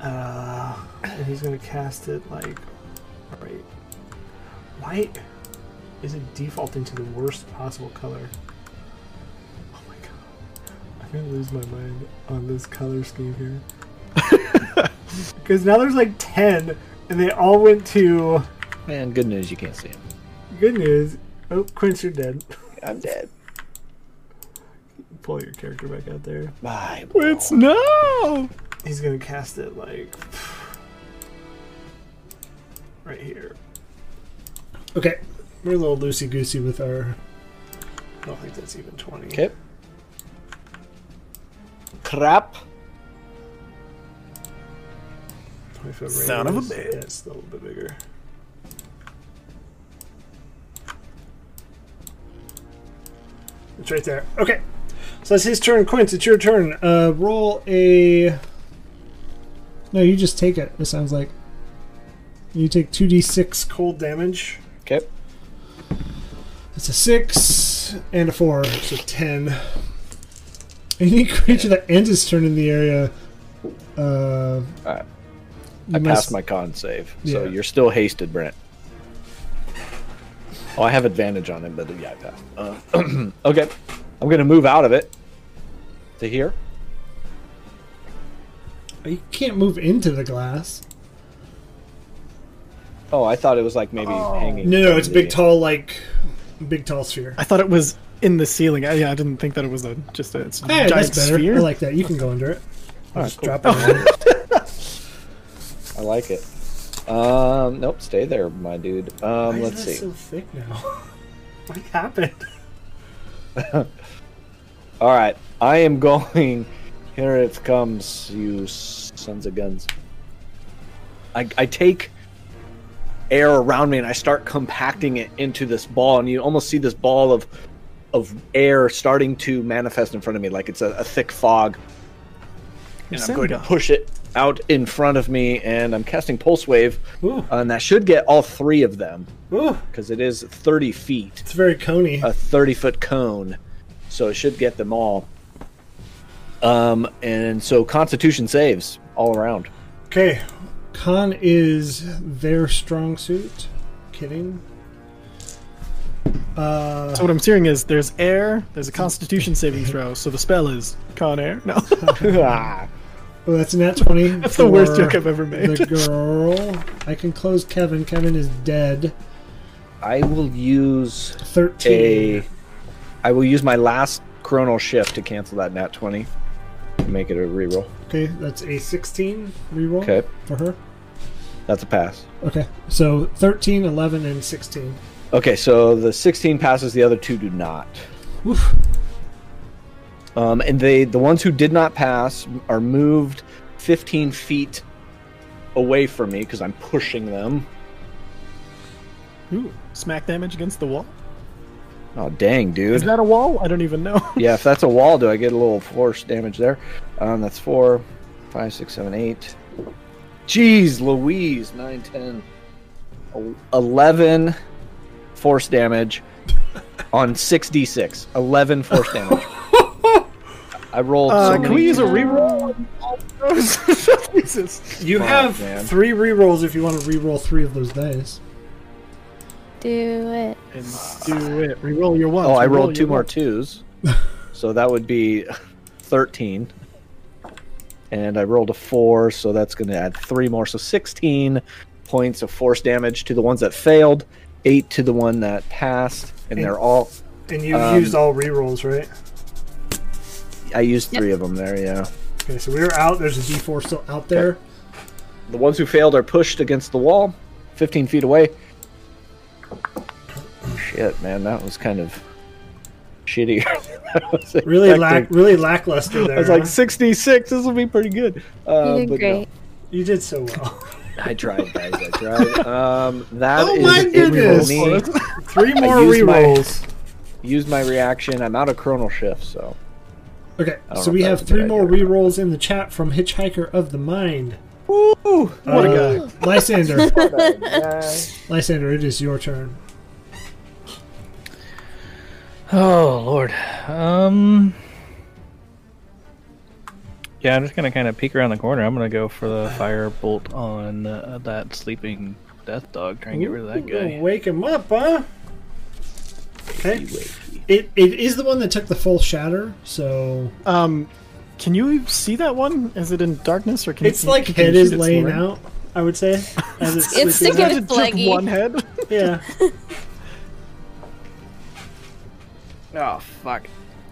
[SPEAKER 1] Uh, and he's gonna cast it like, right. Why is it defaulting to the worst possible color? Oh my god, I'm gonna lose my mind on this color scheme here. Because now there's like 10, and they all went to.
[SPEAKER 5] Man, good news you can't see him.
[SPEAKER 1] Good news. Oh, Quince, you're dead.
[SPEAKER 5] I'm dead.
[SPEAKER 1] Pull your character back out there.
[SPEAKER 5] Bye.
[SPEAKER 2] it's no
[SPEAKER 1] He's gonna cast it like. Right here. Okay. We're a little loosey goosey with our. I don't think that's even 20.
[SPEAKER 5] Okay. Crap.
[SPEAKER 1] 20 foot
[SPEAKER 2] Son of a
[SPEAKER 1] radius.
[SPEAKER 2] bitch.
[SPEAKER 1] Yeah, it's a little bit bigger. It's right there. Okay. So that's his turn. Quince, it's your turn. Uh, roll a. No, you just take it, it sounds like. You take 2d6 cold damage.
[SPEAKER 5] Okay.
[SPEAKER 1] It's a six and a four, so ten. Any creature that ends its turn in the area, uh,
[SPEAKER 5] Alright.
[SPEAKER 1] you
[SPEAKER 5] I
[SPEAKER 1] must-
[SPEAKER 5] passed my con save, so
[SPEAKER 1] Yeah.
[SPEAKER 5] you're still hasted, Brent. Oh, I have advantage on him, but yeah, I passed. Uh, okay, I'm gonna move out of it to here.
[SPEAKER 1] You can't move into the glass.
[SPEAKER 5] Oh, I thought it was like maybe
[SPEAKER 1] Oh.
[SPEAKER 5] hanging.
[SPEAKER 1] No, no,
[SPEAKER 5] from
[SPEAKER 1] it's a big,
[SPEAKER 5] the-
[SPEAKER 1] tall, like big, tall sphere.
[SPEAKER 2] I thought it was in the ceiling. I, yeah, I didn't think that it was a just a, it's a
[SPEAKER 1] Hey,
[SPEAKER 2] giant
[SPEAKER 1] that's better.
[SPEAKER 2] sphere.
[SPEAKER 1] I like that. You can go under it. I'll just drop it. in.
[SPEAKER 5] I like it. Um, nope, stay there, my dude. Um,
[SPEAKER 1] Why
[SPEAKER 5] let's
[SPEAKER 1] is
[SPEAKER 5] see.
[SPEAKER 1] that so thick now? what happened?
[SPEAKER 5] All right, I am going. Here it comes, you sons of guns. I, I take air around me and I start compacting it into this ball, and you almost see this ball of of air starting to manifest in front of me, like it's a, a thick fog.
[SPEAKER 2] You're
[SPEAKER 5] And I'm
[SPEAKER 2] saying
[SPEAKER 5] going to
[SPEAKER 2] God.
[SPEAKER 5] push it out in front of me, and I'm casting pulse wave, uh,
[SPEAKER 1] Ooh,
[SPEAKER 5] and that should get all three of them
[SPEAKER 1] ooh,
[SPEAKER 5] because it is 30 feet
[SPEAKER 1] it's very coney.
[SPEAKER 5] a 30 foot cone, so it should get them all. Um, and so Constitution saves all around.
[SPEAKER 1] Okay, con is their strong suit. Kidding. Uh,
[SPEAKER 2] So what I'm hearing is there's air, there's a Constitution saving throw, so the spell is con air. No,
[SPEAKER 1] Well, oh, that's a nat 20. That's
[SPEAKER 2] the worst joke I've ever made.
[SPEAKER 1] The girl. I can close Kevin. Kevin is dead.
[SPEAKER 5] I will use
[SPEAKER 1] 13.
[SPEAKER 5] a, I will use my last chronal shift to cancel that nat twenty, make it a reroll.
[SPEAKER 1] Okay, that's a 16 reroll
[SPEAKER 5] Okay,
[SPEAKER 1] for her.
[SPEAKER 5] that's a pass.
[SPEAKER 1] Okay, so 13, 11, and 16.
[SPEAKER 5] Okay, so the sixteen passes, the other two do not.
[SPEAKER 1] Oof.
[SPEAKER 5] Um, and they, the ones who did not pass, are moved fifteen feet away from me because I'm pushing them.
[SPEAKER 2] Ooh, smack damage against the wall.
[SPEAKER 5] Oh dang, dude!
[SPEAKER 2] Is that a wall? I don't even know.
[SPEAKER 5] Yeah, if that's a wall, do I get a little force damage there? Um, that's four, five, six, seven, eight. Jeez, Louise, nine, ten, el- eleven force damage on six d six. Eleven force damage. I rolled. so
[SPEAKER 2] Uh, can
[SPEAKER 5] many-
[SPEAKER 2] we use a reroll on all Jesus.
[SPEAKER 1] You
[SPEAKER 5] Fuck,
[SPEAKER 1] have
[SPEAKER 5] man.
[SPEAKER 1] three rerolls if you want to reroll three of those dice.
[SPEAKER 6] Do it.
[SPEAKER 2] And do it. Reroll your one.
[SPEAKER 5] Oh, I rolled two more twos. so that would be 13. And I rolled a four, so that's going to add three more. So 16 points of force damage to the ones that failed, eight to the one that passed. And they're all.
[SPEAKER 1] And you've
[SPEAKER 5] Um,
[SPEAKER 1] used all rerolls, right?
[SPEAKER 5] I used three of them there, yeah.
[SPEAKER 1] Okay, so we're out. There's a D4 still out there.
[SPEAKER 5] The ones who failed are pushed against the wall, 15 feet away. Shit, man, that was kind of shitty. That was
[SPEAKER 1] Really lack,
[SPEAKER 5] expecting.
[SPEAKER 1] really lackluster there.
[SPEAKER 5] I was like
[SPEAKER 1] huh?
[SPEAKER 5] 66. This will be pretty good. Uh,
[SPEAKER 6] You
[SPEAKER 5] but
[SPEAKER 6] did
[SPEAKER 5] no.
[SPEAKER 6] great.
[SPEAKER 1] you did so well.
[SPEAKER 5] I tried, guys. I tried. Um, that
[SPEAKER 1] Oh
[SPEAKER 5] is
[SPEAKER 1] my
[SPEAKER 5] it
[SPEAKER 1] goodness.
[SPEAKER 5] for me.
[SPEAKER 1] Three more
[SPEAKER 5] used my-
[SPEAKER 1] rerolls.
[SPEAKER 5] Use my reaction. I'm out of chronal shift, so
[SPEAKER 1] Okay,
[SPEAKER 5] I don't
[SPEAKER 1] so
[SPEAKER 5] know
[SPEAKER 1] we
[SPEAKER 5] if that
[SPEAKER 1] have
[SPEAKER 5] was a good
[SPEAKER 1] three more
[SPEAKER 5] idea.
[SPEAKER 1] rerolls in the chat from Hitchhiker of the Mind.
[SPEAKER 5] Ooh,
[SPEAKER 1] What uh, guy. Lysander.
[SPEAKER 5] guy!
[SPEAKER 1] Lysander, it is your turn.
[SPEAKER 4] Oh lord. Um. Yeah, I'm just gonna kind of peek around the corner. I'm gonna go for the fire bolt on uh, that sleeping death dog. Try and get rid of that
[SPEAKER 1] Ooh, gonna
[SPEAKER 4] guy.
[SPEAKER 1] Wake him up, huh? Okay. It, it is the one that took the full shatter, so
[SPEAKER 2] Um, can you see that one? Is it in darkness or can
[SPEAKER 1] it's
[SPEAKER 2] you,
[SPEAKER 1] like
[SPEAKER 2] can you
[SPEAKER 1] head
[SPEAKER 2] shoot
[SPEAKER 1] is
[SPEAKER 2] its
[SPEAKER 1] laying
[SPEAKER 2] lower end?
[SPEAKER 1] out. I would say as it's,
[SPEAKER 6] It's
[SPEAKER 1] sleeping
[SPEAKER 6] sticking-
[SPEAKER 2] Is it just
[SPEAKER 6] Leggy.
[SPEAKER 2] one head?
[SPEAKER 1] out. Yeah,
[SPEAKER 3] Oh fuck.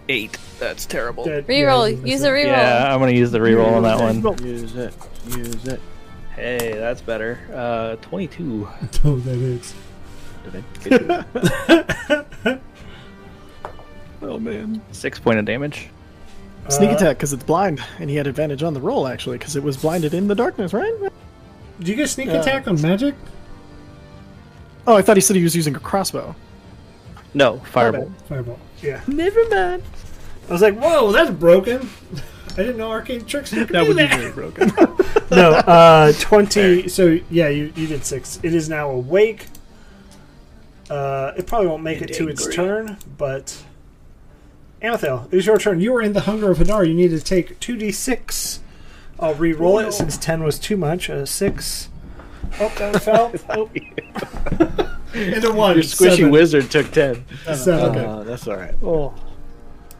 [SPEAKER 3] Eight. That's terrible.
[SPEAKER 1] that- yeah,
[SPEAKER 6] Reroll.
[SPEAKER 1] you
[SPEAKER 6] Use
[SPEAKER 1] missed
[SPEAKER 6] a
[SPEAKER 1] it.
[SPEAKER 6] reroll.
[SPEAKER 4] Yeah, I'm gonna use the reroll on that one.
[SPEAKER 5] Use it. Use it.
[SPEAKER 4] Hey, that's better. Uh, 22.
[SPEAKER 1] Oh, that is.
[SPEAKER 2] Oh man.
[SPEAKER 4] Six point of damage.
[SPEAKER 2] Sneak
[SPEAKER 1] Uh,
[SPEAKER 2] attack because it's blind, and he had advantage on the roll actually because it was blinded in the darkness, right?
[SPEAKER 1] Do you get sneak
[SPEAKER 2] Uh,
[SPEAKER 1] attack on magic?
[SPEAKER 2] Oh, I thought he said he was using a crossbow.
[SPEAKER 4] No, firebolt.
[SPEAKER 1] Fireball. Yeah.
[SPEAKER 2] Never mind.
[SPEAKER 1] I was like, whoa, that's broken. I didn't know arcane tricks could
[SPEAKER 2] That
[SPEAKER 1] do
[SPEAKER 2] would be
[SPEAKER 1] that.
[SPEAKER 2] really broken.
[SPEAKER 1] no, uh, 20. So, yeah, you, you did six. It is now awake. Uh, it probably won't make it to its
[SPEAKER 5] angry.
[SPEAKER 1] turn, but. Anathel, it is your turn. You are in the Hunger of Hadar. You need to take 2d6. I'll re roll it since 10 was too much. A 6. Oh, that fell. Oh. and a 1.
[SPEAKER 5] Your squishy
[SPEAKER 1] seven.
[SPEAKER 5] wizard took ten.
[SPEAKER 1] Seven. Okay.
[SPEAKER 5] Uh, that's all right.
[SPEAKER 2] Oh.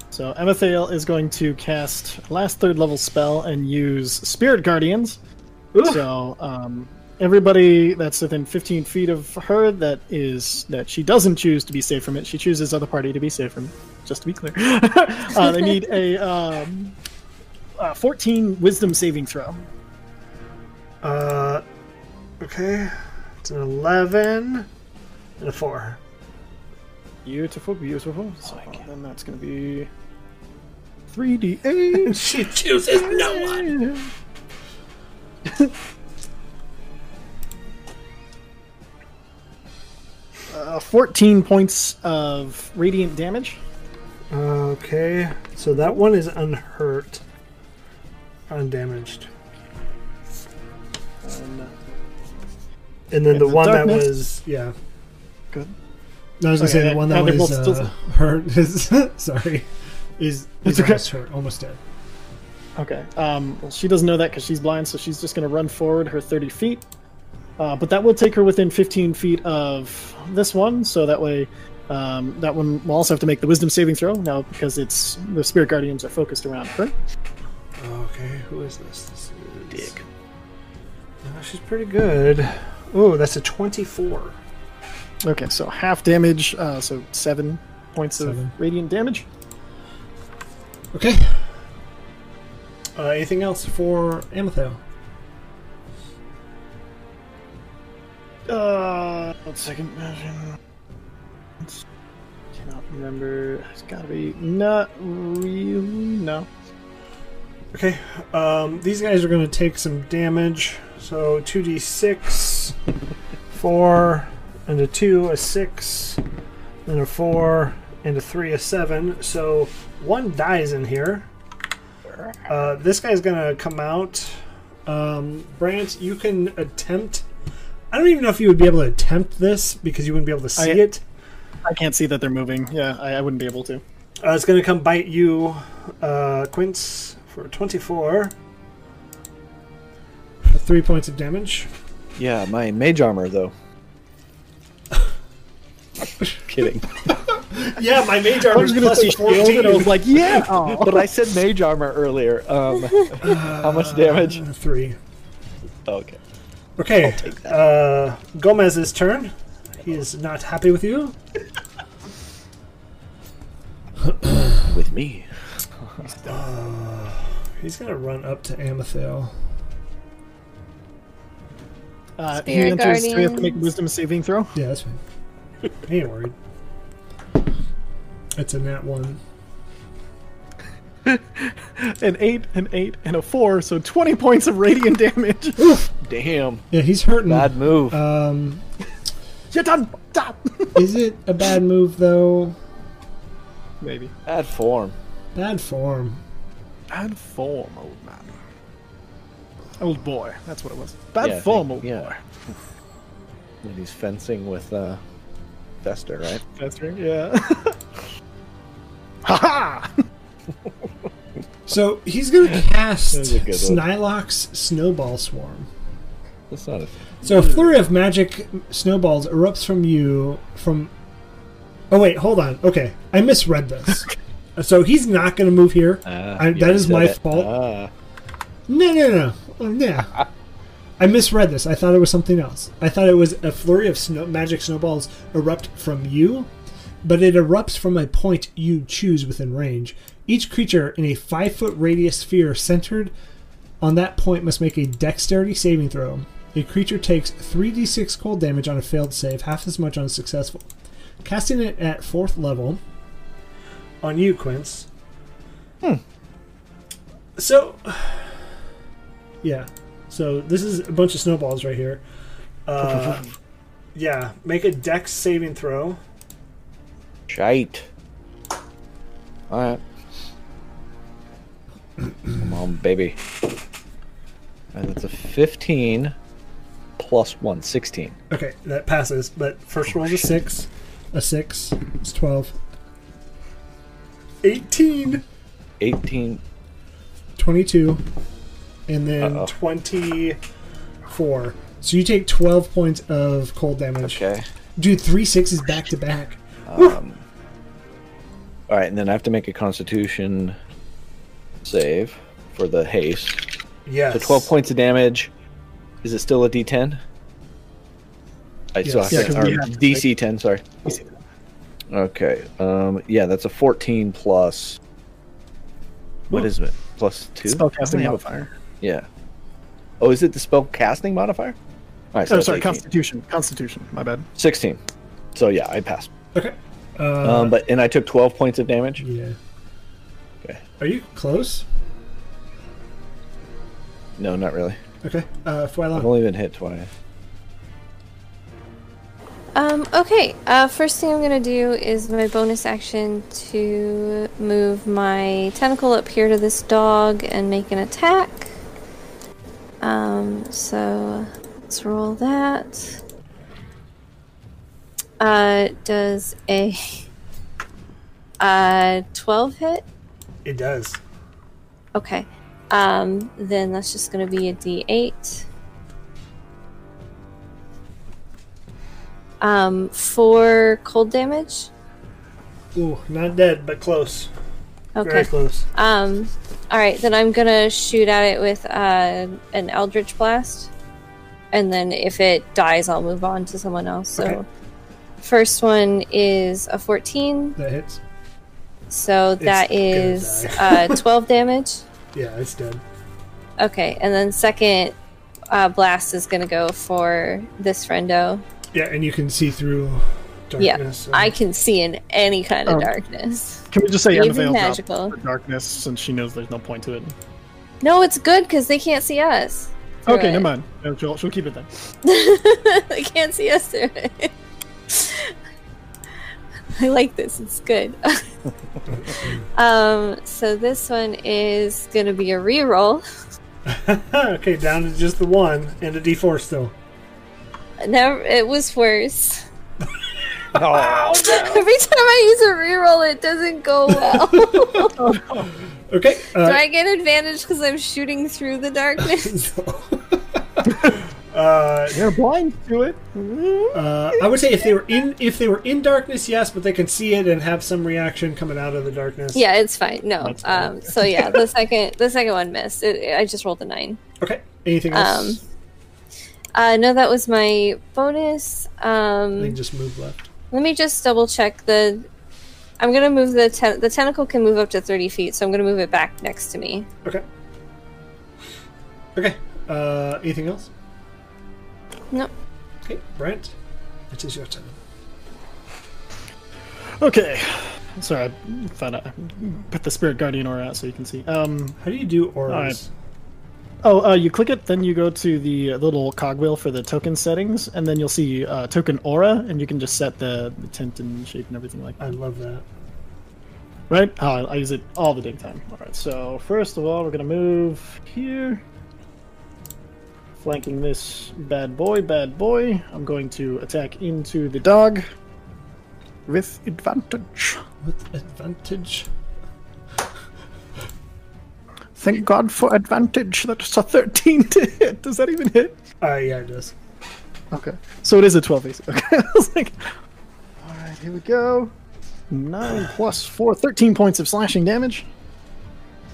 [SPEAKER 2] So Amathael is going to cast last third level spell and use Spirit Guardians. So um, everybody that's within 15 feet of her that is that she doesn't choose to be safe from it. She chooses other party to be safe from. It, just to be clear, uh, they need a, um, uh 14 Wisdom saving throw.
[SPEAKER 1] Uh, okay. It's an 11 and a 4.
[SPEAKER 2] Beautiful, beautiful. So then that's going to be 3d8.
[SPEAKER 1] she chooses no
[SPEAKER 2] Uh, 14 points of radiant damage.
[SPEAKER 1] Okay, so that one is unhurt, undamaged,
[SPEAKER 2] And, uh,
[SPEAKER 1] and then
[SPEAKER 2] And
[SPEAKER 1] the,
[SPEAKER 2] the
[SPEAKER 1] one
[SPEAKER 2] darkness?
[SPEAKER 1] that was yeah.
[SPEAKER 2] Good.
[SPEAKER 1] No, I was gonna
[SPEAKER 2] Okay,
[SPEAKER 1] say the
[SPEAKER 2] and-
[SPEAKER 1] one that
[SPEAKER 2] and they're
[SPEAKER 1] was
[SPEAKER 2] both
[SPEAKER 1] uh,
[SPEAKER 2] still-
[SPEAKER 1] hurt is sorry, is is
[SPEAKER 2] It's okay.
[SPEAKER 1] almost hurt, almost dead.
[SPEAKER 2] Okay. Um, well, she doesn't know that because she's blind, so she's just going to run forward her 30 feet. Uh, but that will take her within 15 feet of this one, so that way um, that one will also have to make the wisdom saving throw now because it's the spirit guardians are focused around her.
[SPEAKER 1] Okay, who is this? This is Dick. she's pretty good. Oh, that's a twenty-four.
[SPEAKER 2] Okay, so half damage, uh, so seven points
[SPEAKER 1] Seven.
[SPEAKER 2] of radiant damage.
[SPEAKER 1] Okay. Uh, anything else for Amethyl?
[SPEAKER 2] Uh, one second. Imagine. It's- Cannot remember. It's gotta be not really. No.
[SPEAKER 1] Okay, um, these guys are going to take some damage. So 2d6, 4, and a 2, a 6, and a 4, and a 3, a 7. So one dies in here. Uh, this guy's going to come out. Um, Brant, you can attempt. I don't even know if you would be able to attempt this because you wouldn't be able to see
[SPEAKER 2] I-
[SPEAKER 1] it.
[SPEAKER 2] I can't see that they're moving. Yeah, I, I wouldn't be able to.
[SPEAKER 1] Uh, it's going to come bite you, uh, Quince, for 24. three points of damage.
[SPEAKER 5] Yeah, my mage armor though. Kidding.
[SPEAKER 1] Yeah, my mage armor is plus
[SPEAKER 5] and I
[SPEAKER 1] 14.
[SPEAKER 5] was like, yeah. But I said mage armor earlier. Um, how much damage?
[SPEAKER 1] Three.
[SPEAKER 5] Okay.
[SPEAKER 1] Okay, uh, Gomez's turn. He is not happy with you.
[SPEAKER 5] With me.
[SPEAKER 1] He's gonna run up to Amethyl.
[SPEAKER 2] Uh, he
[SPEAKER 6] Spirit
[SPEAKER 2] enters. Do we have to make a
[SPEAKER 6] Guardians.
[SPEAKER 2] wisdom saving throw?
[SPEAKER 1] Yeah, that's fine. He ain't worried. It's a nat one.
[SPEAKER 2] An eight, an eight, and a four, so twenty points of radiant damage.
[SPEAKER 5] Damn.
[SPEAKER 1] Yeah, he's hurting.
[SPEAKER 5] Bad move.
[SPEAKER 1] Um,
[SPEAKER 2] You're done. Stop.
[SPEAKER 1] is it a bad move though?
[SPEAKER 2] Maybe.
[SPEAKER 5] Bad form.
[SPEAKER 1] Bad form.
[SPEAKER 2] Bad form, old man. Old boy. That's what it was. Bad
[SPEAKER 5] Yeah, I
[SPEAKER 2] form,
[SPEAKER 5] think-
[SPEAKER 2] old
[SPEAKER 5] yeah.
[SPEAKER 2] boy.
[SPEAKER 5] And he's fencing with uh, Fester, right?
[SPEAKER 2] That's right. Yeah. Haha!
[SPEAKER 1] So he's gonna cast
[SPEAKER 5] was a good one.
[SPEAKER 1] Snylock's Snowball Swarm.
[SPEAKER 5] That's not a.
[SPEAKER 1] So a flurry of magic snowballs erupts from you from. Oh wait, hold on. Okay, I misread this. so he's not going to move here.
[SPEAKER 5] Ah,
[SPEAKER 1] I,
[SPEAKER 5] you
[SPEAKER 1] that is
[SPEAKER 5] said
[SPEAKER 1] my
[SPEAKER 5] it.
[SPEAKER 1] fault.
[SPEAKER 5] Ah.
[SPEAKER 1] No, no, no, Oh, yeah. I misread this. I thought it was something else. I thought it was a flurry of snow- magic snowballs erupt from you, but it erupts from a point you choose within range. Each creature in a five foot radius sphere centered on that point must make a dexterity saving throw. A creature takes 3d6 cold damage on a failed save, half as much on a successful. Casting it at fourth level on you, Quince. Hmm. So, yeah. So this is a bunch of snowballs right here. Uh, yeah, make a dex saving throw.
[SPEAKER 5] Shite. Alright. Come on, baby. And it's a 15 plus 1, 16.
[SPEAKER 1] Okay, that passes. But first roll's a six. A six. It's twelve. 18,
[SPEAKER 5] 18.
[SPEAKER 1] 22, and then
[SPEAKER 5] Uh-oh.
[SPEAKER 1] 24. So you take 12 points of cold damage.
[SPEAKER 5] Okay.
[SPEAKER 1] Dude, three sixes back to back.
[SPEAKER 5] Alright, and then I have to make a constitution save for the haste.
[SPEAKER 1] Yes.
[SPEAKER 5] So 12 points of damage. Is it still a d10? I still
[SPEAKER 1] Yes.
[SPEAKER 5] have
[SPEAKER 1] Yeah,
[SPEAKER 5] to,
[SPEAKER 2] 'cause we
[SPEAKER 5] or
[SPEAKER 2] have to,
[SPEAKER 5] DC 10, sorry.
[SPEAKER 2] DC.
[SPEAKER 5] Okay. Um, yeah, that's a 14 plus. What
[SPEAKER 2] Whoa.
[SPEAKER 5] is it? Plus 2?
[SPEAKER 2] Spellcasting modifier.
[SPEAKER 5] Yeah. Oh, is it the spell casting modifier? All right, so
[SPEAKER 2] Oh,
[SPEAKER 5] that's
[SPEAKER 2] sorry,
[SPEAKER 5] 18.
[SPEAKER 2] Constitution. Constitution. My bad.
[SPEAKER 5] 16. So yeah, I passed.
[SPEAKER 1] Okay. Uh,
[SPEAKER 5] Um, but and I took 12 points of damage.
[SPEAKER 1] yeah.
[SPEAKER 5] Okay.
[SPEAKER 1] Are you close?
[SPEAKER 5] No, not really.
[SPEAKER 1] Okay. Uh,
[SPEAKER 5] I've
[SPEAKER 1] Fwylon.
[SPEAKER 5] only been hit twice.
[SPEAKER 6] Um, okay, uh, first thing I'm gonna do is my bonus action to move my tentacle up here to this dog and make an attack. Um, so let's roll that. Uh, does a uh, 12 hit?
[SPEAKER 1] It does.
[SPEAKER 6] Okay. Um, then that's just gonna be a D8. Um, four cold damage.
[SPEAKER 1] Ooh, not dead, but close. Very
[SPEAKER 6] Okay.
[SPEAKER 1] close.
[SPEAKER 6] Um, all right. Then I'm gonna shoot at it with uh, an Eldritch Blast, and then if it dies, I'll move on to someone else. So,
[SPEAKER 1] Okay.
[SPEAKER 6] first one is a 14,
[SPEAKER 1] That hits.
[SPEAKER 6] so that
[SPEAKER 1] gonna
[SPEAKER 6] is
[SPEAKER 1] die.
[SPEAKER 6] uh, 12 damage.
[SPEAKER 1] Yeah, it's dead.
[SPEAKER 6] Okay, and then second uh, blast is gonna go for this friendo.
[SPEAKER 1] Yeah, and you can see through
[SPEAKER 6] Yeah,
[SPEAKER 1] darkness.
[SPEAKER 2] uh,
[SPEAKER 6] I can see in any kind of
[SPEAKER 2] Oh.
[SPEAKER 6] darkness.
[SPEAKER 2] Can we just say
[SPEAKER 6] Even
[SPEAKER 2] Amavail
[SPEAKER 6] magical.
[SPEAKER 2] dropped the darkness since she knows there's no point to it?
[SPEAKER 6] No, it's good because they can't see us. through
[SPEAKER 2] Okay,
[SPEAKER 6] it.
[SPEAKER 2] never mind. No, she'll, she'll keep it then.
[SPEAKER 6] they can't see us through it. I like this. It's good. um, so this one is gonna be a reroll.
[SPEAKER 1] okay, down to just the one and a D4 still.
[SPEAKER 6] Never, it was worse.
[SPEAKER 2] Oh.
[SPEAKER 6] Every time I use a reroll, it doesn't go well. Do
[SPEAKER 1] Okay. Uh,
[SPEAKER 6] I get advantage because I'm shooting through the darkness?
[SPEAKER 1] so- Uh,
[SPEAKER 2] They're blind to it.
[SPEAKER 1] uh, I would say if they were in if they were in darkness, yes, but they can see it and have some reaction coming out of the darkness.
[SPEAKER 6] Yeah, it's fine. No.
[SPEAKER 2] That's fine.
[SPEAKER 6] Um, so yeah, the second the second one missed. It, I just rolled a nine.
[SPEAKER 1] Okay. Anything else?
[SPEAKER 6] Um, Uh, no, that was my bonus.
[SPEAKER 1] they
[SPEAKER 6] Um,
[SPEAKER 1] can just move left.
[SPEAKER 6] let me just double check the. I'm gonna move the ten- the tentacle can move up to thirty feet, so I'm gonna move it back next to me.
[SPEAKER 1] Okay. Okay. Uh, anything else?
[SPEAKER 6] Nope.
[SPEAKER 1] Okay, Brent, it is your turn.
[SPEAKER 2] Okay. Sorry, I found out. I Put the spirit guardian aura out so you can see. Um.
[SPEAKER 1] How do you do auras?
[SPEAKER 2] Oh, uh, you click it, then you go to the little cogwheel for the token settings, and then you'll see uh, token aura, and you can just set the, the tint and shape and everything like that.
[SPEAKER 1] I love that.
[SPEAKER 2] Right? Oh, I- I use it all the damn time. Alright, so first of all, we're gonna move here. Flanking this bad boy, bad boy. I'm going to attack into the dog with advantage.
[SPEAKER 1] With advantage.
[SPEAKER 2] Thank God for advantage. That's a 13 to hit. Does that even hit?
[SPEAKER 1] Uh, yeah, it does.
[SPEAKER 2] Okay. So it is a 12 AC. Okay. I was like, alright, here we go. 9 plus 4, 13 points of slashing damage.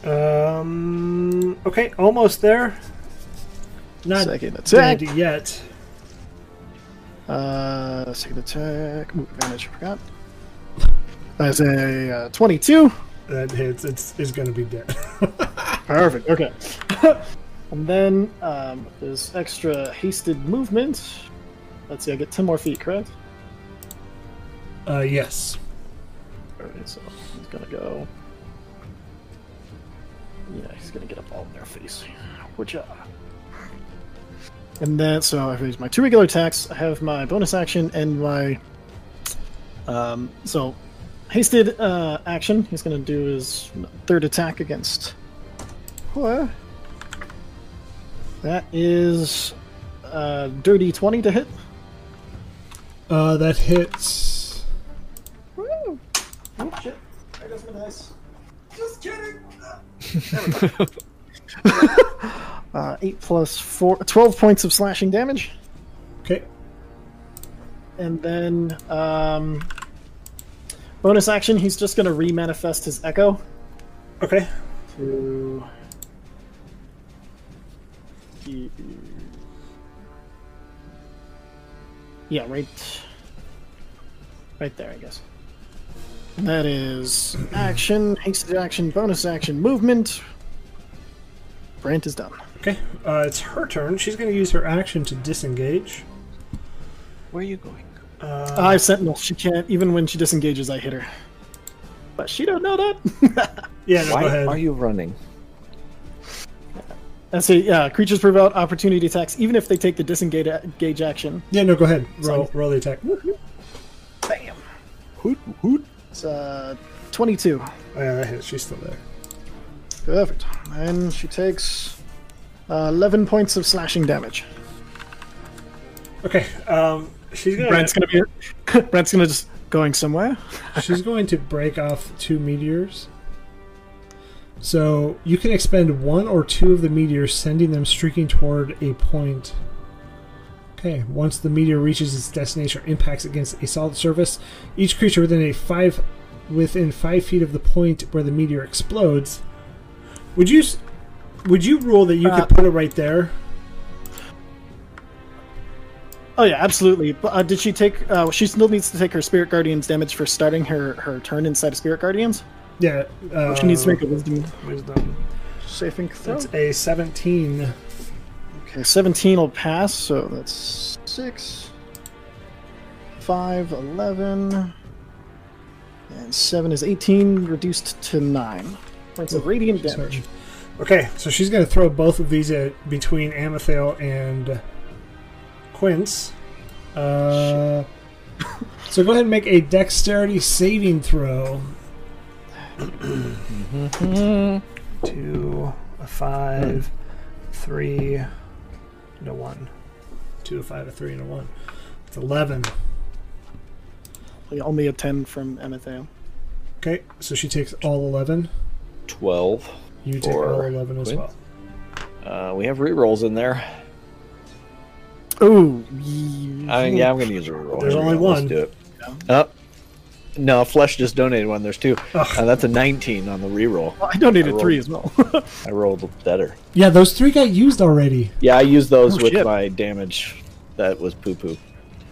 [SPEAKER 1] Um. Okay, almost there. Not
[SPEAKER 2] Second
[SPEAKER 1] dead
[SPEAKER 2] attack.
[SPEAKER 1] yet.
[SPEAKER 2] Uh, second attack. Move advantage. I forgot. That's a uh, 22.
[SPEAKER 1] That hits. It's is gonna be dead.
[SPEAKER 2] Perfect. Okay. and then um, there's extra hasted movement. Let's see. I get 10 more feet, correct?
[SPEAKER 1] uh, yes.
[SPEAKER 2] All right. So uh, he's gonna go. Yeah, he's gonna get up all in their face. Which uh. And then, so I've used my two regular attacks. I have my bonus action and my Um, so, hasted uh, action. He's going to do his third attack against. What? That is uh, dirty twenty to hit.
[SPEAKER 1] Uh, that hits.
[SPEAKER 2] Woo! Oh shit! There goes my dice. Just kidding. uh, eight plus four, 12 points of slashing damage.
[SPEAKER 1] Okay.
[SPEAKER 2] And then, um, bonus action, he's just going to remanifest his echo.
[SPEAKER 1] Okay.
[SPEAKER 2] to the- yeah right right there i guess that is action hasted action bonus action movement brant is done
[SPEAKER 1] Okay. Uh, it's her turn. She's gonna use her action to disengage.
[SPEAKER 5] Where are you going?
[SPEAKER 1] Uh,
[SPEAKER 2] i have sentinel she can't even when she disengages i hit her but she don't know that
[SPEAKER 1] yeah. No,
[SPEAKER 5] Why
[SPEAKER 1] go ahead.
[SPEAKER 5] are you running?
[SPEAKER 2] and so yeah creatures provoke opportunity attacks even if they take the disengage gauge action
[SPEAKER 1] Yeah. No. Go ahead. Roll.
[SPEAKER 2] Sorry.
[SPEAKER 1] Roll the attack.
[SPEAKER 2] bam
[SPEAKER 5] Hoot, hoot.
[SPEAKER 2] it's uh 22
[SPEAKER 1] Oh, yeah, that hits. She's still there.
[SPEAKER 2] Perfect. And she takes uh, 11 points of slashing damage.
[SPEAKER 1] Okay. Um, she's gonna.
[SPEAKER 2] Brent's gonna be. Brent's gonna just going somewhere.
[SPEAKER 1] She's going to break off two meteors. So you can expend one or two of the meteors, sending them streaking toward a point. Okay, once the meteor reaches its destination or impacts against a solid surface, each creature within a five within five feet of the point where the meteor explodes. Would you s- would you rule that you
[SPEAKER 2] Uh,
[SPEAKER 1] could put it right there?
[SPEAKER 2] Oh yeah, absolutely. But, Uh, did she take? Uh, she still needs to take her spirit guardian's damage for starting her her turn inside of spirit guardians.
[SPEAKER 1] Yeah. Uh,
[SPEAKER 2] She needs to make a wisdom
[SPEAKER 1] wisdom.
[SPEAKER 2] saving throw.
[SPEAKER 1] That's a seventeen.
[SPEAKER 2] Okay, 17 will pass. So that's six, five, 11, and seven is 18, reduced to nine points of radiant damage.
[SPEAKER 1] Sorry. Okay, so she's going to throw both of these at between Amethyl and Quince. Uh, so go ahead and make a dexterity saving throw. Two, a five, three, and a one. Two, a five, a three, and a one. It's 11.
[SPEAKER 2] We only a 10 from Amethyl.
[SPEAKER 1] Okay, so she takes all 11.
[SPEAKER 5] 12.
[SPEAKER 1] You take
[SPEAKER 5] For
[SPEAKER 1] all 11 as
[SPEAKER 5] Quince?
[SPEAKER 1] well.
[SPEAKER 5] Uh, we have rerolls in there.
[SPEAKER 2] Ooh. ye-
[SPEAKER 5] I, Uh, yeah, I'm gonna use a roll.
[SPEAKER 1] Hmm. There's
[SPEAKER 5] Here we
[SPEAKER 1] only
[SPEAKER 5] go. Let's
[SPEAKER 1] one.
[SPEAKER 5] do it. Oh, no, Flesh just donated one. There's two.
[SPEAKER 1] Ugh.
[SPEAKER 5] Uh, that's a 19 on the reroll.
[SPEAKER 2] Well, I donated
[SPEAKER 5] I rolled.
[SPEAKER 2] three as well.
[SPEAKER 5] I rolled better.
[SPEAKER 1] Yeah, those three got used already.
[SPEAKER 5] Yeah, I used those
[SPEAKER 2] Oh,
[SPEAKER 5] with
[SPEAKER 2] shit.
[SPEAKER 5] my damage. That was poo poo.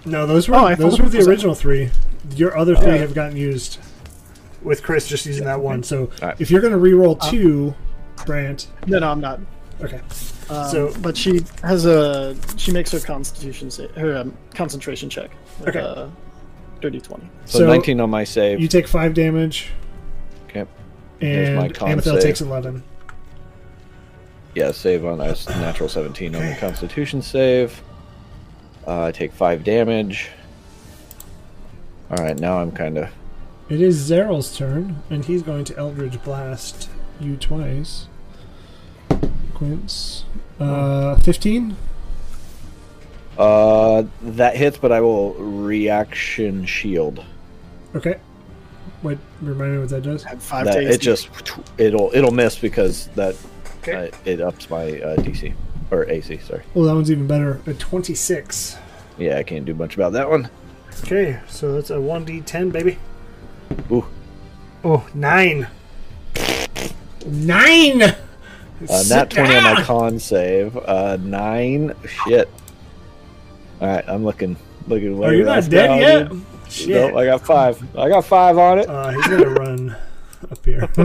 [SPEAKER 1] No, those were
[SPEAKER 2] Oh, I
[SPEAKER 1] those
[SPEAKER 2] thought-
[SPEAKER 1] were the
[SPEAKER 2] was Oh. that-
[SPEAKER 1] original three. Your other three have gotten used. With Chris just using that one, so
[SPEAKER 5] Alright.
[SPEAKER 1] if you're going to re-roll
[SPEAKER 2] Uh,
[SPEAKER 1] two, Brant.
[SPEAKER 2] no, no, I'm not.
[SPEAKER 1] Okay.
[SPEAKER 2] Um,
[SPEAKER 1] So-
[SPEAKER 2] but she has a she makes her constitution sa- her um, concentration check. with,
[SPEAKER 1] Okay.
[SPEAKER 2] uh, dirty twenty.
[SPEAKER 5] So,
[SPEAKER 1] So,
[SPEAKER 5] 19 on my save.
[SPEAKER 1] You take five damage,
[SPEAKER 5] okay. There's my
[SPEAKER 1] and
[SPEAKER 5] con
[SPEAKER 1] Amethel
[SPEAKER 5] save.
[SPEAKER 1] takes eleven.
[SPEAKER 5] Yeah, save on us. Natural 17 on the Constitution save. Uh, I take five damage. All right, now I'm kind of.
[SPEAKER 1] It is Zeryl's turn, and he's going to Eldridge Blast you twice. Quince. Uh, 15?
[SPEAKER 5] Uh, that hits, but I will reaction shield.
[SPEAKER 1] Okay. Wait, remind me what that does.
[SPEAKER 2] Had five
[SPEAKER 5] That,
[SPEAKER 2] days.
[SPEAKER 5] it just it'll it'll miss because that
[SPEAKER 1] Okay.
[SPEAKER 5] uh, it ups my uh, DC or AC. Sorry.
[SPEAKER 1] Well, that one's even better. A 26.
[SPEAKER 5] Yeah, I can't do much about that one.
[SPEAKER 1] Okay, so that's a 1d10, baby.
[SPEAKER 5] Ooh.
[SPEAKER 1] Oh, nine. Nine!
[SPEAKER 5] Uh, nat 20 on my con save. Uh, nine. Shit. All right, I'm looking. Looking.
[SPEAKER 1] Are you Oh, not dead yet? Shit.
[SPEAKER 5] Nope, I got five. I got five on it.
[SPEAKER 1] Uh, he's gonna run up here.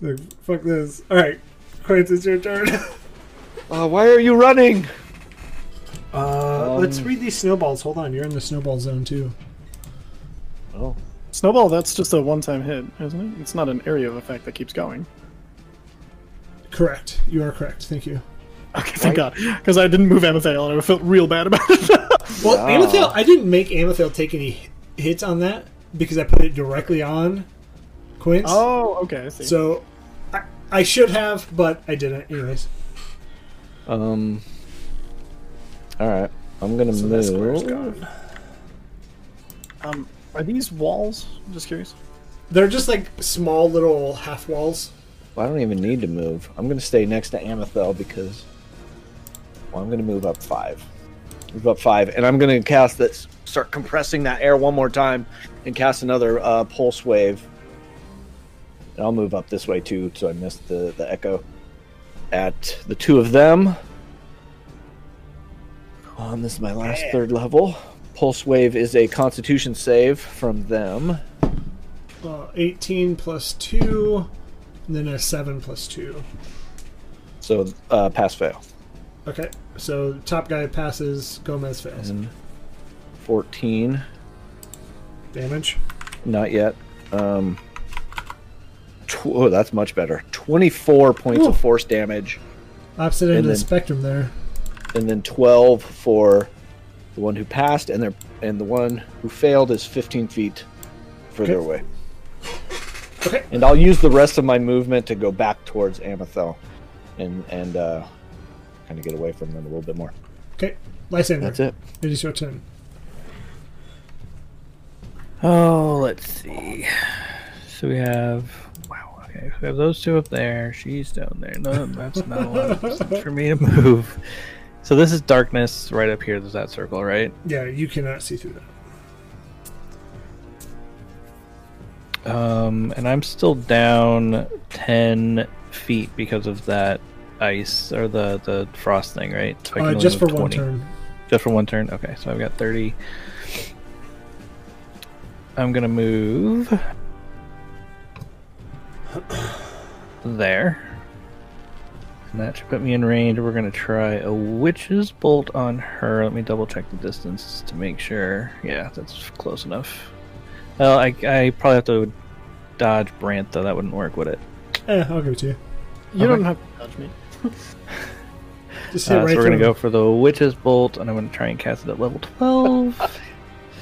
[SPEAKER 1] Like, Fuck this. Alright, Quince, it's your turn.
[SPEAKER 5] Uh, why are you running?
[SPEAKER 1] Uh,
[SPEAKER 5] Um,
[SPEAKER 1] let's read these snowballs. Hold on, you're in the snowball zone too.
[SPEAKER 5] Oh,
[SPEAKER 2] snowball. That's just a one-time hit, isn't it? It's not an area of effect that keeps going.
[SPEAKER 1] Correct. You are correct. Thank you.
[SPEAKER 2] Okay, thank God, because I didn't move Amethyl, and I felt real bad about it.
[SPEAKER 1] Well,
[SPEAKER 5] Wow.
[SPEAKER 1] Amethel, I didn't make Amethel take any hi- hits on that because I put it directly on Quince.
[SPEAKER 2] oh, okay. I see.
[SPEAKER 1] So I, I should have, but I didn't. Anyways,
[SPEAKER 5] um. All right, I'm gonna
[SPEAKER 1] so that square's
[SPEAKER 5] move.
[SPEAKER 1] gone.
[SPEAKER 2] um, are these walls? I'm just curious.
[SPEAKER 1] They're just like small little half walls.
[SPEAKER 5] Well, I don't even need to move. I'm gonna stay next to Amethel because. Well, I'm gonna move up five. Move up five, and I'm gonna cast this. Start compressing that air one more time, and cast another uh, pulse wave. And I'll move up this way too, so I missed the the echo. At the two of them. Um, this is my last third level. Pulse wave is a Constitution save from them.
[SPEAKER 1] Uh, 18 plus 2, and then a 7 plus 2.
[SPEAKER 5] So uh, pass fail.
[SPEAKER 1] Okay, so top guy passes, Gomez fails.
[SPEAKER 5] And fourteen.
[SPEAKER 1] Damage.
[SPEAKER 5] Not yet. Um, tw- oh, that's much better. 24 points
[SPEAKER 1] Ooh.
[SPEAKER 5] of force damage,
[SPEAKER 1] Opposite end
[SPEAKER 5] And
[SPEAKER 1] of the
[SPEAKER 5] then-
[SPEAKER 1] spectrum there.
[SPEAKER 5] and then 12 for the one who passed, and their and the one who failed is 15 feet further
[SPEAKER 1] Okay.
[SPEAKER 5] away.
[SPEAKER 1] Okay.
[SPEAKER 5] And I'll use the rest of my movement to go back towards Amethel, and and uh, kind of get away from them a little bit more.
[SPEAKER 1] Okay, Lysander.
[SPEAKER 5] That's it.
[SPEAKER 1] It is your turn.
[SPEAKER 4] Oh, let's see. So we have wow. Okay, so we have those two up there. She's down there. No, that's not a lot of distance for me to move. So this is darkness right up here. There's that circle, right?
[SPEAKER 1] Yeah, you cannot see through that.
[SPEAKER 4] Um, and I'm still down ten feet because of that ice or the the frost thing, right? So I can
[SPEAKER 1] Uh,
[SPEAKER 4] only
[SPEAKER 1] just for
[SPEAKER 4] move
[SPEAKER 1] one
[SPEAKER 4] 20.
[SPEAKER 1] turn.
[SPEAKER 4] Just for one turn. Okay, so I've got thirty. I'm gonna move there. And that should put me in range. We're gonna try a witch's bolt on her. Let me double check the distance to make sure. Yeah, that's close enough. Well, I, I probably have to dodge Brant though. That wouldn't work, would it?
[SPEAKER 1] Eh, I'll give it to you.
[SPEAKER 2] You
[SPEAKER 4] Okay.
[SPEAKER 2] don't have to judge me.
[SPEAKER 1] Just hit
[SPEAKER 4] Uh,
[SPEAKER 1] right
[SPEAKER 4] so we're gonna
[SPEAKER 1] through.
[SPEAKER 4] go for the witch's bolt, and I'm gonna try and cast it at level twelve.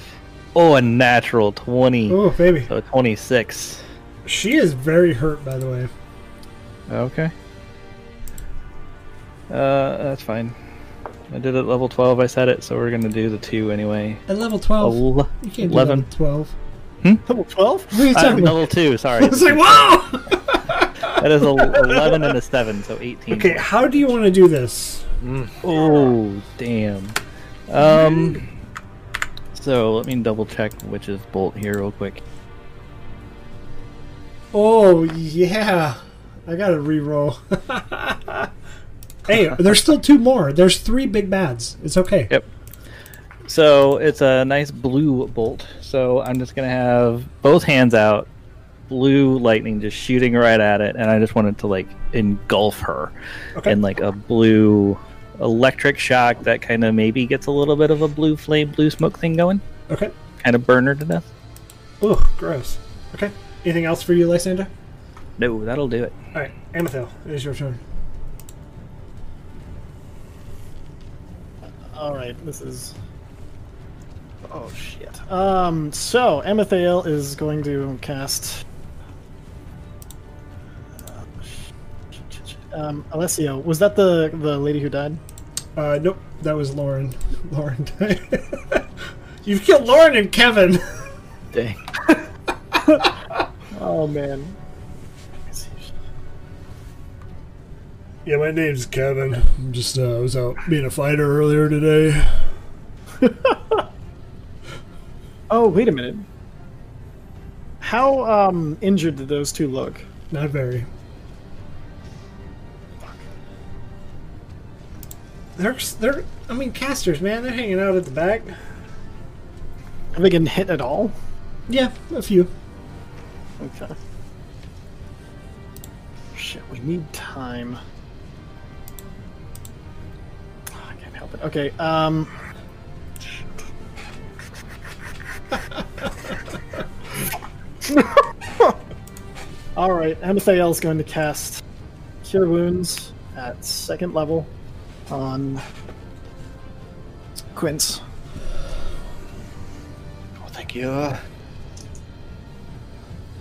[SPEAKER 4] oh, a natural twenty,
[SPEAKER 1] Oh, baby.
[SPEAKER 4] so twenty-six.
[SPEAKER 1] She is very hurt, by the way.
[SPEAKER 4] Okay. Uh, that's fine. I did it at level twelve. I said it, so we're gonna do the two anyway.
[SPEAKER 1] At level 12.
[SPEAKER 4] Ele-
[SPEAKER 1] you can't do
[SPEAKER 4] 11.
[SPEAKER 1] level 12.
[SPEAKER 2] Level twelve.
[SPEAKER 1] What are you
[SPEAKER 4] uh,
[SPEAKER 1] talking about?
[SPEAKER 4] level two. Sorry,
[SPEAKER 1] It's like, whoa!
[SPEAKER 4] that is a eleven and a seven, so eighteen.
[SPEAKER 1] Okay, how do you want to do this?
[SPEAKER 4] Oh, damn. Um. So let me double check witch's bolt here real quick.
[SPEAKER 1] Oh yeah, I gotta reroll. hey, there's still two more. There's three big bads. It's okay.
[SPEAKER 4] Yep. So it's a nice blue bolt. So I'm just gonna have both hands out, blue lightning just shooting right at it, and I just wanted to like engulf her
[SPEAKER 1] Okay.
[SPEAKER 4] in like a blue electric shock that kind of maybe gets a little bit of a blue flame, blue smoke thing going,
[SPEAKER 1] Okay.
[SPEAKER 4] kind of burn her to death.
[SPEAKER 1] Oh, gross. Okay. Anything else for you, Lysander?
[SPEAKER 4] No, that'll do it.
[SPEAKER 1] All right, Amathil, it is your turn.
[SPEAKER 2] All right, this is. Oh shit. Um. So Amithael is going to cast. Um, Alessio, was that the the lady who died?
[SPEAKER 1] Uh, nope, that was Lauren. Lauren died. You've killed Lauren and Kevin.
[SPEAKER 5] Dang.
[SPEAKER 2] Oh man.
[SPEAKER 1] Yeah, my name's Kevin. I'm just uh, I was out being a fighter earlier today.
[SPEAKER 2] Oh wait a minute. How um injured did those two look?
[SPEAKER 1] Not very. They're they're I mean casters, man. They're hanging out at the back.
[SPEAKER 2] Have they been hit at all?
[SPEAKER 1] Yeah, a few.
[SPEAKER 2] Okay. Shit, we need time. Ah, I can't help it. Okay, um. Alright, Amithael is going to cast Cure Wounds at second level on Quince.
[SPEAKER 5] Oh, thank you.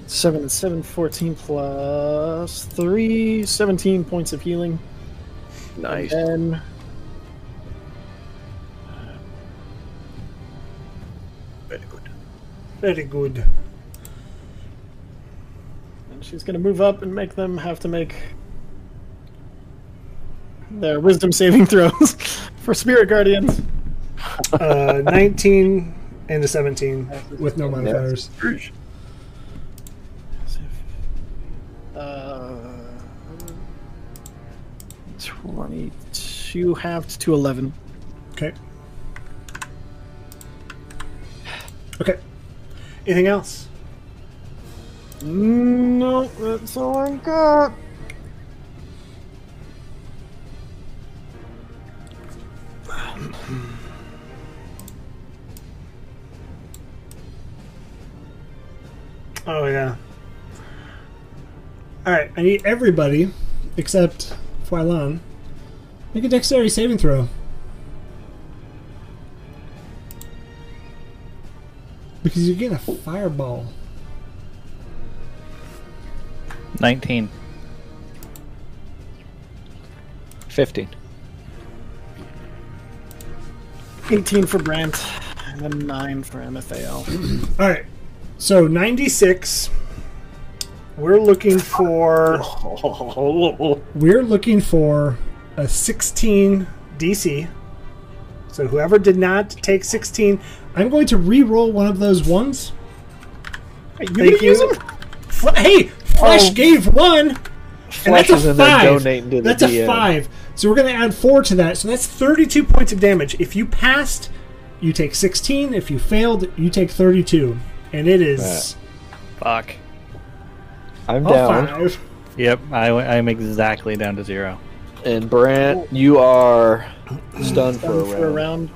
[SPEAKER 2] 7 and 7, 14 plus 3, 17 points of healing.
[SPEAKER 5] Nice.
[SPEAKER 2] Then.
[SPEAKER 5] Very good.
[SPEAKER 1] Very good.
[SPEAKER 2] And she's going to move up and make them have to make their wisdom saving throws for spirit guardians.
[SPEAKER 1] Uh, 19 and a 17 with no modifiers.
[SPEAKER 2] Uh, 22 halved to 11.
[SPEAKER 1] Okay. Okay. Anything else?
[SPEAKER 2] No, that's all I got.
[SPEAKER 1] Oh yeah. All right, I need everybody except Fwylan. Make a dexterity saving throw. Because you're getting a fireball.
[SPEAKER 4] 19.
[SPEAKER 5] 15.
[SPEAKER 2] 18 for Brant, and then 9 for Amithael.
[SPEAKER 1] All right. So 96 we're looking for we're looking for a 16 DC. So whoever did not take 16, I'm going to re-roll one of those ones.
[SPEAKER 2] Hey, you
[SPEAKER 1] Thank
[SPEAKER 2] can use
[SPEAKER 1] you.
[SPEAKER 2] them? Oh.
[SPEAKER 1] Fl- hey, Flesh gave one. And
[SPEAKER 5] Flesh
[SPEAKER 1] that's a
[SPEAKER 5] is in there
[SPEAKER 1] five.
[SPEAKER 5] donating to the
[SPEAKER 1] that's a
[SPEAKER 5] DM.
[SPEAKER 1] five. So we're going to add four to that. So that's 32 points of damage. If you passed, you take 16. If you failed, you take 32. And it is
[SPEAKER 4] Fuck.
[SPEAKER 5] I'm
[SPEAKER 1] a
[SPEAKER 5] down.
[SPEAKER 1] five.
[SPEAKER 4] Yep, I, I'm exactly down to zero.
[SPEAKER 5] And Brant, you are stunned for a
[SPEAKER 2] Done
[SPEAKER 5] round.
[SPEAKER 2] for a round.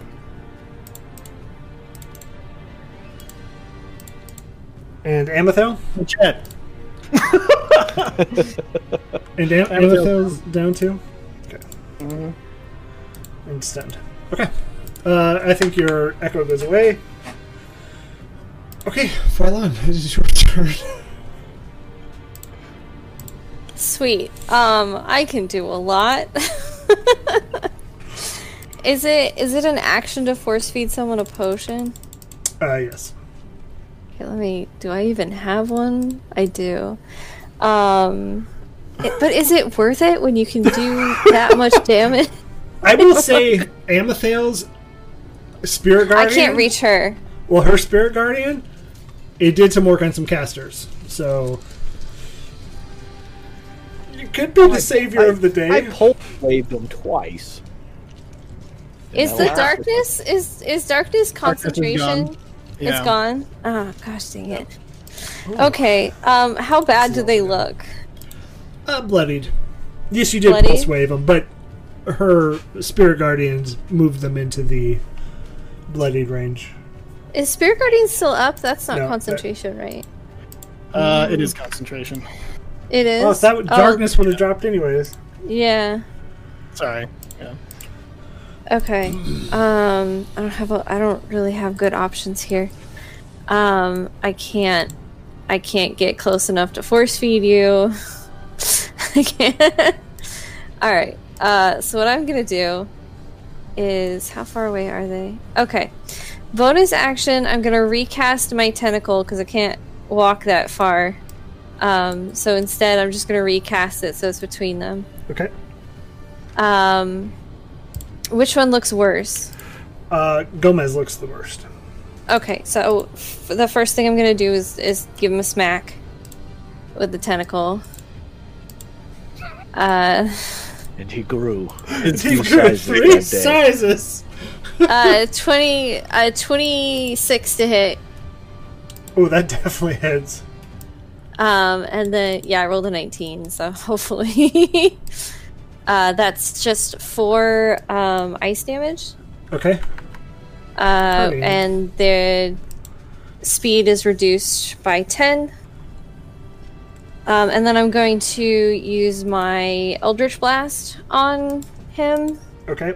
[SPEAKER 1] And Amethyl?
[SPEAKER 2] Chat,
[SPEAKER 1] And Am-
[SPEAKER 2] Amethyl's
[SPEAKER 1] Amethyl's down too? Okay. And stunned. Okay. Uh, I think your echo goes away. Okay, Frylan, it is your turn.
[SPEAKER 6] Sweet. Um, I can do a lot. is it is it an action to force feed someone a potion?
[SPEAKER 1] Uh, yes.
[SPEAKER 6] Okay, let me. Do I even have one? I do. Um, it- but is it worth it when you can do that much damage?
[SPEAKER 1] I will say Amethyls Spirit
[SPEAKER 6] I
[SPEAKER 1] Guardian.
[SPEAKER 6] can't reach her.
[SPEAKER 1] Well, her Spirit Guardian, it did some work on some casters, so you could be the savior of the day.
[SPEAKER 5] I pole waved them twice.
[SPEAKER 6] Is
[SPEAKER 5] that
[SPEAKER 6] the
[SPEAKER 5] works.
[SPEAKER 6] darkness is is darkness concentration?
[SPEAKER 2] Yeah.
[SPEAKER 6] It's gone. Oh gosh, dang it. Okay. Um, how bad do they look?
[SPEAKER 1] uh, bloodied. Yes, you did
[SPEAKER 6] Bloodied?
[SPEAKER 1] pulse wave them, but her Spirit Guardians moved them into the bloodied range.
[SPEAKER 6] Is Spirit Guardian still up? That's not
[SPEAKER 1] No, that-
[SPEAKER 6] concentration, right?
[SPEAKER 2] Uh, it is concentration.
[SPEAKER 6] It is.
[SPEAKER 1] Oh, if that would,
[SPEAKER 6] Oh,
[SPEAKER 1] darkness would have dropped anyways.
[SPEAKER 6] Yeah.
[SPEAKER 2] Sorry. Yeah.
[SPEAKER 6] Okay. Um, I don't have a. I don't really have good options here. Um, I can't. I can't get close enough to force feed you. I can't. All right. Uh, so what I'm gonna do is how far away are they? Okay. Bonus action. I'm gonna recast my tentacle because I can't walk that far. Um, so instead, I'm just gonna recast it so it's between them.
[SPEAKER 1] Okay.
[SPEAKER 6] Um, which one looks worse?
[SPEAKER 1] Uh, Gomez looks the worst.
[SPEAKER 6] Okay, so f- the first thing I'm gonna do is is give him a smack with the tentacle. Uh,
[SPEAKER 5] And he grew.
[SPEAKER 2] It's
[SPEAKER 1] He
[SPEAKER 5] Three
[SPEAKER 1] grew
[SPEAKER 5] sizes
[SPEAKER 1] three
[SPEAKER 5] that day.
[SPEAKER 1] sizes.
[SPEAKER 6] uh, twenty, uh, twenty-six to hit.
[SPEAKER 1] Oh, that definitely hits.
[SPEAKER 6] Um, and then yeah, I rolled a nineteen, so hopefully, uh, that's just four um, ice damage.
[SPEAKER 1] Okay.
[SPEAKER 6] Uh,
[SPEAKER 1] Okay.
[SPEAKER 6] and their speed is reduced by 10. Um, and then I'm going to use my Eldritch Blast on him.
[SPEAKER 1] Okay.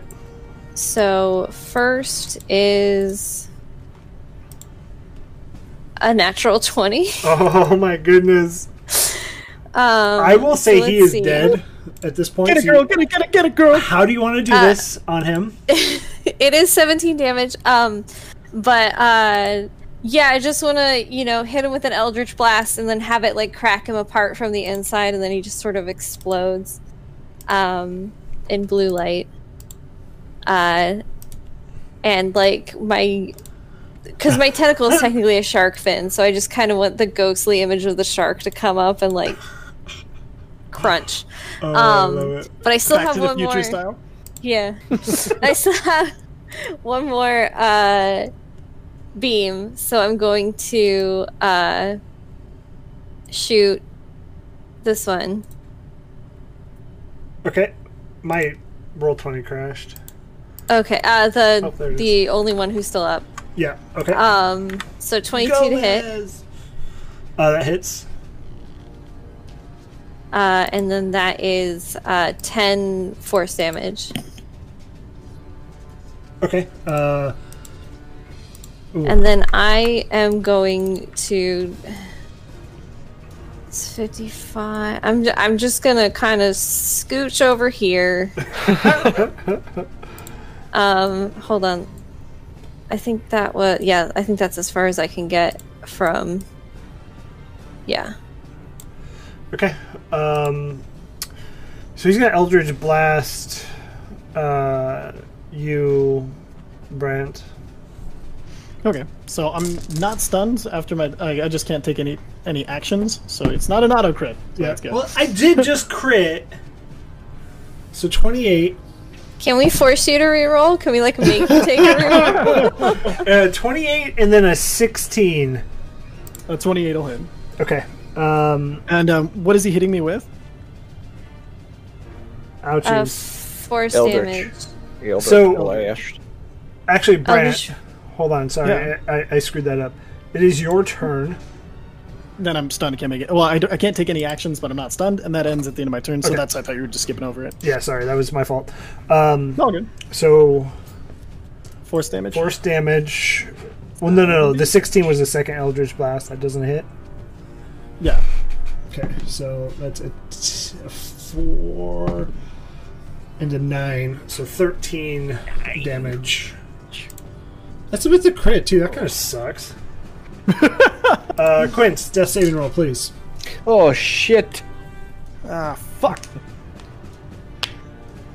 [SPEAKER 6] So, first is a natural 20.
[SPEAKER 1] Oh my goodness.
[SPEAKER 6] Um,
[SPEAKER 1] I will say
[SPEAKER 6] so
[SPEAKER 1] he
[SPEAKER 6] let's
[SPEAKER 1] is
[SPEAKER 6] see.
[SPEAKER 1] dead at this point.
[SPEAKER 2] Get it,
[SPEAKER 1] so you-
[SPEAKER 2] girl. Get it. Get it. Get it, girl.
[SPEAKER 1] How do you want to do
[SPEAKER 6] Uh,
[SPEAKER 1] this on him?
[SPEAKER 6] it is 17 damage um but uh yeah i just want to you know hit him with an eldritch blast and then have it like crack him apart from the inside and then he just sort of explodes um in blue light uh and like my because my tentacle is technically a shark fin so i just kind of want the ghostly image of the shark to come up and like crunch
[SPEAKER 1] Oh, I
[SPEAKER 6] um
[SPEAKER 1] love it.
[SPEAKER 6] but i still
[SPEAKER 2] Back
[SPEAKER 6] have
[SPEAKER 2] to the
[SPEAKER 6] one
[SPEAKER 2] future
[SPEAKER 6] more
[SPEAKER 2] style.
[SPEAKER 6] yeah. I still have one more uh, beam, so I'm going to uh, shoot this one.
[SPEAKER 1] Okay. My roll 20 crashed.
[SPEAKER 6] Okay, uh, the
[SPEAKER 1] Oh, there it
[SPEAKER 6] the only one who's still up.
[SPEAKER 1] Yeah. Okay.
[SPEAKER 6] Um, so 22 to hit,
[SPEAKER 1] Gomez. Uh, that hits.
[SPEAKER 6] uh, and then that is uh, 10 force damage,
[SPEAKER 1] Okay. Uh, ooh,
[SPEAKER 6] and then I am going to. It's 55. I'm ju- I'm just gonna kind of scooch over here. Um, hold on. I think that was yeah. I think that's as far as I can get from. Yeah.
[SPEAKER 1] okay. Um, so he's going to Eldridge Blast uh, you, Brant.
[SPEAKER 2] Okay, so I'm not stunned after my. I, I just can't take any any actions, so it's not an auto crit. So That's good.
[SPEAKER 1] Well, I did just crit. So 28.
[SPEAKER 6] Can we force you to reroll? Can we like make you take a reroll?
[SPEAKER 1] Uh, 28 and then a 16.
[SPEAKER 2] A 28 will hit.
[SPEAKER 1] Okay. Um,
[SPEAKER 2] And um, what is he hitting me with?
[SPEAKER 1] ouchies.
[SPEAKER 6] Uh, force
[SPEAKER 5] Eldritch.
[SPEAKER 6] damage.
[SPEAKER 5] Yelled
[SPEAKER 1] So-
[SPEAKER 5] at Eliash.
[SPEAKER 6] Oh,
[SPEAKER 1] Actually, Brant,
[SPEAKER 6] just-
[SPEAKER 1] hold on. Sorry, I, I screwed that up. It is your turn.
[SPEAKER 2] Then I'm stunned. Can't make it. Well, I, do- I can't take any actions, but I'm not stunned, and that ends at the end of my turn. So
[SPEAKER 1] Okay.
[SPEAKER 2] that's. I thought you were just skipping over it.
[SPEAKER 1] Yeah, sorry, that was my fault. Um,
[SPEAKER 2] All good.
[SPEAKER 1] so
[SPEAKER 2] Force damage.
[SPEAKER 1] force damage. Well, no, no, no. The 16 was the second Eldritch Blast. That doesn't hit.
[SPEAKER 2] Yeah.
[SPEAKER 1] Okay, so that's a, t- a four and a nine, so 13 damage. That's a bit of crit too. That kind of sucks. uh, Quince, death saving roll, please.
[SPEAKER 5] Oh shit!
[SPEAKER 2] Ah, fuck.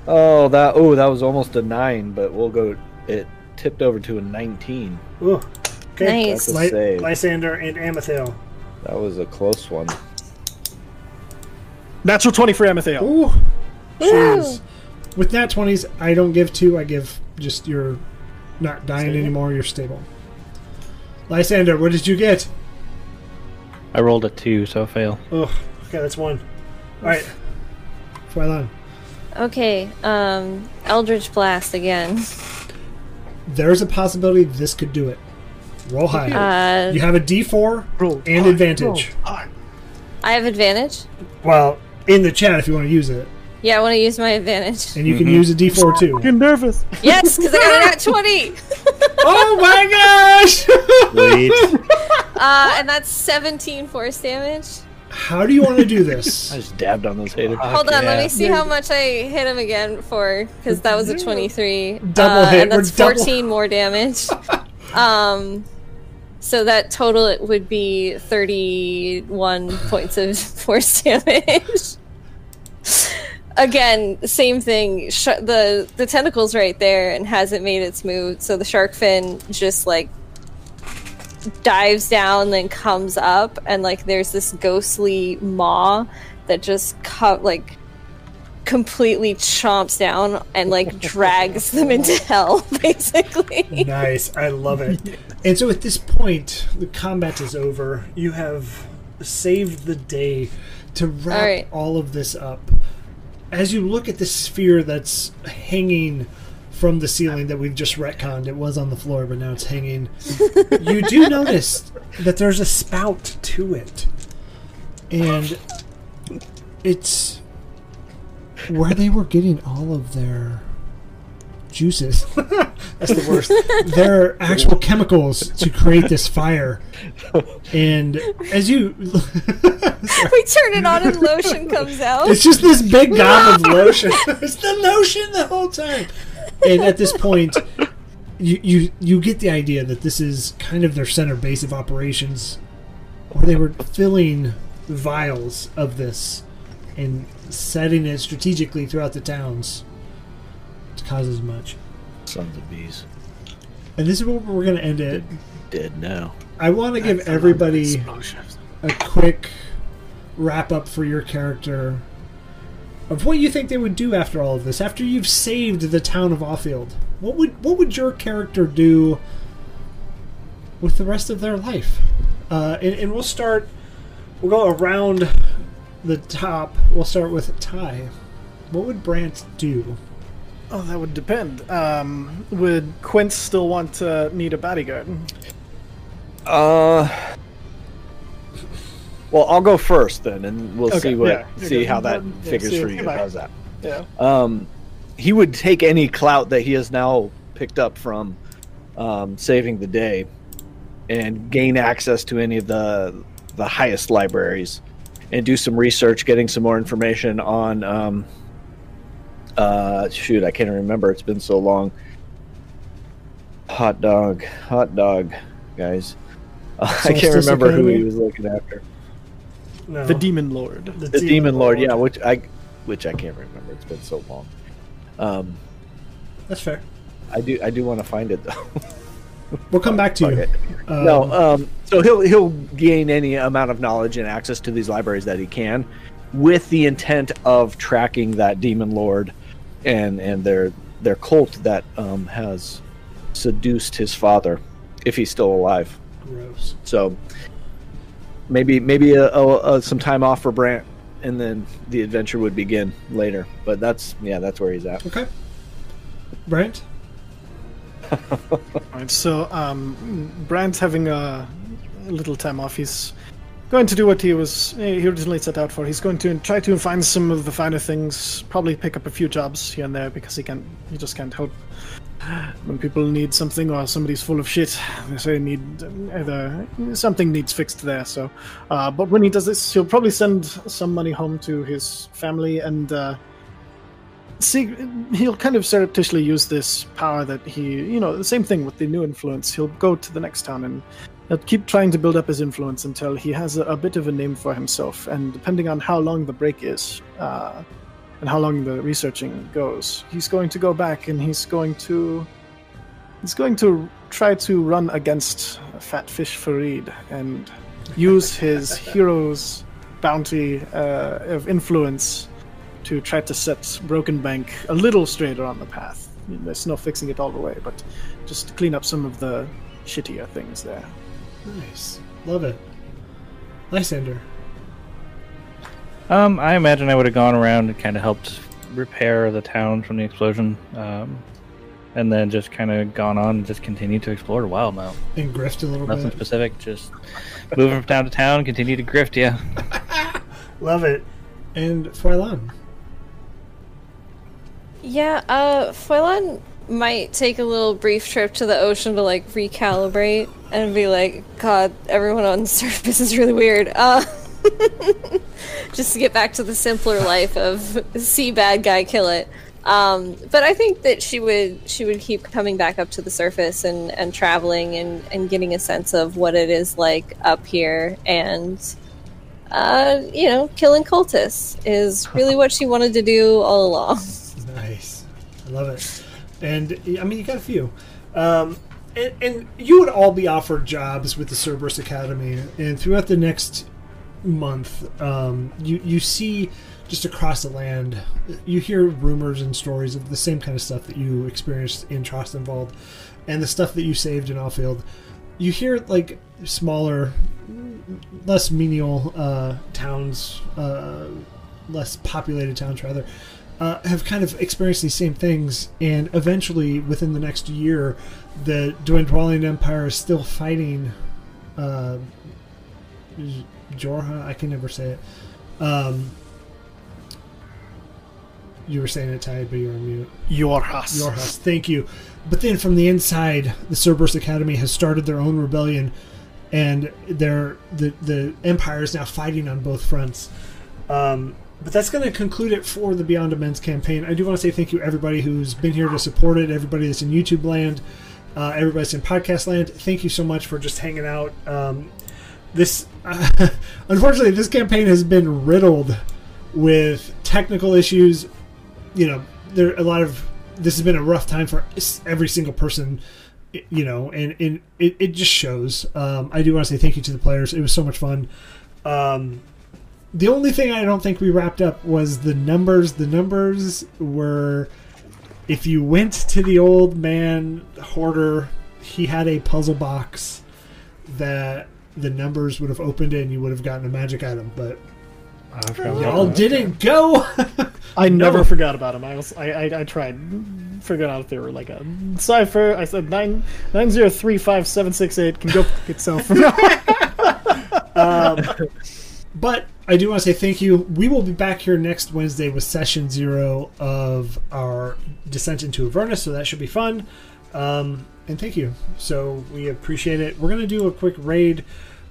[SPEAKER 5] Oh that. Oh, that was almost a nine, but we'll go it tipped over to a 19.
[SPEAKER 1] Ooh. Okay.
[SPEAKER 6] Nice.
[SPEAKER 5] That's a
[SPEAKER 1] Ly-
[SPEAKER 5] save.
[SPEAKER 1] Lysander and Amathil.
[SPEAKER 5] That was a close one.
[SPEAKER 2] Natural 20 for Amethyl.
[SPEAKER 1] Ooh.
[SPEAKER 6] Woo!
[SPEAKER 1] Jeez. With nat 20s, I don't give two. I give just you're not dying anymore. You're stable. Lysander, what did you get?
[SPEAKER 4] I rolled a two, so I fail.
[SPEAKER 1] Oh, okay, that's one. All right. Frylan.
[SPEAKER 6] Okay, um, Eldritch Blast again.
[SPEAKER 1] There's a possibility this could do it. Roll high.
[SPEAKER 6] Uh,
[SPEAKER 1] you have a D4
[SPEAKER 2] Roll
[SPEAKER 1] and
[SPEAKER 2] high,
[SPEAKER 1] advantage.
[SPEAKER 6] I have advantage.
[SPEAKER 1] Well, in the chat if you want to use it,
[SPEAKER 6] Yeah, I want to use my advantage.
[SPEAKER 1] and you
[SPEAKER 5] Mm-hmm.
[SPEAKER 1] can use a D4 too.
[SPEAKER 2] Fucking nervous.
[SPEAKER 6] Yes, because I got a nat 20!
[SPEAKER 1] oh my gosh!
[SPEAKER 7] Wait.
[SPEAKER 6] Uh, and that's 17 force damage.
[SPEAKER 1] How do you want to do this?
[SPEAKER 5] I just dabbed on those haters.
[SPEAKER 6] Hold on, let
[SPEAKER 4] yeah.
[SPEAKER 6] me see how much I hit him again for, because that was a 23.
[SPEAKER 1] Double
[SPEAKER 6] uh,
[SPEAKER 1] hit,
[SPEAKER 6] And that's
[SPEAKER 1] we're double-
[SPEAKER 6] 14 more damage. um, so that total it would be 31 points of force damage. again, same thing. Sh- the the tentacle's right there and hasn't made its move, so the shark fin just like dives down, then comes up, and like there's this ghostly maw that just cut like completely chomps down and like drags them into hell, basically.
[SPEAKER 1] nice. I love it. And so at this point, the combat is over. You have saved the day to wrap
[SPEAKER 6] All right.
[SPEAKER 1] all of this up. As you look at the sphere that's hanging from the ceiling that we've just retconned, it was on the floor, but now it's hanging. you do notice that there's a spout to it. And it's where they were getting all of their juices. That's the worst. their actual chemicals to create this fire. And as you,
[SPEAKER 6] we turn it on and lotion comes out.
[SPEAKER 1] it's just this big gob of lotion. it's the lotion the whole time. And at this point, you you you get the idea that this is kind of their center base of operations, where they were filling vials of this and setting it strategically throughout the towns to cause as much.
[SPEAKER 5] Sons of bees.
[SPEAKER 1] And this is where we're going to end it.
[SPEAKER 5] Dead now.
[SPEAKER 1] I want to give everybody a quick wrap up for your character of what you think they would do after all of this. After you've saved the town of Offield, what would what would your character do with the rest of their life? Uh, and, and we'll start. We'll go around the top. We'll start with Ty. What would Brant do?
[SPEAKER 2] Oh, that would depend. Um, would Quince still want to need a bodyguard?
[SPEAKER 5] Uh. Well, I'll go first then, and we'll
[SPEAKER 2] Okay,
[SPEAKER 5] see what
[SPEAKER 2] yeah, you
[SPEAKER 5] see
[SPEAKER 2] go.
[SPEAKER 5] how that
[SPEAKER 2] Um, yeah,
[SPEAKER 5] figures
[SPEAKER 2] see,
[SPEAKER 5] for you.
[SPEAKER 2] goodbye.
[SPEAKER 5] How's that?
[SPEAKER 2] Yeah.
[SPEAKER 5] Um, he would take any clout that he has now picked up from um, saving the day, and gain access to any of the the highest libraries, and do some research, getting some more information on. Um, uh, shoot, I can't remember. It's been so long. Hot dog, hot dog, guys. I can't
[SPEAKER 1] Solstice
[SPEAKER 5] remember who
[SPEAKER 1] Academy?
[SPEAKER 5] he was looking after.
[SPEAKER 1] No.
[SPEAKER 2] The demon lord.
[SPEAKER 1] Uh-huh. The
[SPEAKER 5] the demon lord, yeah, which I, which I can't remember. It's been so long. Um,
[SPEAKER 1] That's fair.
[SPEAKER 5] I do I do want to find it though.
[SPEAKER 1] We'll come back to you.
[SPEAKER 5] Okay.
[SPEAKER 1] Um,
[SPEAKER 5] no, um, so he'll he'll gain any amount of knowledge and access to these libraries that he can, with the intent of tracking that demon lord, and and their their cult that um, has seduced his father, if he's still alive.
[SPEAKER 1] Gross.
[SPEAKER 5] So maybe maybe a, a, a, some time off for Brant, and then the adventure would begin later. But that's yeah, that's where he's at.
[SPEAKER 1] Okay. Brant?
[SPEAKER 2] Alright, so um, Brand's having a, a little time off. He's going to do what he was eh, he originally set out for. He's going to try to find some of the finer things. Probably pick up a few jobs here and there because he can't. He just can't help when people need something or somebody's full of shit. They say need either something needs fixed there. So, uh, but when he does this, he'll probably send some money home to his family and. Uh, see he'll kind of surreptitiously use this power that he you know the same thing with the new influence he'll go to the next town and he'll keep trying to build up his influence until he has a, a bit of a name for himself and depending on how long the break is uh, and how long the researching goes he's going to go back and he's going to He's going to try to run against Fat Fish Farid and use his hero's bounty uh, of influence to try to set Broken Bank a little straighter on the path. There's no fixing it all the way, but just to clean up some of the shittier things there.
[SPEAKER 1] Nice. Love it. Lysander.
[SPEAKER 4] Um, I imagine I would have gone around and kind of helped repair the town from the explosion, um, and then just kind of gone on and just continued to explore the wild mount.
[SPEAKER 1] And grift a little
[SPEAKER 4] Nothing
[SPEAKER 1] bit.
[SPEAKER 4] specific, just moving from town to town, continue to grift. Yeah,
[SPEAKER 1] Love it. And Foilan.
[SPEAKER 6] Yeah, uh, Foilan might take a little brief trip to the ocean to like recalibrate and be like, God, everyone on the surface is really weird. Uh, just to get back to the simpler life of see bad guy, kill it. Um, but I think that she would she would keep coming back up to the surface and, and traveling and, and getting a sense of what it is like up here and uh, you know, killing cultists is really what she wanted to do all along.
[SPEAKER 1] Nice. I love it. And I mean, you got a few. Um, and, and you would all be offered jobs with the Cerberus Academy. And throughout the next month, um, you you see just across the land, you hear rumors and stories of the same kind of stuff that you experienced in Trostenwald, and the stuff that you saved in Offfield. You hear like smaller, less menial uh, towns, uh, less populated towns rather, uh, have kind of experienced these same things, and eventually, within the next year, the Dwendwalian Empire is still fighting uh, J- Jorha. I can never say it. Um, you were saying it, tied, but you were on mute.
[SPEAKER 2] Your house.
[SPEAKER 1] Your house. Thank you. But then from the inside, the Cerberus Academy has started their own rebellion, and they're, the the empire is now fighting on both fronts. Um, but that's going to conclude it for the Beyond Amends campaign. I do want to say thank you everybody who's been here to support it, everybody that's in YouTube land, uh, everybody that's in podcast land. Thank you so much for just hanging out. Um, this unfortunately, this campaign has been riddled with technical issues, you know there a lot of this has been a rough time for s- every single person y- you know and, and it, it just shows um, i do want to say thank you to the players it was so much fun um, the only thing i don't think we wrapped up was the numbers the numbers were if you went to the old man hoarder he had a puzzle box that the numbers would have opened it and you would have gotten a magic item but
[SPEAKER 4] I forgot about
[SPEAKER 1] y'all
[SPEAKER 4] that.
[SPEAKER 1] didn't go
[SPEAKER 2] I
[SPEAKER 1] No.
[SPEAKER 2] never forgot about him. I was I, I, I tried figuring out if they were like a cipher. I said nine nine zero three five seven six eight can go fuck itself.
[SPEAKER 1] But I do want to say thank you. We will be back here next Wednesday with session zero of our descent into Avernus, so that should be fun. Um, and thank you. So we appreciate it. We're going to do a quick raid.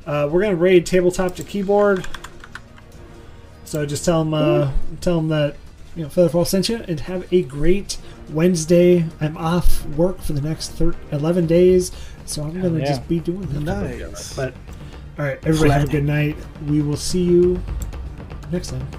[SPEAKER 1] Uh, we're going to raid tabletop to keyboard. So just tell them, uh, tell them that you know Featherfall sent you, and have a great Wednesday. I'm off work for the next thir- eleven days, so I'm going to
[SPEAKER 4] yeah.
[SPEAKER 1] just be doing that.
[SPEAKER 2] nice.
[SPEAKER 1] But all right, everybody have a good night. We will see you next time.